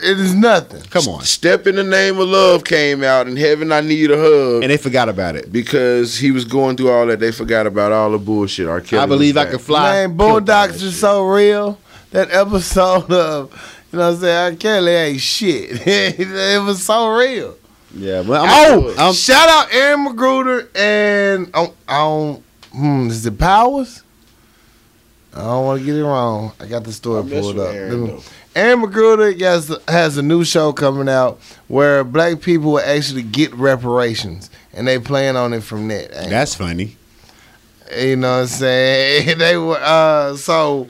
it is nothing. Come on. Step in the name of love came out, and heaven, I need a hug. And they forgot about it. because he was going through all that. They forgot about all the bullshit. R. Kelly I believe was I back. could fly. Man, Boondocks is so real. That episode of you know what I'm saying, R. Kelly ain't shit. [laughs] it was so real. Yeah, well, I'm, Oh, I'm, shout out Aaron Magruder and on um, hmm, is it Powers? I don't want to get it wrong. I got the story I mess pulled with up. Let Aaron, me- though. Aaron Magruder has has a new show coming out where black people will actually get reparations, and they plan on it from that. angle. that's funny. You know what I'm saying? [laughs] They were uh so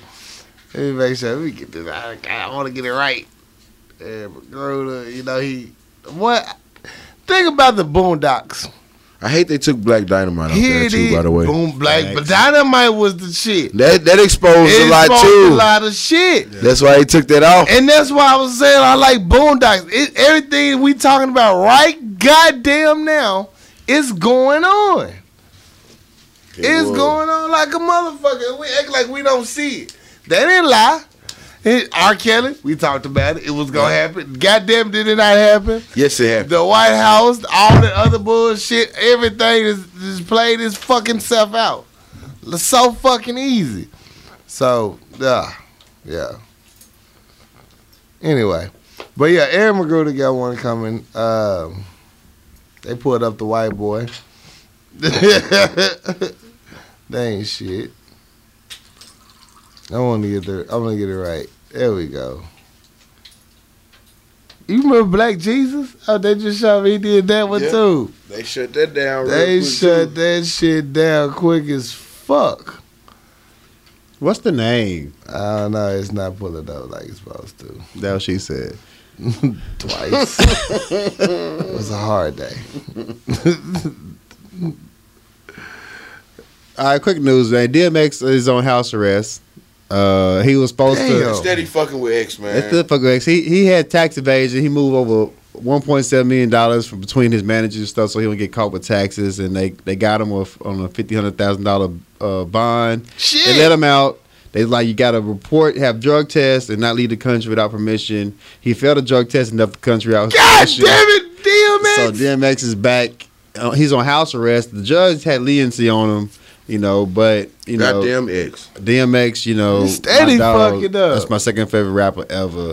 let me make sure let me get this out. I want to get it right. And Magruder, you know he what? Think about the Boondocks. I hate they took Black Dynamite out Here there it too. is. By the way, Boom, black. But dynamite was the shit. that that exposed It a lot exposed too. A lot of shit. That's why they took that off. And that's why I was saying I like Boondocks. It, everything we talking about right goddamn now is going on. It's going on like a motherfucker. We act like we don't see it. That ain't lie. It, R. Kelly, we talked about it. It was gonna happen. Goddamn, did it not happen? Yes, it happened. The White House, all the other bullshit, everything is just played its fucking self out. It's so fucking easy. So, yeah, yeah. Anyway, but yeah, Aaron Magruder got one coming. Um, they pulled up the white boy. [laughs] they ain't shit. I want to get the. I'm gonna get it right. There we go. You remember Black Jesus? Oh, they just showed me he did that one Yeah. too. They shut that down. real They quick, shut too. that shit down quick as fuck. What's the name? I don't know. It's not pulling up like it's supposed to. That's what she said. Twice. it was a hard day. All right, quick news, man. DMX is on house arrest. Uh, he was supposed Damn. to. Steady fucking with X man. That's the fuck X. He he had tax evasion. He moved over one point seven million dollars from between his managers and stuff, so he don't get caught with taxes. And they they got him with, on a fifty hundred thousand dollar uh, bond. Shit. They let him out. They like you got to report, have drug tests, and not leave the country without permission. He failed a drug test and left the country out. God damn it, DMX. So DMX is back. Uh, He's on house arrest. The judge had leniency on him, you know, but you know, Goddamn X. DMX, you know, He's steady my dog, fucking up. That's my second favorite rapper ever.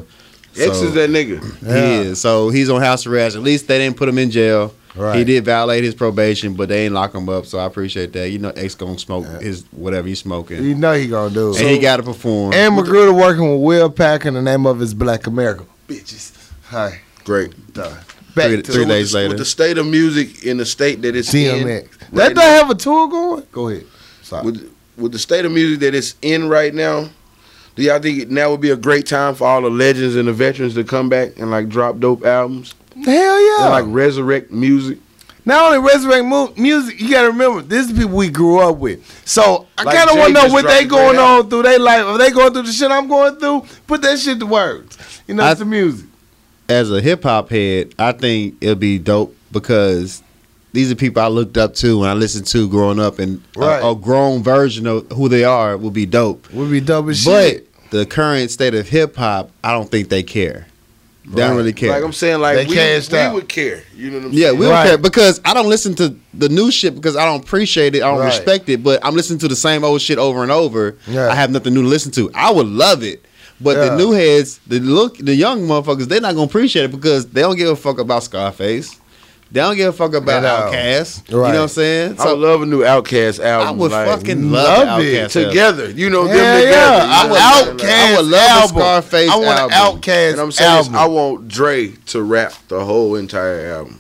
X So- is that nigga. He Yeah. is. So he's on house arrest. At least they didn't put him in jail. Right. He did violate his probation, but they ain't lock him up. So I appreciate that. You know, X gonna smoke his whatever he's smoking, You know he gonna do it. and he got to perform. Mm. and Magruder working with Will Packer in the name of his Black America. Bitches. Hi. Great. Done. Back three, to three days So with the, later, With the state of music in the state that it's in. DMX. right that don't now. have a tour going? Go ahead. Sorry. with with the state of music that it's in right now, do y'all think now would be a great time for all the legends and the veterans to come back and like drop dope albums Hell yeah. and like resurrect music? Not only resurrect mu- music, you gotta remember this is people we grew up with. So I Like kind of Jay want to know just what dropped they a great going album. on through. They like are they going through the shit I'm going through? Put that shit to words. You know, I- it's the music. as a hip hop head, I think it'll be dope because these are people I looked up to and I listened to growing up, and a- Right. a, grown version of who they are will be dope. Would be double But the current state of hip hop, I don't think they care. They don't really care. Like I'm saying, like They we, cashed we out. would care. You know what I'm Yeah, saying? we don't Right. care because I don't listen to the new shit because I don't appreciate it, I don't Right. respect it. But I'm listening to the same old shit over and over. Yeah. I have nothing new to listen to. I would love it, but Yeah. the new heads, the look, the young motherfuckers, they're not gonna appreciate it because they don't give a fuck about Scarface. They don't give a fuck about At all. Outkast. You Right. know what I'm saying? I would So love a new Outcast I, album. would like, fucking love love, the it. Outkast album. together. You know them Hell together. yeah, you know I what I'm saying? would Like, outcast. I would love a album. Scarface I want an album. outcast And I'm saying is album. I want Dre to rap the whole entire album.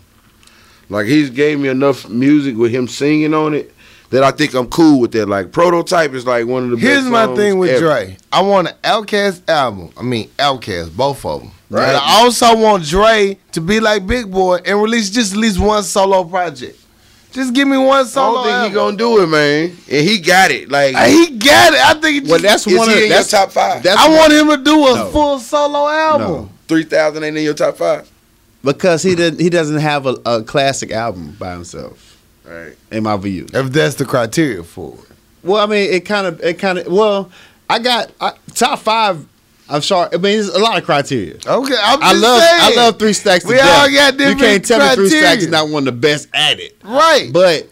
Like he's gave me enough music with him singing on it that I think I'm cool with that. Like prototype is like one of the Here's best my songs thing with ever. Dre. I want an Outcast album. I mean, Outcast, both of them. Right. But I also want Dre to be like Big Boy and release just at least one solo project. Just give me one I solo. don't think album. he gonna do it, man. And he got it. Like Uh, He got it. I think. It Well, just, that's Is one he of in your that's top five? That's I one- want him to do a No. full solo album. three thousand ain't in your top five. because he didn't. He doesn't have a, a classic album by himself, All right. in my view. If that's the criteria for it. Well, I mean, it kind of, it kind of. Well, I got I, top five. I'm sorry. I mean, it's a lot of criteria. Okay, I'm just I love, I saying. love Three Stacks. To We death. all got different You can't tell me Three criteria. Stacks is not one of the best at it, Right. but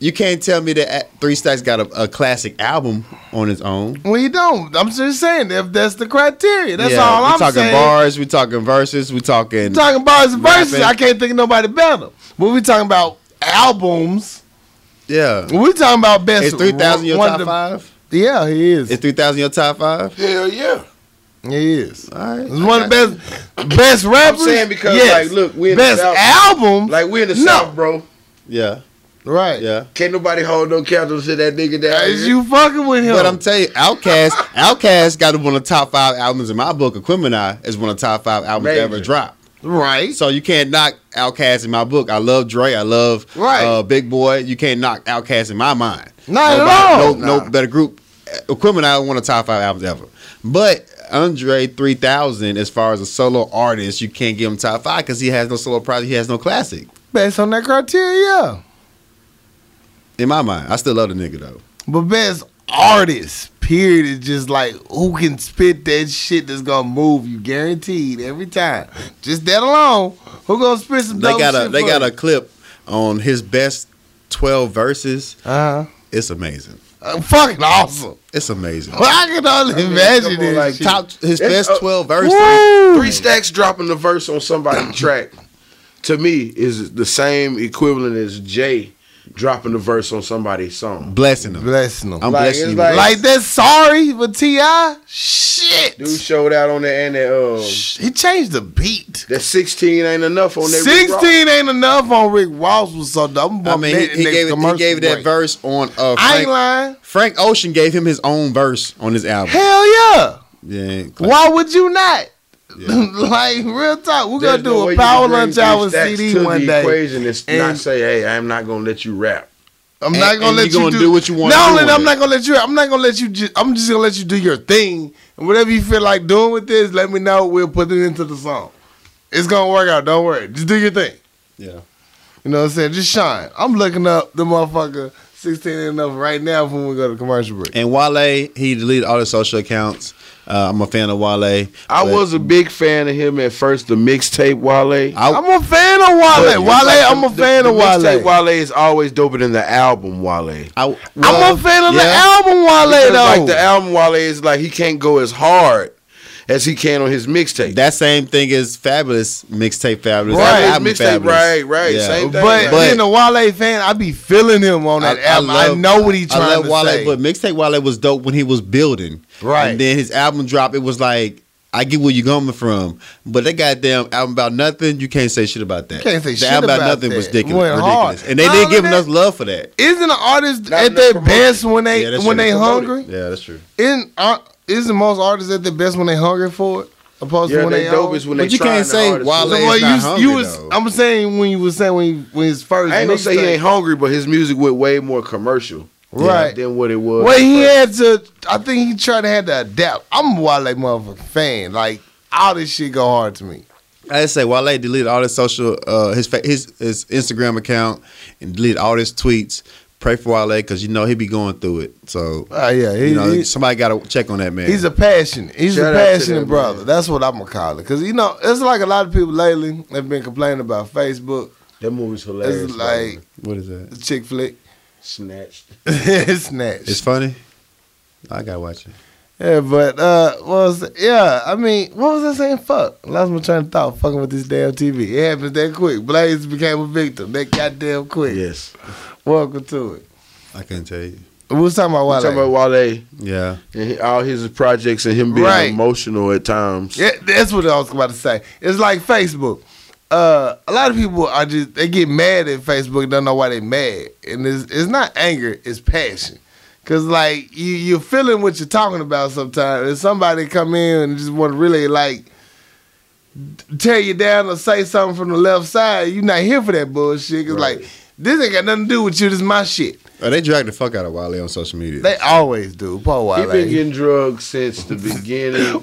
you can't tell me that at- Three Stacks got a, a classic album on its own. Well, you don't. I'm just saying if that's the criteria. That's Yeah, all we I'm talking saying. bars. We talking verses. We talking. We're talking bars and verses. Rapping. I can't think of nobody better. But we talking about albums. yeah. We talking about best. Is three thousand your one top of the- five? Yeah, he is. Is three thousand your top five? Hell yeah. he is. All right. He's one of the best best rappers. saying because, like, look, we in the best South. album. Like we in the No. South, bro. Yeah. right. Yeah. Can't nobody hold no candles to that nigga down Is here. you fucking with him? But I'm telling you, Outkast, Outkast got one of the top five albums in my book. Equimini is one of the top five albums Major. ever dropped. Right. So you can't knock Outkast in my book. I love Dre. I love Right. uh, Big Boy. You can't knock Outkast in my mind. Not at Nobody- all. No, no Nah. better group. Equipment. I want a top five albums ever. But Andre three thousand, as far as a solo artist, you can't give him top five because he has no solo project. He has no classic. Based on that criteria. In my mind, I still love the nigga though. But best artist, period, is just like who can spit that shit that's gonna move you, guaranteed every time. Just that alone. Who gonna spit some? They dope got a shit they for got a you? clip on his best twelve verses. Uh-huh. It's amazing. Uh, fucking awesome. [laughs] It's amazing. Well, I can only mean, imagine come on, this. like, shit. Top his It's best a- twelve verses. Three stacks dropping the verse [coughs] on somebody's track to me is the same equivalent as Jay dropping the verse on somebody's song. Blessing him. blessing them. I'm Like, blessing it's you. like- Like that sorry with T.I. Shit. Dude showed out on that and that um he changed the beat. that sixteen ain't enough on that. Rick Ross. 16 ain't enough on Rick Ross was so dumb. I mean, he, he gave, it- he gave that verse on uh, I ain't Frank, lying. Frank Ocean gave him his own verse on his album. Hell yeah. Yeah, clap. Why would you not? Yeah. [laughs] like, real talk. We're going There's to no do way a you can power bring lunch three hour stacks CD to one the day. Equation and, not And- say, hey, I'm not gonna let you rap. I'm And- not gonna and let you you, gonna do, do what you wanna Not do only with I'm it. not gonna let you. I'm not gonna let you. Just, I'm just gonna let you do your thing and whatever you feel like doing with this. Let me know. We'll put it into the song. It's gonna work out. Don't worry. Just do your thing. Yeah. You know what I'm saying? Just shine. I'm looking up the motherfucker 16 and enough right now when we go to commercial break. And Wale, he deleted all his social accounts. Uh, I'm a fan of Wale. I but was a big fan of him at first, the mixtape Wale. I, I'm a fan of Wale. Wale, I'm a The- fan the of Wale. mixtape Wale is always doper than the album Wale. I, I'm a fan of the album Wale Because, though. Like the album Wale is like he can't go as hard as he can on his mixtape. That same thing is fabulous mixtape, fabulous Right, album, mixtape, Fabulous. right, right, same thing. but, But- being a Wale fan, I be feeling him on that album. I, know what he's trying I love to Wale, say. but mixtape Wale was dope when he was building. Right. And then his album drop, it was like, I get where you're coming from, but that goddamn album about nothing, you can't say shit about that. Can't say the shit album about nothing was that. ridiculous, Went hard. ridiculous. and they Not didn't only give that- us love for that. Isn't an artist Not at enough their promotion. best when they Yeah, that's when true. they Promote hungry? Yeah, that's true. Isn't uh, isn't most artists at their best when they hungry for it? Opposed yeah, to when they they um, dope hungry. is when But they you trying can't the say hardest. Wale- I Wale- It's you, not hungry, you was though. I'm saying when you was saying when, he, when his first ain't gonna say he mixtape- ain't hungry, but his music went way more commercial, Right. Than what it was. Well, he at had to. I think he tried to had to adapt. I'm a Wale motherfucking fan. Like all this shit go hard to me. I just say Wale deleted all his social, uh, his fa- his his Instagram account, and deleted all his tweets. Pray for Wale because you know he be going through it. So Oh yeah, he, you know he- somebody got to check on that man. he's a passionate. He's Shout a out to passionate that brother. man. That's what I'm gonna call it. Cause you know it's like a lot of people lately have been complaining about Facebook. that movie's hilarious. It's by the like way. what is that? chick flick. [laughs] snatched. it's snatched. It's funny. I gotta watch it. Yeah, but uh, what was yeah? I mean, what was I saying? Fuck, lost my train of thought. Fucking with this damn TV, it happened that quick. Blaze became a victim that goddamn quick. Yes. Welcome to it. I couldn't tell you. We was talking about Wale. Wale. Talking about Wale Yeah. and he- all his projects and him being Right. emotional at times. yeah, that's what I was about to say. It's like Facebook. Uh, a lot of people are just they get mad at Facebook and don't know why they mad, and it's it's not anger, it's passion. Cause like you you're feeling what you're talking about sometimes, and somebody come in and just want to really like tear you down or say something from the left side. You're not here for that bullshit. Cause Right. like this ain't got nothing to do with you. This is my shit. Oh, they drag the fuck out of Wale on social media. They always do. Poor He Wale. been getting drugs since the beginning.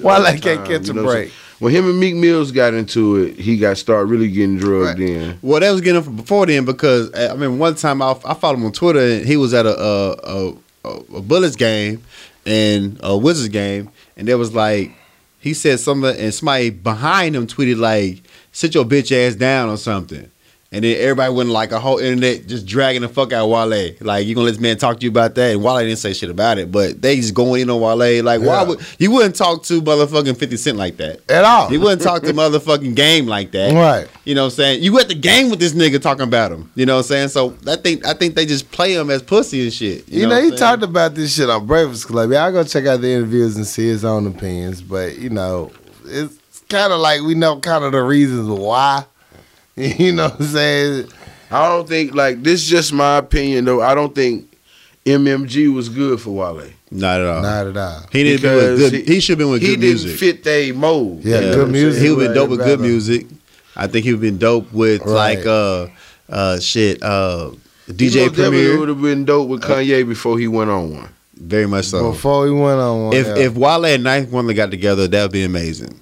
[laughs] Wale of can't time, catch a you know what I'm break. saying? When him and Meek Mills got into it, he got started really getting drugged Right. in. well, that was getting from before then because uh, I remember one time I, I followed him on Twitter and he was at a a, a, a Bullets game and a Wizards game and there was like he said something and somebody behind him tweeted like sit your bitch ass down or something. And then everybody went like a whole internet just dragging the fuck out of Wale. Like you gonna let this man talk to you about that? And Wale didn't say shit about it, but they just going in on Wale. Like why Yeah. would you wouldn't talk to motherfucking Fifty Cent like that? at all. He Oh. wouldn't [laughs] talk to motherfucking game like that. Right. You know what I'm saying? You at the game with this nigga talking about him. You know what I'm saying? So I think I think they just play him as pussy and shit. You, know, what he I'm saying? talked about this shit on Breakfast Club. Y'all go check out the interviews and see his own opinions. But you know, it's kind of like we know kind of the reasons why. [laughs] You know what I'm saying? I don't think like this is just my opinion though. I don't think MMG was good for Wale. Not at all. Not at all. he didn't be with Because good. He, should have been with he good didn't music. fit they mold. Yeah, You know good what I'm music. saying? He would been Like, dope with better. good music. I think he would been dope with Right. like uh uh shit uh He DJ most definitely Premier. would have been dope with Kanye before he went on one. Very much so. Before we went on one. if yeah. if Wale and Ninth Wonder got together, that would be amazing.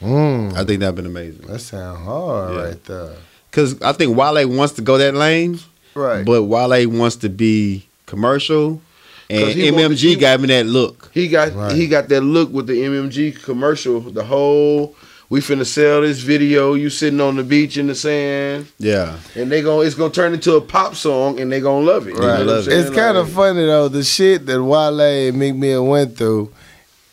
Mm, I think that'd been amazing. that sound hard Yeah. right there. Cause I think Wale wants to go that lane, Right. but Wale wants to be commercial, and 'Cause he want- MMG he- got me that look. He got Right. he got that look with the MMG commercial. The whole we finna sell this video. You sitting on the beach in the sand, Yeah, and they gon' it's gonna turn into a pop song, and they gonna love it. You know Right. what I'm Love it. saying? It's kind of Like, funny though the shit that Wale and Meek Mill went through.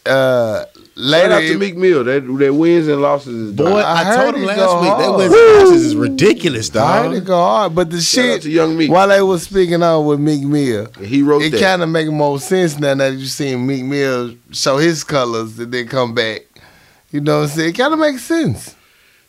Uh, Shout later, out to it- Meek Mill. That that wins and losses is boy, dope. I, I heard told him he last go week that hard. West Coast is ridiculous, I heard dog. it go hard, but the Shout out shit to Young Meek. while they was speaking on with Meek Mill, He wrote it that. kind of make more sense now that you seen Meek Mill show his colors and then come back. You know what I'm saying? It kind of makes sense.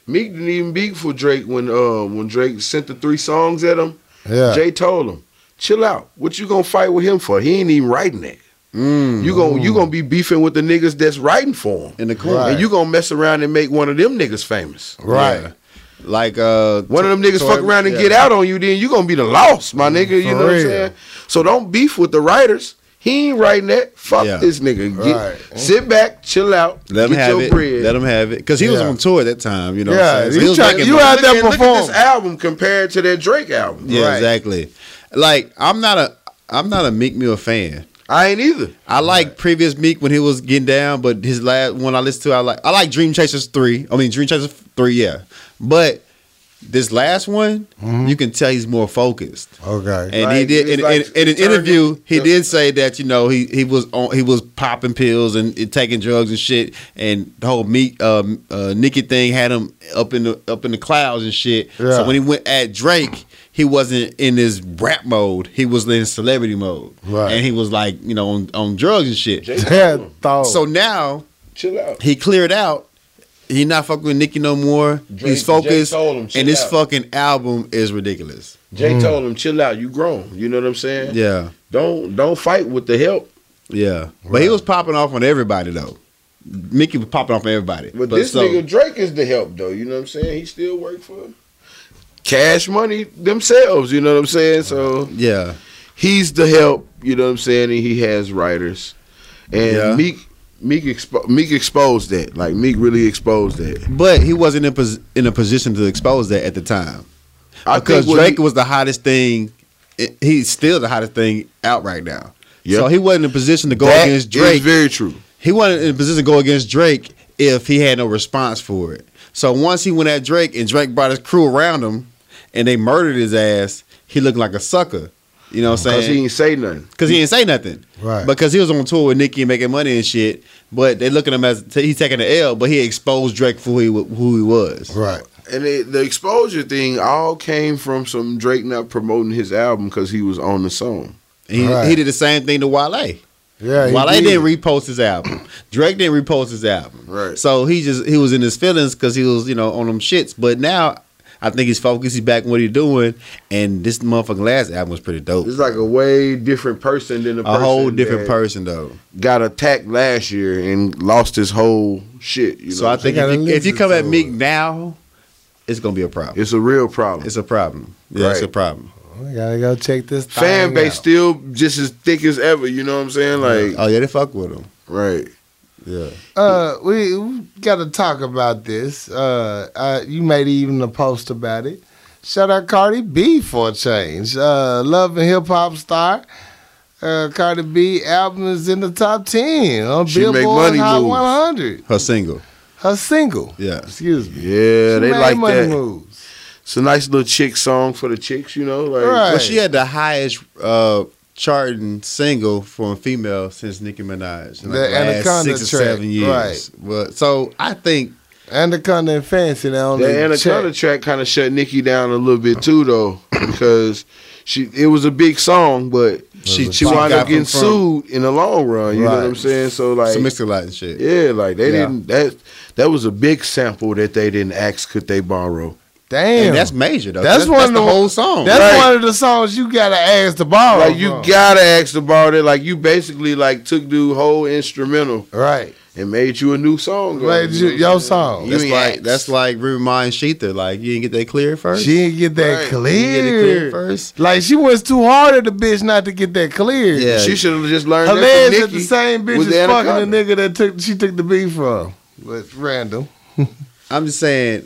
Meek didn't even beat for Drake when uh when Drake sent the three songs at him. Yeah. Jay told him, "Chill out. What you gonna fight with him for? He ain't even writing that. Mm. You gonna you gonna be beefing with the niggas that's writing for him, in the corner, Right. and you gonna mess around and make one of them niggas famous. right. Yeah. Like uh, One of them niggas Tory- fuck around and yeah. Mm, get out on you, then you gonna be the loss, my nigga. For You know what I'm real. saying? So don't beef with the writers. He ain't writing that. Fuck Yeah. this nigga. Get- Right. Sit back, chill out, Let him get have your it. bread. Let him have it. Because he was Yeah. on tour at that time, you know. what Yeah, I'm saying? So he was tried- making you money. had Look at- that look at perform. this album compared to that Drake album. Yeah, Right. exactly. Like I'm not a I'm not a Meek Mill fan. I ain't either. I like previous Meek when he was getting down, but his last one I listened to, I like I like Dream Chasers three. I mean Dream Chasers three, yeah. But this last one, you can tell he's more focused. Okay. And he Like, did it's in, like in, in an turning- interview. He the- did say that you know he, he was on he was popping pills and, and taking drugs and shit. And the whole meat um, uh, Nikki thing had him up in the up in the clouds and shit. Yeah. So when he went at Drake, he wasn't in his rap mode. He was in celebrity mode. Right. And he was like you know on, on drugs and shit. [laughs] Jay, [laughs] Yeah, thought. So now chill out. he cleared out. He not fucking with Nicki no more. Drake- He's focused, Jay told him, "Chill and his out." fucking album is ridiculous. Jay told him, "Chill out. You grown. You know what I'm saying? Mm. Yeah. Don't don't fight with the help." Yeah, but he was popping off on everybody though. Mickey was popping off on everybody. But, But this so- nigga Drake is the help though. You know what I'm saying? He still work for Cash Money themselves. You know what I'm saying? So yeah, he's the help. You know what I'm saying? And he has writers, and Yeah. Meek Meek expo- Meek exposed that. Like Meek really exposed that. but he wasn't in, pos- in a position to expose that at the time I because think what Drake he- was the hottest thing. i- He's still the hottest thing out right now. Yeah. So he wasn't in a position to go that against is Drake. very true. he wasn't in a position to go against Drake if he had no response for it. So once he went at Drake and Drake brought his crew around him and they murdered his ass, he looked like a sucker. You know what I'm saying? Cause he ain't say nothing. Cause he didn't say nothing, Right. Because he was on tour with Nicki and making money and shit. But they look at him as t- he's taking the L, but he exposed Drake for who he, wa- who he was. right. And it, the exposure thing all came from some Drake not promoting his album because he was on the song. He, Right. he did the same thing to Wale. Yeah. he Wale did. didn't repost his album. Drake didn't repost his album. Right. So he just he was in his feelings because he was you know on them shits. But now I think he's focused. He's back in what he's doing. And this motherfucking last album was pretty dope. It's like a way different person than the a person whole different that person though. Got attacked last year and lost his whole shit. You know, so I what I'm think I if gotta you, if you listen come to at it. Meek now, it's gonna be a problem. saying? it's a real problem. It's a problem. Yeah, it's Right. a problem. We gotta go check this Fan thing base out. still just as thick as ever. You know what I'm saying? Like Oh yeah, they fuck with him. right. Yeah. Uh, we, we gotta talk about this. Uh, uh, you made even a post about it. Shout out Cardi B for a change. Uh, love and hip hop star. Uh, Cardi B album is in the top ten on She make Billboard money Hot moves. 100. Her single. Her single. Yeah. Excuse me. Yeah, She they made like money that. moves. It's a nice little chick song for the chicks. You know, like Right. Well, she had the highest uh charting single from a female since Nicki Minaj in like The the last Anaconda six or track, seven years. right. Well, so I think Anaconda and Fancy. They only the Anaconda check. track kind of shut Nicki down a little bit too, though, because she it was a big song, but she she wound got up getting from- sued in the long run. You know what Right. I'm saying? So like, some mixed a lot and shit. yeah, like they Yeah. didn't that that was a big sample that they didn't ask could they borrow. Damn. And that's major though. That's That's, that's one of the the- whole song. That's Right. one of the songs you gotta ask to borrow. Like you from. gotta ask to borrow that. Like you basically like took the whole instrumental right. and made you a new song. or- Made you- your song. You That's ain't like asked. that's like remind Sheether, like you didn't get that clear first. She didn't get that Right. You didn't get it clear. first. Like she was too hard at the bitch not to get that clear. Yeah. She should have just learned Her that man's from at the Nicki same bitch with as the fucking the Anaconda. nigga that took she took the beat from. But random. I'm just saying,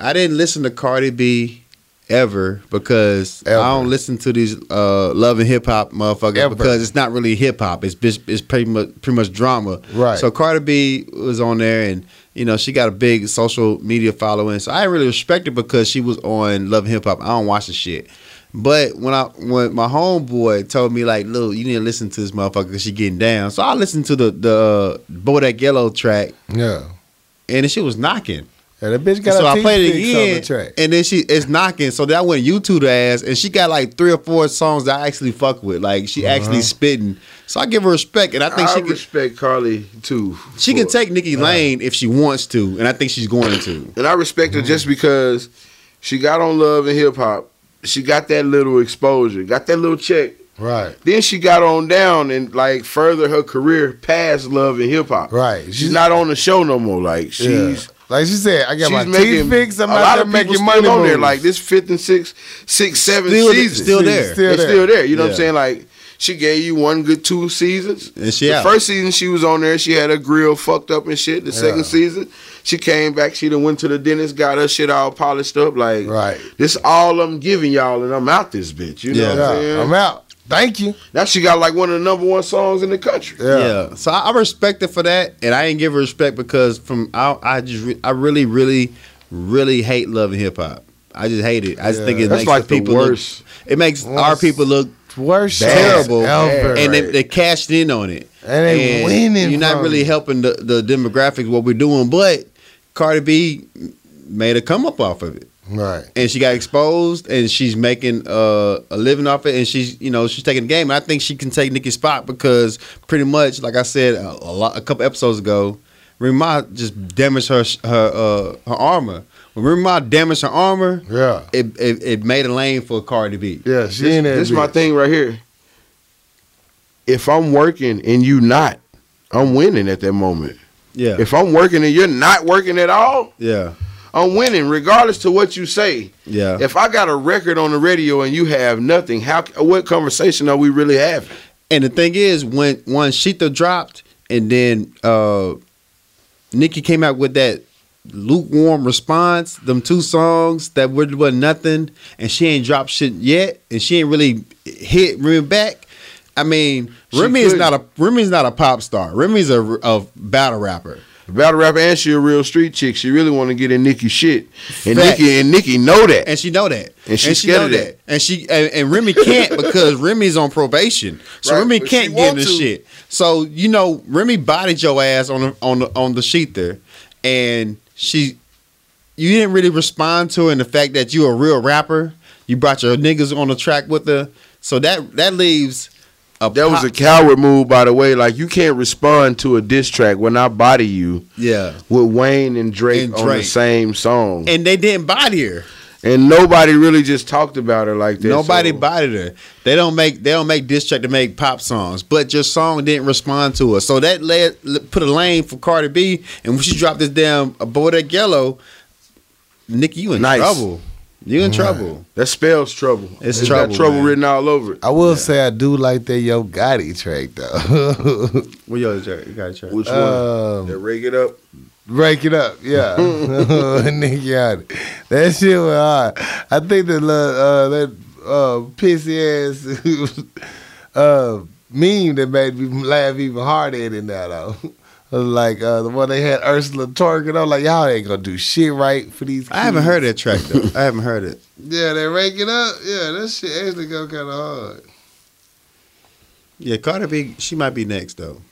I didn't listen to Cardi B ever because Ever. I don't listen to these uh, love and hip hop motherfuckers Ever. because it's not really hip hop. It's bitch- it's pretty much pretty much drama. Right. So Cardi B was on there, and you know she got a big social media following. So I didn't really respect it because she was on love and hip hop. I don't watch the shit. But when I when my homeboy told me like, look, you need to listen to this motherfucker because she getting down. So I listened to the the uh, Bodak Yellow track, Yeah. and the shit was knocking And the bitch got so a I played it on again, the track. and then she it's knocking. So then I went YouTube the ass, and she got like three or four songs that I actually fuck with. Like she actually spitting. So I give her respect, and I think I she can, respect Carly too. she for- can take Nikki Lane if she wants to, and I think she's going to. and I respect her just because she got on Love and Hip Hop. She got that little exposure, got that little check. Right. Then she got on down and like further her career past Love and Hip Hop. Right. She's, not on the show no more. Like she's. yeah. like she said, I got She's my making teeth fixed. I'm a lot out there of people making still money on there. moves. Like this fifth and sixth, sixth, seventh Still- season, still She's there. Still it's there. still there. You know what Yeah. I'm saying? Like she gave you one good two seasons. And she the out. first season she was on there, she had her grill fucked up and shit. The Yeah. second season, she came back, she done went to the dentist, got her shit all polished up. Like Right. this all I'm giving y'all and I'm out this bitch. You know Yeah. what I'm Yeah. saying? I'm out. Thank you. now she got like one of the number one songs in the country. Yeah. Yeah. So I, I respect her for that, and I ain't give her respect because from I I just re, I really really really hate love and hip hop. I just hate it. I just Yeah. think it That's makes like the people look- worst. it makes our Worst. people look Worst Bad. Terrible. ever. and they, Right. they cashed in on it. And they winning You're not from really it. helping the, the demographics what we're doing, but Cardi B made a come up off of it, Right. and she got exposed, and she's making uh, a living off it, and she's you know she's taking the game, and I think she can take Nicki's spot because pretty much like I said a, a, lot, a couple episodes ago, Rima just damaged her her uh, her armor. When Rima damaged her armor, Yeah. it, it it made a lane for Cardi B. Yeah. She This, in there. this my thing right here. If I'm working and you not, I'm winning at that moment. Yeah, If I'm working and you're not working at all, yeah, I'm winning regardless to what you say. yeah. If I got a record on the radio and you have nothing, how what conversation are we really having? And the thing is, when when Sheeta dropped, and then uh Nikki came out with that lukewarm response, them two songs that were, were nothing, and she ain't dropped shit yet, and she ain't really hit Remy back. I mean, She Remy is couldn't. not a Remy's not a pop star. Remy's a, a battle rapper. Battle rapper and she a real street chick. She really want to get in Nikki shit, and Fact. Nikki and Nikki know that. and she know that, And she scared know of that. and she and, and Remy [laughs] can't because Remy's on probation, so Right, Remy but she can't get in want the to. shit. So you know, Remy bodied your ass on the, on the, on the sheet there, and she, you didn't really respond to, her and the fact that you a real rapper, you brought your niggas on the track with her, so that that leaves a that was pop- a coward move, by the way. Like you can't respond to a diss track when I body you yeah, with Wayne and Drake, And on the Drake. same song, and, and they didn't body her. nobody really just talked about her like that. Nobody so- bodied her. They don't make they don't make diss track to make pop songs, but your song didn't respond to us. So that led l- put a lane for Cardi B, and when she dropped this damn Bodak Yellow, Nicki, you in Nice. trouble. You in trouble. That spells trouble. It's It's trouble, got trouble man. written all over it. I will say I do like that Yo Gotti track though. [laughs] Well, yo, Jerry, you got Jerry. Which Uh, one? um, That rig it up. break it up, [laughs] yeah. [laughs] Nick Yachty. That shit was hard. I think the little, uh, that uh, pissy ass [laughs] uh, meme that made me laugh even harder than that though. [laughs] Was like uh, the one they had Ursula twerking. I'm like, y'all ain't gonna do shit right for these. I haven't kids. heard that track though. [laughs] I haven't heard it. Yeah, they rake it up. Yeah, that shit actually go kind of hard. Yeah, Cardi B, she might be next though.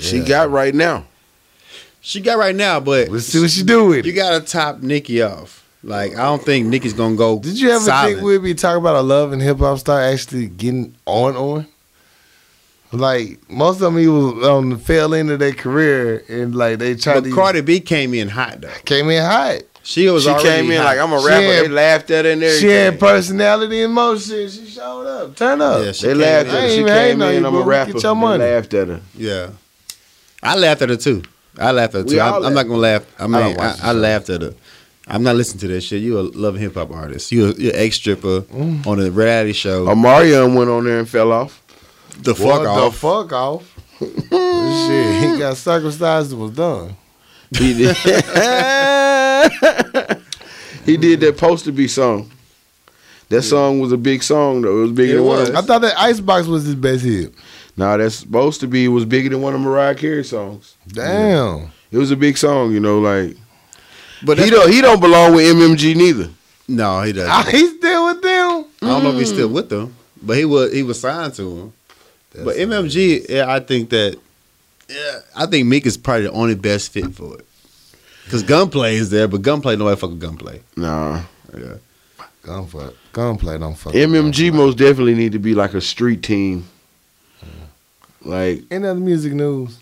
She Yeah. got right now. She got right now, but Let's see what she do with it. you gotta top Nicki off. Like I don't think Nicki's gonna go. Did you ever silent. think we'd be talking about a love and hip hop star actually getting on on? Like most of them, he was on the tail end of their career, and like they tried But to Cardi B came in hot though. came in hot. She was She already came in hot. like I'm a She rapper. had- they laughed at her and everything. She had personality and motion. She showed up. Turn up. Yeah, she they came in. laughed at I her. ain't She even hating came on in. you, I'm bro. a Get rapper. your money. They laughed at her. Yeah. I laughed at her too. I laughed at it We too. all I'm, I'm not laugh. gonna laugh. I mean, I I, don't watch the I, laughed at it. I'm not listening to that shit. You a loving hip hop artist. You a, you're an ex stripper on a reality Um, show. Omarion went on there and fell off. the fuck what off. the fuck off? Shit, he got circumcised and was done. He did. he did that poster be song. That song was a big song though. It was bigger It than one. was. Of, I thought that Icebox was his best hit. nah, that's supposed to be was bigger than one of Mariah Carey's songs. Damn. It was a big song, you know. Like But he he don't he don't belong with MMG neither. no, he doesn't. Ah, [laughs] he's still with them. I don't know if he's still with them, but he was he was signed to him. but MMG, yeah, I think that, yeah, I think Meek is probably the only best fit for it. Cause Gunplay is there, but Gunplay nobody fuck with Gunplay. Nah, Yeah. Gunplay, gunplay, don't fuck. MMG most definitely need to be like a street team. Like Any other music news?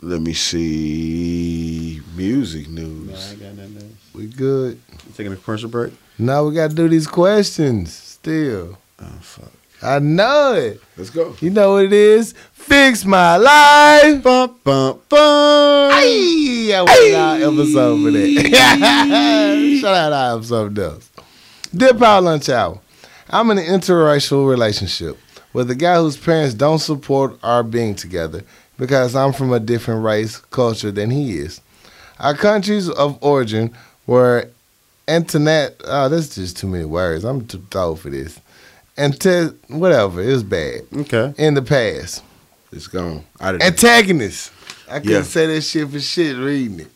let me see music news. We good. Taking a commercial break. Now we gotta do these questions. Still, Oh fuck. I know it. Let's go. You know what it is. Fix my life. Bum bum bum. Hey, I want our episode for that. [laughs] Shout out our episode does. Dear Power Lunch Hour, I'm in an interracial relationship with a guy whose parents don't support our being together because I'm from a different race culture than he is. Our countries of origin were internet. Oh, that's just too many words. I'm too old for this. And te- whatever, it was bad [laughs] Okay. in the past. It's gone. I didn't. Antagonist. I couldn't Yeah. say that shit for shit reading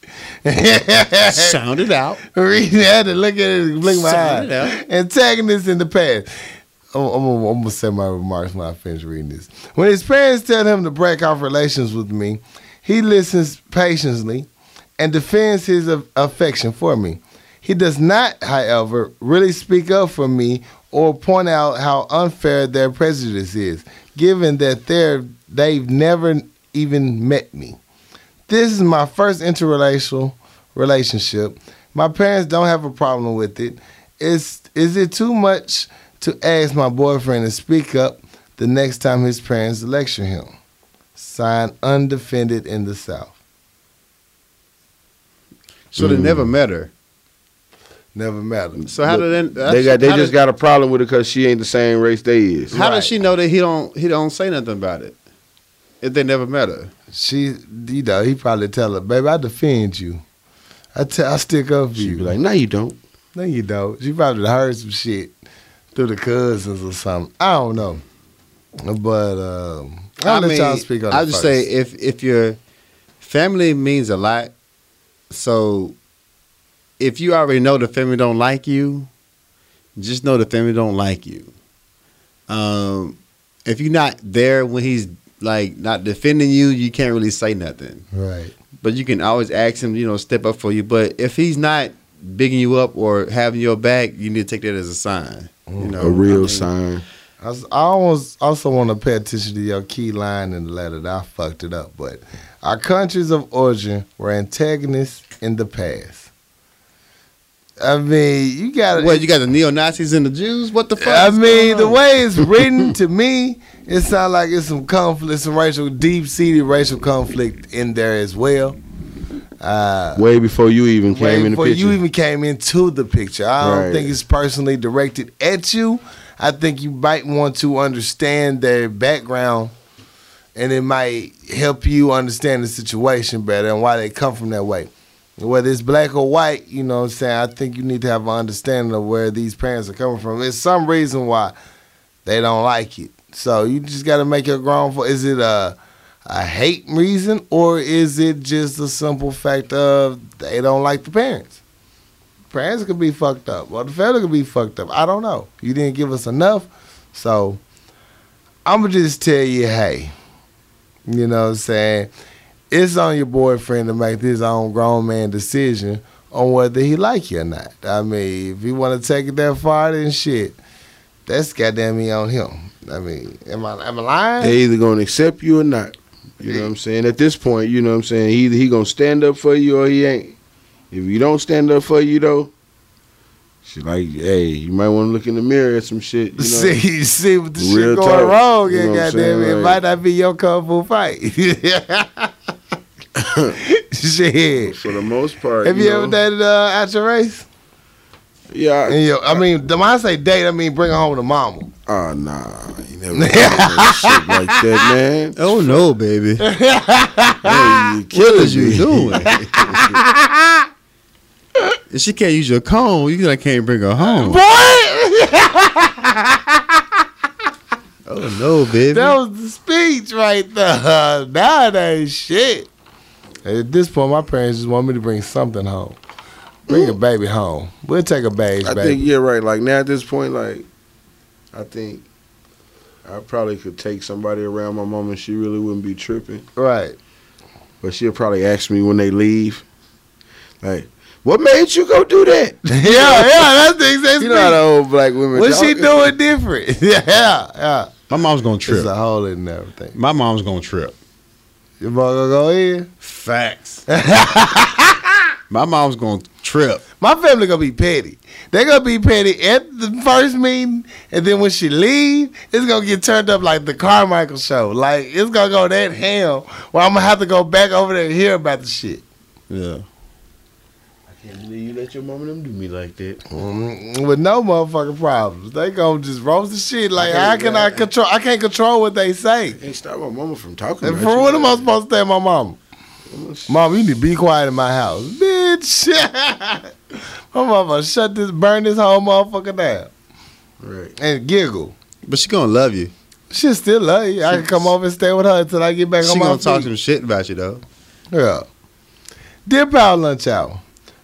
it. Sound it out. reading it, I had to look at it and blink my Sound it eye. Antagonist in the past. I'm, I'm, gonna- I'm gonna say my remarks when I finish reading this. When his parents tell him to break off relations with me, he listens patiently and defends his a- affection for me. He does not, however, really speak up for me or point out how unfair their prejudice is, given that they're, they've never even met me. This is my first interrelational relationship. My parents don't have a problem with it. Is is it too much to ask my boyfriend to speak up the next time his parents lecture him? Signed undefended in the South. So they never met her. Never mattered. So how did that, They got. They how just did, got a problem with it because she ain't the same race they is. How Right. does she know that he don't he don't say nothing about it if they never met her? She, you know, he probably tell her, "Baby, I defend you. I tell, I stick up for She you." be like, no, you don't. No, you don't. She probably heard some shit through the cousins or something. I don't know. But um, I'll let y'all speak on I it just first. say if if your family means a lot, so if you already know the family don't like you, just know the family don't like you. Um, if you're not there when he's like not defending you, you can't really say nothing. right. But you can always ask him, you know, step up for you. But if he's not bigging you up or having your back, you need to take that as a sign. Oh, You know, A real I mean, sign. I, s- I almost also want to pay attention to your key line in the letter. That I fucked it up, but our countries of origin were antagonists in the past. I mean, you got Well, you got the neo Nazis and the Jews. What the fuck? I is going mean, the on? way it's [laughs] written to me, it sounds like it's some conflict, some racial, deep-seated racial conflict in there as well. Uh, Way before you even came way in the before picture. you even came into the picture. I don't Right. think it's personally directed at you. I think you might want to understand their background, and it might help you understand the situation better and why they come from that way. Whether it's black or white, you know what I'm saying? I think you need to have an understanding of where these parents are coming from. There's some reason why they don't like it. So you just got to make your grown for. Is it a a hate reason or is it just a simple fact of they don't like the parents? Parents could be fucked up, or the family could be fucked up. I don't know. You didn't give us enough, so I'm gonna just tell you, hey, you know what I'm saying? It's on your boyfriend to make his own grown man decision on whether he like you or not. I mean, if he want to take it that far, then shit, that's goddamn me on him. I mean, am I am I lying? They either gonna accept you or not. You know what I'm saying? At this point, you know what I'm saying. Either he gonna stand up for you or he ain't. If you don't stand up for you though, she like, hey, you might want to look in the mirror at some shit. You [laughs] know? see, you see what the Real shit going talk. wrong, You and know what I'm goddamn saying? it, it Like- might not be your kung fu fight. [laughs] [laughs] Shit. For the most part. Have you, ever know? dated uh, out your race? Yeah. And your, I mean, when I say date, I mean bring her home to mama. Oh, nah. You never done that shit like that, man. [laughs] Oh no, baby. Hey, you What is killing you me. [laughs] doing? if she can't use your cone, you like can't bring her home. What? Oh no, baby. that Mm-hmm. was the speech right there. [laughs] Now that ain't shit. At this point, my parents just want me to bring something home. Bring a baby home. We'll take a beige I baby. think yeah, right. Like now at this point, like I think I probably could take somebody around my mom and she really wouldn't be tripping. right. [laughs] But she'll probably ask me when they leave, like, "What made [laughs] you go do that?" [laughs] yeah, yeah, that's the exact You know how the speech. old black women. What she [laughs] y'all- doing different? [laughs] yeah, yeah. My mom's gonna trip. It's a hole in everything. My mom's gonna trip. Your mom gonna go in. Facts. My mom's gonna trip. My family gonna be petty. They gonna be petty at the first meeting, and then when she leave, it's gonna get turned up like the Carmichael show. Like it's gonna go that ham. Where I'm gonna have to go back over there and hear about the shit. Yeah. I can't believe you let your mom and them do me like that. Mm, With no motherfucking problems, they gonna just roast the shit. Like how can I control? I can't control what they say. Can't stop my mama from talking. And about for you what am I like supposed to tell my mom? that. Mom, you need to be quiet in my house, bitch. [laughs] my mama shut this, burn this whole motherfucker down, Right. and giggle. But she gonna love you. She still love you. I can come over and stay with her until I get back She on my gonna talk feet. some shit about you though. Yeah. Dear Power Lunch Hour,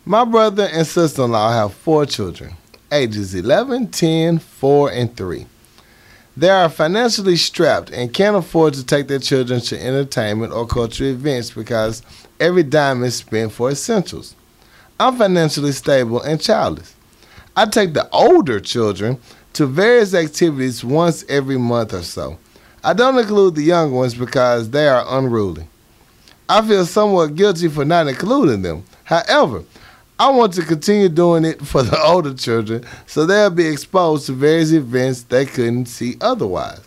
my brother and sister in law have four children, ages 11, 10, 4, and 3. They are financially strapped and can't afford to take their children to entertainment or cultural events because every dime is spent for essentials. I'm financially stable and childless. I take the older children to various activities once every month or so. I don't include the young ones because they are unruly. I feel somewhat guilty for not including them. However, I want to continue doing it for the [laughs] older children so they'll be exposed to various events they couldn't see otherwise.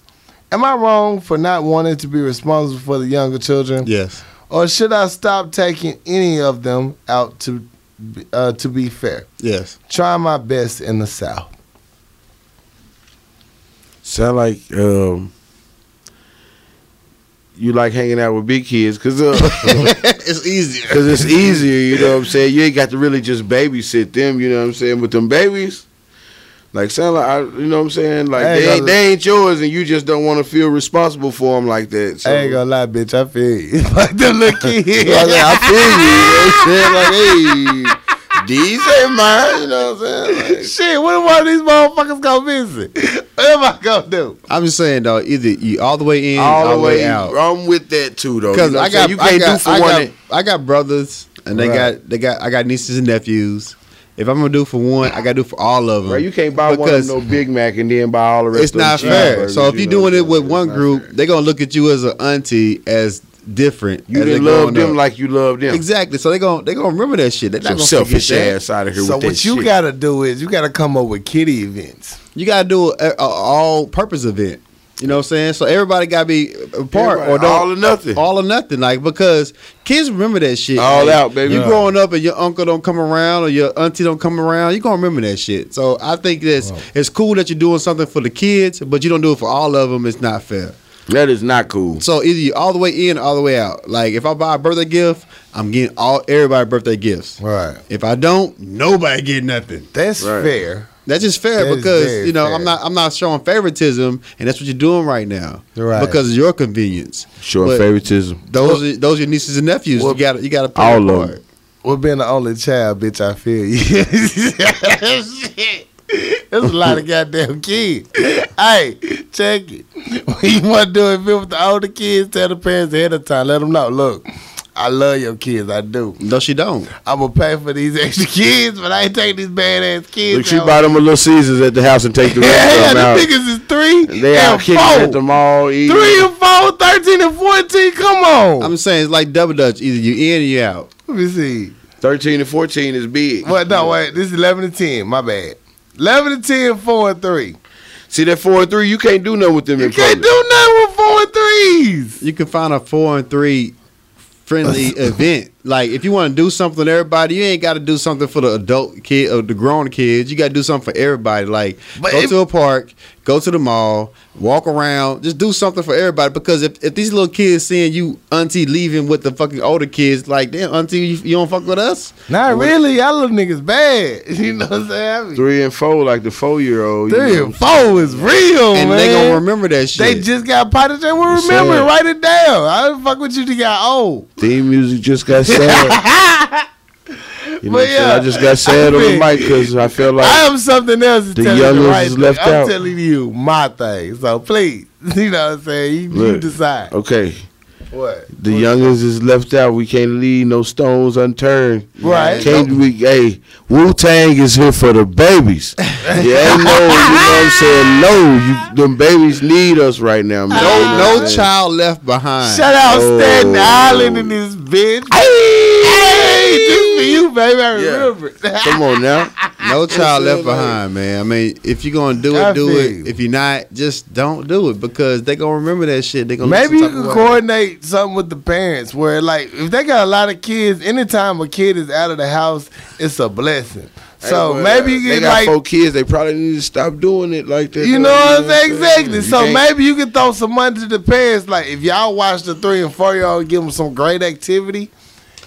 Am I wrong for not wanting to be responsible for the younger children? Yes. Or should I stop taking any of them out to, uh, to be fair? Yes. Try my best in the South. Sound like um, you like hanging out with big kids, cause uh, [laughs] it's easier. Cause [laughs] it's easier, you know what I'm saying. You ain't got to really just babysit them, you know what I'm saying. With them babies, like sound like I, you know what I'm saying. Like I ain't they ain't, gonna- they ain't yours, and you just don't want to feel responsible for them like that. So. I ain't gonna lie, bitch. I feel you. [laughs] Fuck them little kids. [laughs] Like, I feel you. You know what I'm saying? Like hey, these ain't mine. You know what I'm saying? Like, Shit, what am I these motherfuckers gonna visit? [laughs] What am I gonna do? I'm just saying though, either you all the way in, all, all the way. out. I'm with that too, though. Because you know what I I'm got, saying? you I can't got, do for I one. got, and- I got brothers, and they Right. got, they got, I got nieces and nephews. If I'm gonna do for one, I gotta do for all of them. Bro, you can't buy one of because them no Big Mac and then buy all the rest. It's of them not fair. cheeseburgers, So if you're know what doing I'm it with saying? one It's not group, fair. they're gonna look at you as an auntie as different. you as they didn't growing love them up. like you love them. exactly. So they gonna they gonna remember that shit. They're not Some gonna selfish forget that. ass out of here. So with what that you shit. gotta do is you gotta come up with kitty events. You gotta do a, a, all purpose event. You know what I'm saying? So everybody gotta be apart Everybody, or don't all or nothing. all or nothing, like because kids remember that shit. All Like, out, baby. You Yeah. growing up and your uncle don't come around or your auntie don't come around, you gonna remember that shit. So I think that's it's cool that you're doing something for the kids, but you don't do it for all of them. It's not fair. that is not cool. So either you all the way in, or all the way out. Like if I buy a birthday gift, I'm getting all everybody birthday gifts. Right. If I don't, nobody get nothing. That's Right. fair. That's just fair That is because very you know fair. I'm not I'm not showing favoritism, and that's what you're doing right now Right. because of your convenience. Sure, But favoritism. Those are, those are your nieces and nephews. Well, you got to you got to play all of all 'em. part. Well being the only child, bitch, I feel you. [laughs] Shit. There's a lot of goddamn kids. hey, check it. When you want to do an event with the older kids, tell the parents ahead of time. Let them know. Look, I love your kids. I do. No, she don't. I'm gonna pay for these [laughs] extra kids, but I ain't taking these bad ass kids. Look, she out. buy them a little Caesars at the house and take the rest [laughs] yeah, of them yeah, out. these niggas is three They out and kicking at the four. mall. Eating. Three and four, 13 and 14. Come on. I'm saying it's like double dutch. Either you in or you out. Let me see. Thirteen and fourteen is big. What? No, wait. This is 11 to 10. My bad. 11 to 10, 4 and 3. See that four and three, you can't do nothing with them. You in can't public. do nothing with 4 and 3s. You can find a four and three [laughs] friendly event. Like if you want to do something for everybody, you ain't got to do something for the adult kid or the grown kids. You got to do something for everybody. Like But go if- to a park, go to the mall, walk around, just do something for everybody. Because if, if these little kids seeing you auntie leaving with the fucking older kids, like damn auntie, you, you don't fuck with us. Not really. Y'all little niggas bad. [laughs] You know what I'm saying? I mean, Three and four, like the four year old. three and four is real, and man. they gonna remember that shit. They just got potted. They will Yes, remember. it. sir. Write it down. I don't fuck with you. They got old. Theme music [laughs] just got sad. You know But what I'm saying? yeah, I just got [laughs] sad I on mean, the mic because I felt like I am something else. is the telling you youngers right is thing. left I'm out. telling you my thing. So please, [laughs] you know what I'm saying. You, you Look. Oh. decide. okay, What the What- youngest is left out. We can't leave no stones unturned. Right. Can't we? Hey, Wu Tang is here for [laughs] the babies. yeah, no, you know what I'm saying? No, you them babies need us right now, man. You know no what no I'm saying? child left behind. Shout out Oh. Staten Island in this bitch. Hey, this for you, baby. I Yeah. remember. Come on now. No child left like- behind, man. I mean, if you're gonna do I it, do feel- it. If you're not, just don't do it because they gonna remember that shit. They gonna look some Maybe you type could of way. coordinate something with the parents where, like, if they got a lot of kids, anytime a kid is out of the house, it's a blessing. [laughs] So Hey, but maybe you they could, got like, four kids. They probably need to stop doing it like that. you though, know what I'm saying? You Exactly. So can't- maybe you could throw some money to the parents. Like, if y'all watch the three and four year old, give them some great activity.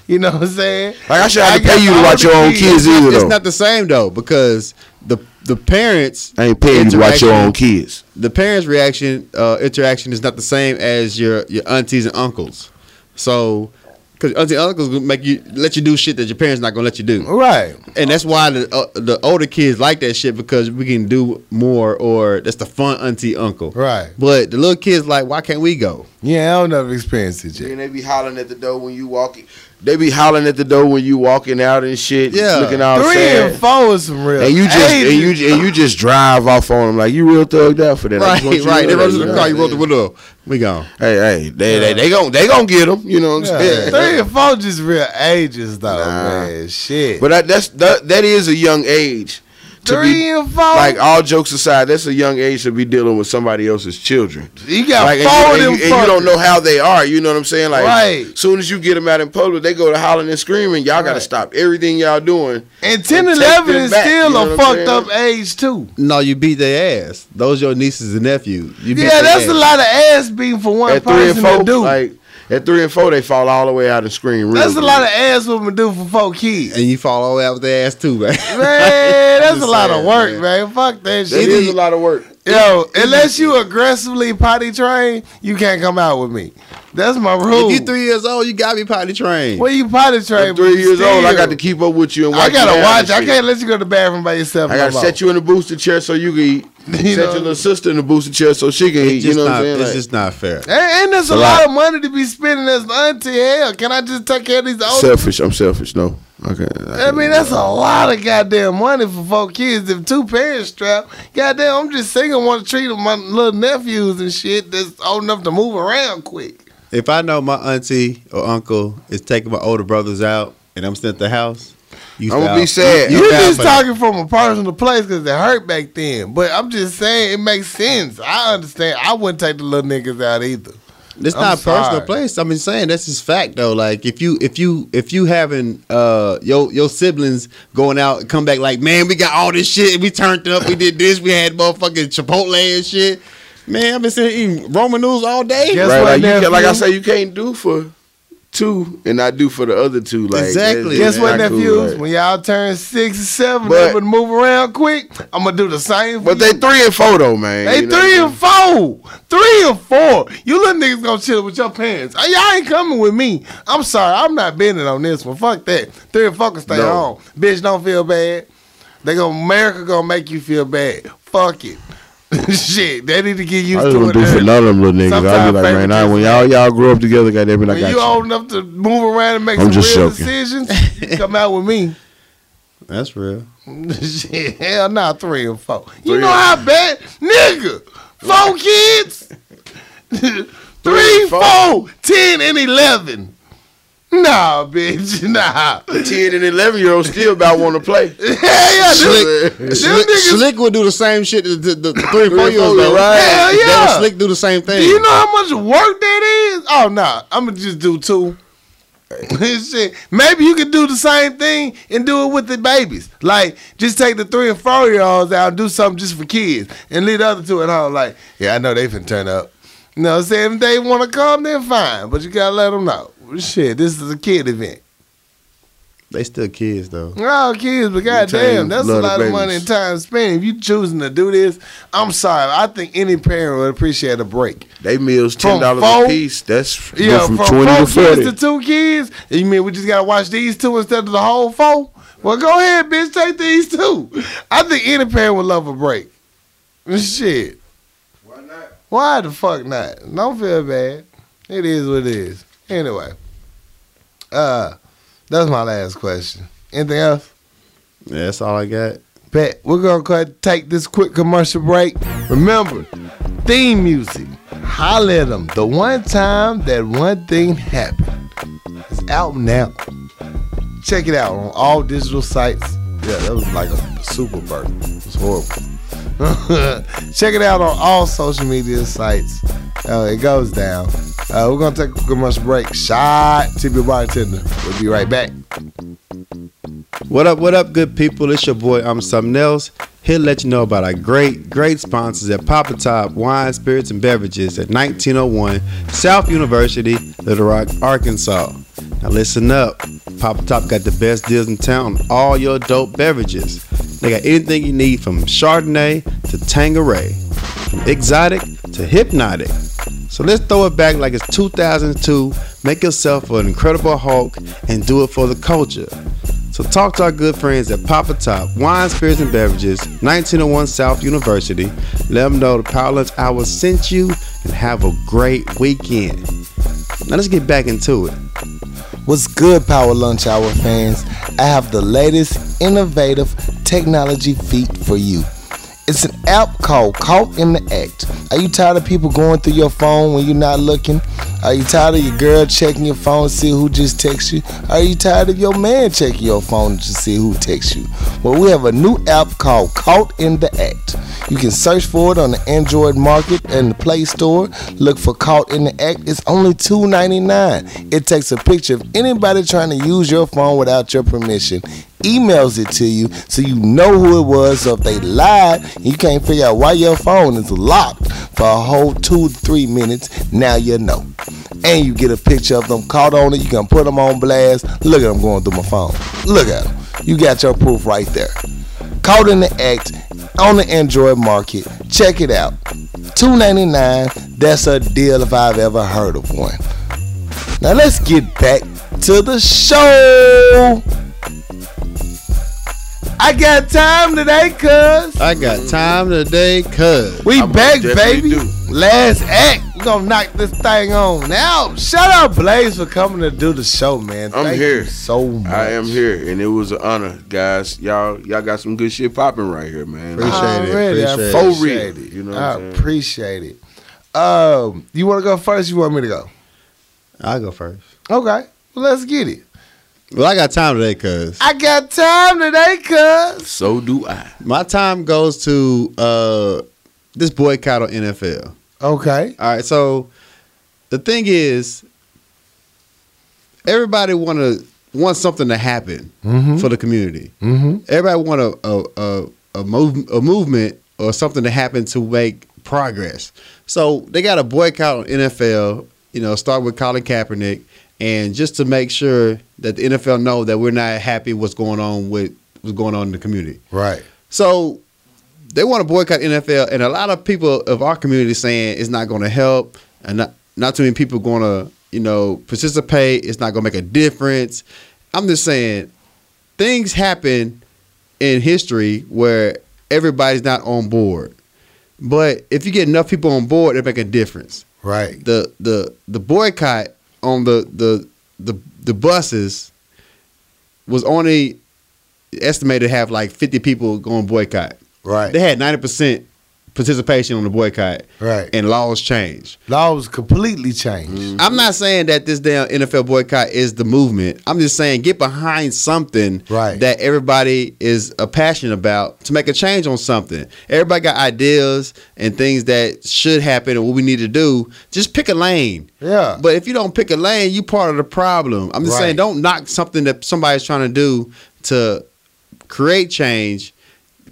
You know what I'm saying? like I should have to I pay you to got watch your all the own kids. kids either It's though. not the same though because the the parents I ain't paying you to watch your interaction- own kids. The parents' reaction uh, interaction is not the same as your your aunties and uncles. So, because aunties and uncles gonna make you let you do shit that your parents not gonna let you do. Right. And that's why the uh, the older kids like that shit because we can do more, or that's the fun auntie uncle. Right. But the little kids like, why can't we go? Yeah, I don't never experienced it yet. And they be hollering at the door when you walking. They be hollering at the door when you walking out and shit. Yeah. looking all Three sad. and four is some real. And you just and ages. you and you just drive off on them like you real thugged out for that. I Right, just want you to right. They know rolled to that, you the know car. You what rolled the I'm window. up. We gone. saying? Hey, hey, they they they gon' they gon' get them. You know what I'm Yeah. [laughs] saying? Three and four just real ages though, Nah. man. Shit. But that, that's that, that is a young age. To three be, and four, like uh, all jokes aside, that's a young age to be dealing with somebody else's children. you got like, and four you, and of you- them. and you fuckers. don't know how they are. You know what I'm saying? Like, Right. soon as you get them out in public, they go to hollering and screaming. Y'all all got to Right. stop everything y'all doing. And 10, and take 11 them is back, still you know a what I'm fucked saying? up age too. No, you beat their ass. Those your nieces and nephews. You beat Yeah, their that's ass. a lot of ass beating for one at three and person four, to do. like at three and four, they fall all the way out and scream. real that's a good. lot of ass women do for four kids. And you fall all the way out with their ass too, man. [laughs] Man, that's a Just lot of saying, work, man. man. Fuck that That shit. is a lot of work. Yo, unless you aggressively potty train, you can't come out with me. That's my [laughs] rule. If you three years old, you gotta be potty trained. Well, you potty train. I'm three years old. I got to keep up with you and watch. I gotta you down and watch. I shit. can't let you go to the bathroom by yourself. I gotta set you in the booster chair so you can eat. [laughs] You set know? your little sister in the booster chair so she can eat. it's You just know what not, I'm saying? it's Like, just not fair. And, and there's a a lot lot. of money to be spending as an auntie. Hell, can I just take care of these old? selfish. I'm selfish. No. Okay. I mean, that's a lot of goddamn money for four kids. If two parents strapped, goddamn, I'm just saying I want to treat my little nephews and shit that's old enough to move around quick. If I know my auntie or uncle is taking my older brothers out and I'm sitting at the house, you I'm gonna foul. be sad. You You foul just for that. talking from a personal place because it hurt back then. But I'm just saying it makes sense. I understand. I wouldn't take the little niggas out either. It's I'm not sorry. personal place. I'm just saying that's just fact though. Like if you if you if you having uh your your siblings going out and come back like man we got all this shit we turned up we did this we had motherfucking Chipotle and shit. Man, I've been sitting eating Roman noodles all day. Guess right. what, Like, you nephew? can, like I say, you can't do for two and not do for the other two. Like Exactly. that's- Guess that's what, not cool, nephews? like- When y'all turn six or seven, But- they would move around quick. I'm gonna do the same. But for they you. three and four though, man. They You know three what and four. Three and four. You little niggas gonna chill with your parents. Uh, Y'all ain't coming with me. I'm sorry. I'm not bending on this one. Fuck that. Three and four can stay No. home. Bitch, don't feel bad. They gonna America gonna make you feel bad. Fuck it. [laughs] Shit. They need to get I used just to don't it. do for early. none of them little niggas. I Sometimes be like, man, I, favoritism. when y'all y'all grow up together, goddamn it, I When got you you. old enough to move around and make I'm some just real joking. decisions, [laughs] you come out with me. That's real. Shit, [laughs] hell nah, three and four. You Three know how bad? Nigga, four kids? three, and four. four, ten, and eleven. Nah, bitch, [laughs] nah. [laughs] Ten and eleven year olds still about want to play. Hell yeah, this, Slick, Them Slick, niggas- Slick would do the same shit that the, the three and Three four and year olds four, do. right. Hell They would yeah. Slick do the same do thing. you know how much work that is? Oh, nah, I'm gonna just do two. [laughs] Shit. Maybe you could do the same thing and do it with the babies. Like, just take the three and four year olds out and do something just for kids and leave the other two at home. Like, yeah, I know they finna turn up. You know what I'm saying? If they want to come, then fine. But you gotta let them know. Shit, this is a kid event. They still kids though. Oh, kids, but goddamn, Entertain that's a little lot of babies. money and time spent. If you choosing to do this, I'm sorry. I think any parent would appreciate a break. They meals From ten dollars four- a piece. That's Yeah, go from, from, four twenty to kids forty. to two kids. You mean we just gotta watch these two instead of the whole four? Well, go ahead, bitch, take these two. I think any parent would love a break. [laughs] Shit, Why not? why the fuck not? Don't feel bad. It is what it is. Anyway, uh, that's my last question. Anything else? Yeah, that's all I got. Bet we're gonna go ahead and take this quick commercial break. Remember, theme music. Holla at 'em. The one time that one thing happened. It's out now. Check it out on all digital sites. Yeah, that was like a super burp. It was horrible. [laughs] Check it out on all social media sites. Uh, it goes down. Uh, we're gonna take a quick commercial break. Shot tip your bartender. We'll be right back. What up, what up, good people? It's your boy, I'm something else. Here to let you know about our great, great sponsors at Papa Top Wine, Spirits, and Beverages at 1901 South University, Little Rock, Arkansas. Now listen up. Papa Top got the best deals in town on all your dope beverages. They got anything you need from Chardonnay to Tangeray, from exotic to hypnotic. So let's throw it back like it's 2002, make yourself an incredible Hulk, and do it for the culture. So talk to our good friends at Papa Top Wine, Spirits, and Beverages, 1901 South University. Let them know the Power Lunch Hour sent you and have a great weekend. Now let's get back into it. What's good, Power Lunch Hour fans? I have the latest innovative technology feat for you. It's an app called Caught in the Act. Are you tired of people going through your phone when you're not looking? Are you tired of your girl checking your phone to see who just texted you? Are you tired of your man checking your phone to see who texts you? Well, we have a new app called Caught in the Act. You can search for it on the Android market and the Play Store. Look for Caught in the Act. It's only $2.99. It takes a picture of anybody trying to use your phone without your permission emails it to you so you know who it was. So if they lied, you can't figure out why your phone is locked for a whole two to three minutes. Now you know. And you get a picture of them caught on it. You can put them on blast. Look at them going through my phone. Look at them. You got your proof right there. Caught in the act on the Android market. Check it out. $2.99. That's a deal if I've ever heard of one. Now let's get back to the show. I got time today, cuz. I got time today, cuz. We I most back, baby. definitely do. Last act. we gonna knock this thing on now. Shout out Blaze for coming to do the show, man. I'm Thank here. You so much. I am here, and it was an honor, guys. Y'all, y'all got some good shit popping right here, man. Appreciate it. Already, I Appreciate it. For appreciate real, it. you know what I I'm saying? appreciate it. Um, you wanna go first? You want me to go? I'll go first. Okay. Well, let's get it. Well, I got time today, cuz. I got time today, cuz. So do I. My time goes to uh, this boycott on NFL. Okay. All right, so the thing is, everybody want to want something to happen for the community. Mm-hmm. Everybody want a a a, a, move, a movement or something to happen to make progress. So they got a boycott on NFL. You know, start with Colin Kaepernick, and just to make sure that the NFL know that we're not happy what's going on with what's going on in the community. Right. So they want to boycott NFL, and a lot of people of our community saying it's not going to help, and not, not too many people going to you know participate. It's not going to make a difference. I'm just saying things happen in history where everybody's not on board, but if you get enough people on board, it make a difference Right. the the the boycott on the the the the buses was only estimated to have like 50 people going boycott. Right. They had 90% participation on the boycott, Right. and laws changed. Laws completely changed. I'm not saying that this damn NFL boycott is the movement. I'm just saying get behind something Right. that everybody is uh, passionate about to make a change on something. Everybody got ideas and things that should happen and what we need to do. Just pick a lane. Mm-hmm. Yeah. But if you don't pick a lane, you part of the problem. I'm just Right. saying don't knock something that somebody's trying to do to create change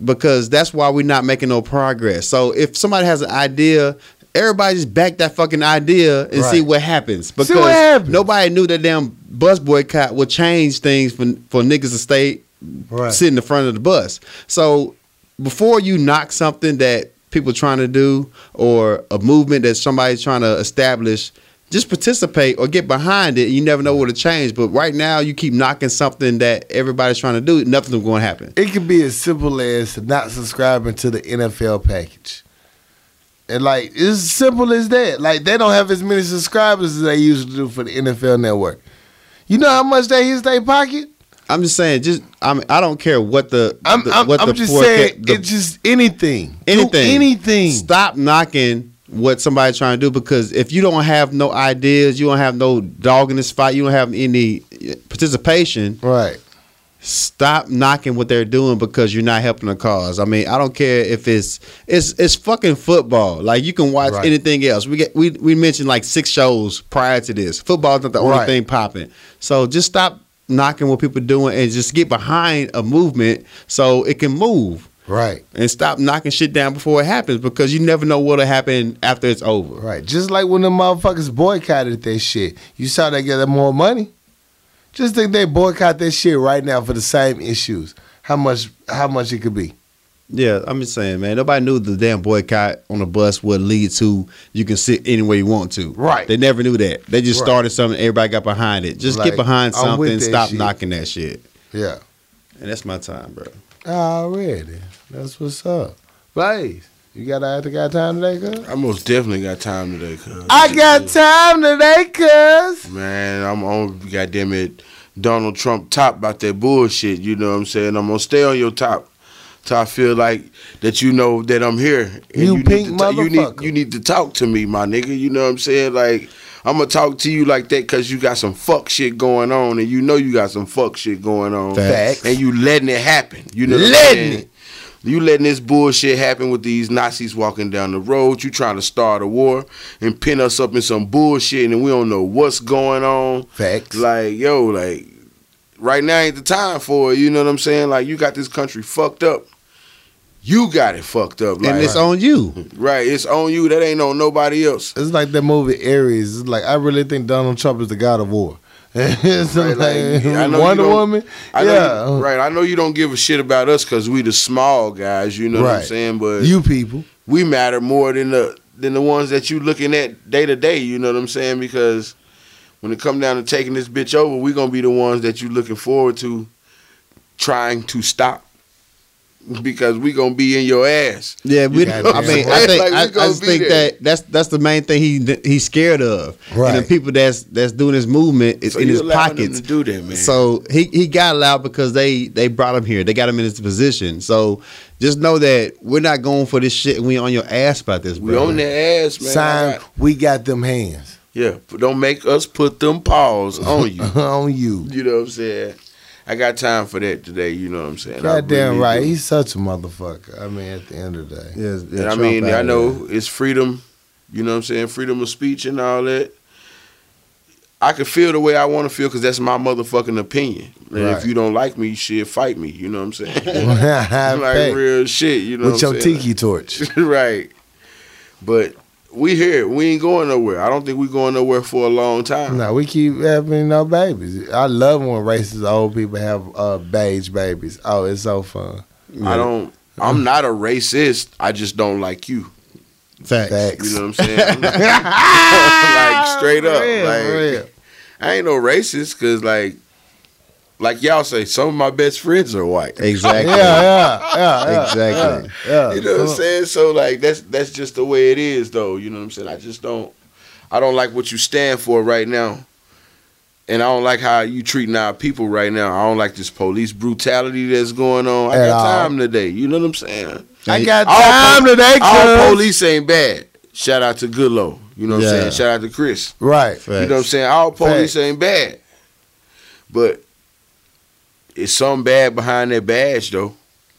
because that's why we're not making no progress. So if somebody has an idea, everybody just back that fucking idea and see Right. what happens. Because happens. nobody knew that damn bus boycott would change things for for niggas to stay Right. sit in the front of the bus. So before you knock something that people trying to do or a movement that somebody's trying to establish, just participate or get behind it. You never know what'll change. But right now you keep knocking something that everybody's trying to do, nothing's gonna happen. It could be as simple as not subscribing to the NFL package. And like it's as simple as that. Like they don't have as many subscribers as they usually do for the NFL network. You know how much that hits their pocket? I'm just saying, just I mean, I don't care what the I'm the, I'm, what I'm the just poor saying ca- the- it's just anything. Do anything, anything. Stop knocking what somebody's trying to do because if you don't have no ideas, you don't have no dog in this fight, you don't have any uh, participation. Right. Stop knocking what they're doing because you're not helping the cause. I mean, I don't care if it's it's it's fucking football. Like you can watch Right. anything else. We get we we mentioned like six shows prior to this. Football's not the only Right. thing popping. So just stop knocking what people doing and just get behind a movement so it can move Right. and stop knocking shit down before it happens because you never know what'll happen after it's over. Right. Just like when the motherfuckers boycotted that shit. You saw they get more money. Just think they boycott that shit right now for the same issues. How much how much it could be. Yeah, I'm just saying, man. Nobody knew the damn boycott on the bus would lead to you can sit anywhere you want to. Right. They never knew that. They just Right. started something. Everybody got behind it. Just Like, get behind I'm with something. that Stop shit. knocking that shit. Yeah. And that's my time, bro. Already. That's what's up. Blaze, you got I got time today, cuz? I most definitely got time today, cuz. I got time today, cuz. Man, I'm on goddamn it Donald Trump top about that bullshit, you know what I'm saying? I'm gonna stay on your top. Till I feel like that you know that I'm here. And You need pink to ta- you need motherfucker. you need to talk to me, my nigga. You know what I'm saying? Like I'm gonna talk to you like that cause you got some fuck shit going on and you know you got some fuck shit going on. Facts. And you letting it happen. You know what I'm Letting saying? You letting this bullshit happen with these Nazis walking down the road. You trying to start a war and pin us up in some bullshit, and we don't know what's going on. Facts. Like, yo, like, right now ain't the time for it. You know what I'm saying? Like, you got this country fucked up. You got it fucked up. Like, and it's on you. [laughs] right, it's on you. That ain't on nobody else. It's like that movie Aries. It's like I really think Donald Trump is the god of war. [laughs] It's Right, like, like, I know you Wonder don't- Woman. I yeah. know you, right. I know you don't give a shit about us because we the small guys. You know what I'm Right. saying? But You people. we matter more than the than the ones that you looking at day to day. You know what I'm saying? Because when it come down to taking this bitch over, we gonna be the ones that you looking forward to trying to stop. Because we gonna be in your ass. Yeah, we. got it. I mean, I think Like, we I, I gonna just be think there. that that's that's the main thing he he's scared of. And Right. the people that's that's doing this movement is So in you his allowing them pockets. to do that, man. So he, he got allowed because they they brought him here. They got him in this position. So just know that we're not going for this shit. and We on your [laughs] ass about this, we bro. on their ass, man. Sign, All right. we got them hands [laughs] Yeah, but don't make us put them paws on you. on you. you know what I'm saying? I got time for that today. You know what I'm saying? I Goddamn really right. do. He's such a motherfucker. I mean, at the end of the day. Yeah, yeah, And I Trump mean, out I of there. know it's freedom, you know what I'm saying? Freedom of speech and all that. I can feel the way I want to feel because that's my motherfucking opinion. And Right. if you don't like me, shit, fight me. You know what [laughs] I'm [laughs] saying? like Fact. real shit, you know With what I'm your saying? tiki [laughs] torch. right. But we here. We ain't going nowhere. I don't think we going nowhere for a long time. No, we keep having no babies. I love when racist old people have uh, beige babies. Oh, it's so fun. I don't. I'm not a racist. I just don't like you. Facts. Facts. You know what [laughs] I'm saying? [laughs] like straight up. For real, like for real. I ain't no racist because like like y'all say, some of my best friends are white. Exactly. [laughs] Yeah, yeah, yeah, yeah, Exactly. yeah. You know what I'm saying? So like that's that's just the way it is though. You know what I'm saying? I just don't I don't like what you stand for right now. And I don't like how you treating our people right now. I don't like this police brutality that's going on. I At got all. time today. You know what I'm saying? [laughs] I got All time po- today, All cuz. police ain't bad. Shout out to Goodlow. You know what I'm Yeah. saying? Shout out to Chris. Right. You know what I'm saying? All police ain't bad. But it's some bad behind that badge though.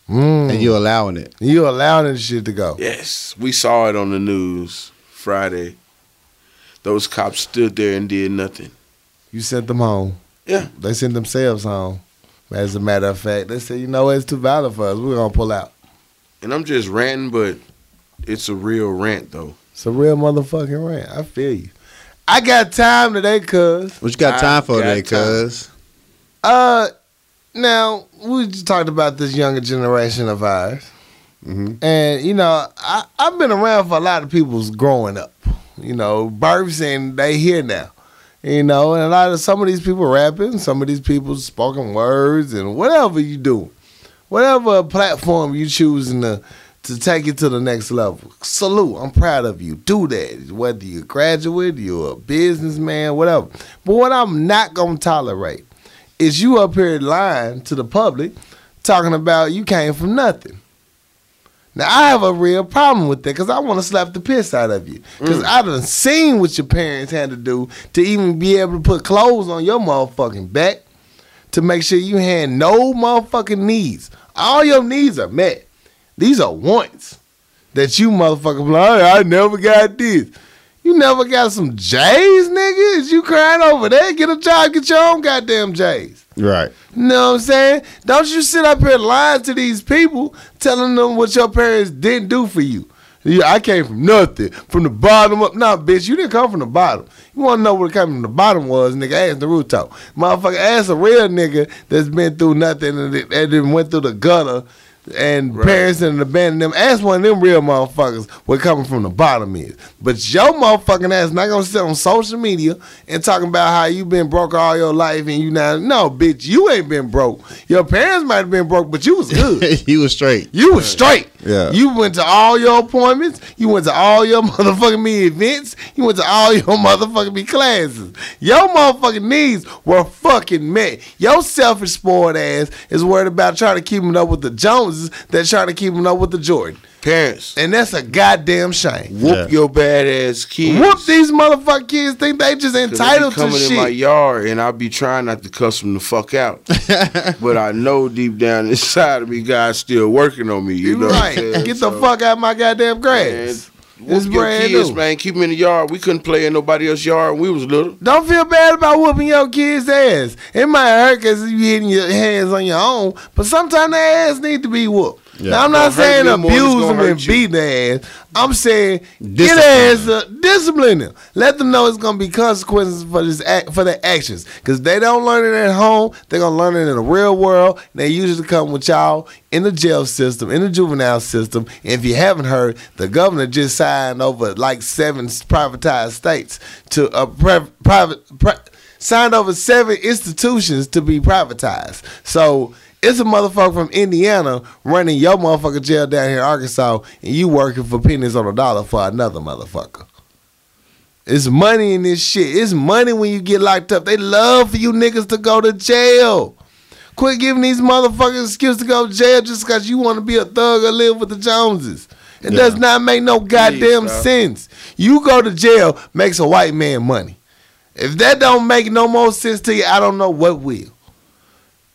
Mm. And you you allowing it. you allowing this shit to go. Yes. We saw it on the news Friday. Those cops stood there and did nothing. You sent them home. Yeah. They sent themselves home. As a matter of fact, they said, you know what, it's too violent for us. We're gonna pull out. And I'm just ranting, but it's a real rant though. It's a real motherfucking rant. I feel you. I got time today, cuz. What you got I time for got today, time. cuz? Uh, now we just talked about this younger generation of ours, Mhm. and you know, I I've been around for a lot of people's growing up. You know, births and they here now. You know, and a lot of some of these people rapping, some of these people spoken words, and whatever you do, whatever platform you choosing to to take it to the next level. Salute, I'm proud of you. Do that, whether you're a graduate, you're a businessman, whatever. But what I'm not gonna tolerate is you up here lying to the public talking about you came from nothing. Now I have a real problem with that because I want to slap the piss out of you because I done seen what your parents had to do to even be able to put clothes on your motherfucking back to make sure you had no motherfucking needs. All your needs are met. These are wants that you motherfucking be like, "Hey, I never got this. You never got some J's, nigga? Is you crying over that? Get a job, get your own goddamn J's. Right. You know what I'm saying? Don't you sit up here lying to these people, telling them what your parents didn't do for you. Yeah, I came from nothing, from the bottom up. Nah, bitch, you didn't come from the bottom. You want to know what came from the bottom was, nigga? Ask Naruto. Motherfucker, ask a real nigga that's been through nothing and, it- and then went through the gutter and parents and abandoned them. Ask one of them real motherfuckers what coming from the bottom is. But your motherfucking ass not gonna sit on social media and talking about how you been broke all your life and you now no bitch, you ain't been broke. Your parents might have been broke, but you was good. you was straight. You was straight. Yeah. You went to all your appointments. You went to all your [laughs] motherfucking me events. You went to all your [laughs] motherfucking me classes. Your motherfucking needs were fucking met. Your selfish spoiled ass is worried about trying to keep up with the Joneses that trying to keep up with the Jordan. Parents, And that's a goddamn shame. whoop Yeah. your bad ass kids. Whoop these motherfucking kids think they just 'Cause they be entitled to coming in shit. my yard and I be trying not to cuss them the fuck out. but I know deep down inside of me, God's still working on me. You, you know right. what I'm saying? Get the So, fuck out of my goddamn man, grass. Whoop It's your brand kids, new. man. Keep them in the yard. We couldn't play in nobody else's yard when we was little. Don't feel bad about whooping your kids' ass. It might hurt because you hitting your hands on your own, but sometimes the ass need to be whooped. Yeah. Now I'm Gonna not hurt saying me more than it's abuse gonna them hurt and you. beat their ass. I'm saying get Discipline. their ass up, discipline them. Let them know it's gonna be consequences for this act, for their actions. Cause they don't learn it at home, they're gonna learn it in the real world. And they usually come with y'all in the jail system, in the juvenile system. If you haven't heard, the governor just signed over like seven privatized states to a pre- private. Pri- signed over seven institutions to be privatized. So it's a motherfucker from Indiana running your motherfucker jail down here in Arkansas, and you working for pennies on a dollar for another motherfucker. It's money in this shit. It's money when you get locked up. They love for you niggas to go to jail. Quit giving these motherfuckers excuse to go to jail just because you want to be a thug or live with the Joneses. It does not make no goddamn bro. sense. You go to jail makes a white man money. If that don't make no more sense to you, I don't know what will.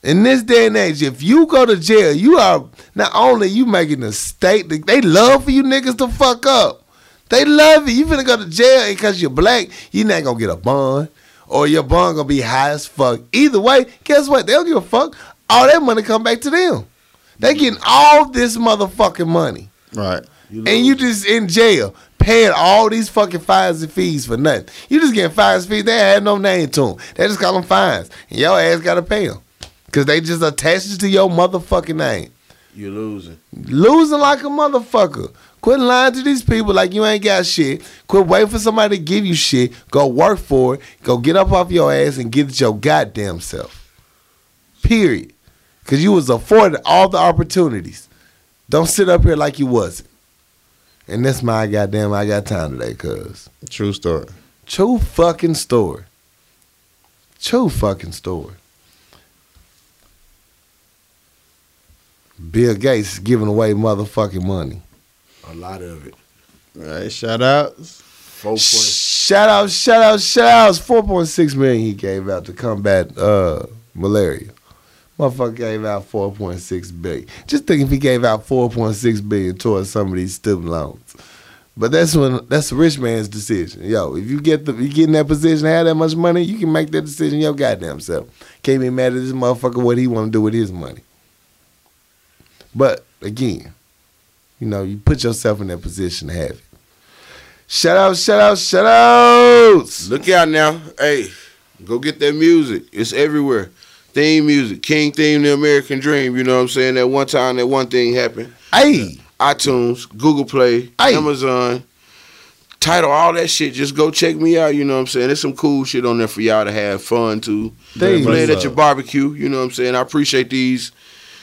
In this day and age, if you go to jail, you are not only you making a state. They love for you niggas to fuck up. They love you. You finna go to jail because you're black. You not gonna get a bond, or your bond gonna be high as fuck. Either way, guess what? They don't give a fuck. All that money come back to them. They getting all this motherfucking money Right. and you just in jail paying all these fucking fines and fees for nothing. You just getting fines and fees. They had no name to them. They just call them fines, and your ass gotta pay them because they just attached it to your motherfucking name. You're losing. Losing like a motherfucker. Quit lying to these people like you ain't got shit. Quit waiting for somebody to give you shit. Go work for it. Go get up off your ass and get it your goddamn self. Period. Cause you was afforded all the opportunities. Don't sit up here like you wasn't. And that's my goddamn I got time today, cuz. True story. True fucking story. True fucking story. Bill Gates is giving away motherfucking money. A lot of it. All right, shout outs. Four point. Shout out, shout out, shout outs. 4.6 million he gave out to combat uh, malaria. Motherfucker gave out 4.6 billion. Just think if he gave out 4.6 billion towards some of these student loans. But that's when that's the rich man's decision. Yo, if you get the you get in that position, have that much money, you can make that decision your goddamn self. Can't be mad at this motherfucker what he wanna do with his money. But again, you know, you put yourself in that position to have it. Shout out, shout out, shout outs. Look out now. Hey, go get that music. It's everywhere. Theme music. King theme, the American dream. You know what I'm saying? That one time that one thing happened. Hey, iTunes, Google Play, Hey. Amazon, title, all that shit. Just go check me out. You know what I'm saying? There's some cool shit on there for y'all to have fun to. Things Play it up. at your barbecue. You know what I'm saying? I appreciate these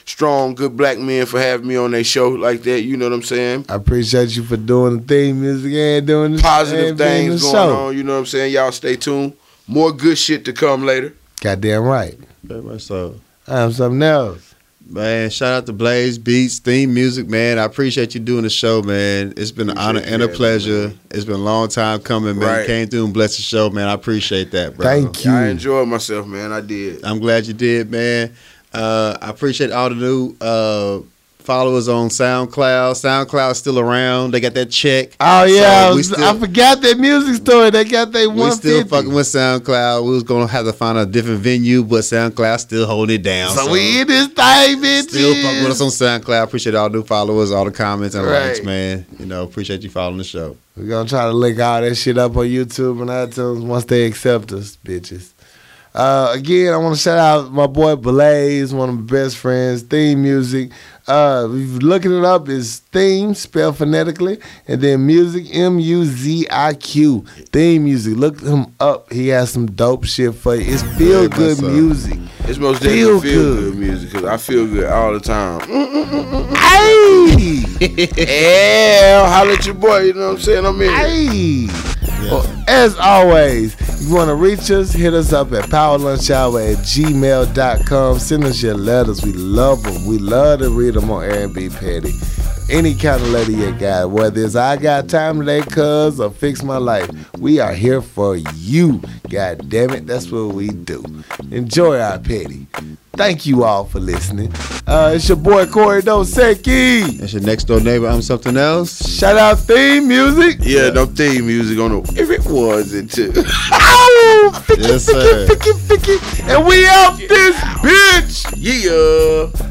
strong, good black men for having me on their show like that. You know what I'm saying? I appreciate you for doing the theme music and doing the Positive and being things the going show. on. You know what I'm saying? Y'all stay tuned. More good shit to come later. Goddamn right. Very much so. I'm something else. Man, shout out to Blaze Beats, theme music, man. I appreciate you doing the show, man. It's been an honor Appreciate and you a having me, pleasure. It's been a long time coming, man. You Right. Came through and blessed the show, man. I appreciate that, bro. Thank you. I enjoyed myself, man. I did. I'm glad you did, man. Uh, I appreciate all the new uh, followers on SoundCloud. SoundCloud's still around. They got that check. Oh yeah, So I, we was- still- I forgot that music story. They got they We one still fucking with SoundCloud. We was gonna have to find a different venue, but SoundCloud still holding it down. So we in this thing, bitch. still fucking with us on SoundCloud. Appreciate all new followers, all the comments and likes, Right. man. You know, appreciate you following the show. We're gonna try to link all that shit up on YouTube and iTunes once they accept us, bitches. Uh, again, I want to shout out my boy Blaze, one of my best friends. Theme music. Uh, if you're looking it up, is theme spelled phonetically, and then music M U Z I Q. Theme music. Look him up. He has some dope shit for you. It's Very feel much good so. music. It's most Feel definitely feel good, good. Mm. music because I feel good all the time. Hey, Hell, holla at your boy. You know what I'm saying? I'm in. here. hey. Well, as always, you want to reach us, hit us up at powerlunchhour at gmail.com. Send us your letters. We love them. We love to read them on Airbnb Petty. Any kind of letter you got, whether it's I got time today, cuz, or fix my life, we are here for you. God damn it, that's what we do. Enjoy our petty. Thank you all for listening. Uh, it's your boy Corey Doseki. That's your next door neighbor. I'm something else. Shout out theme music. Yeah, no theme music on the. If it was, it too. Ow! Ficky, Yes, ficky, sir. ficky, ficky. And we out this bitch. yeah.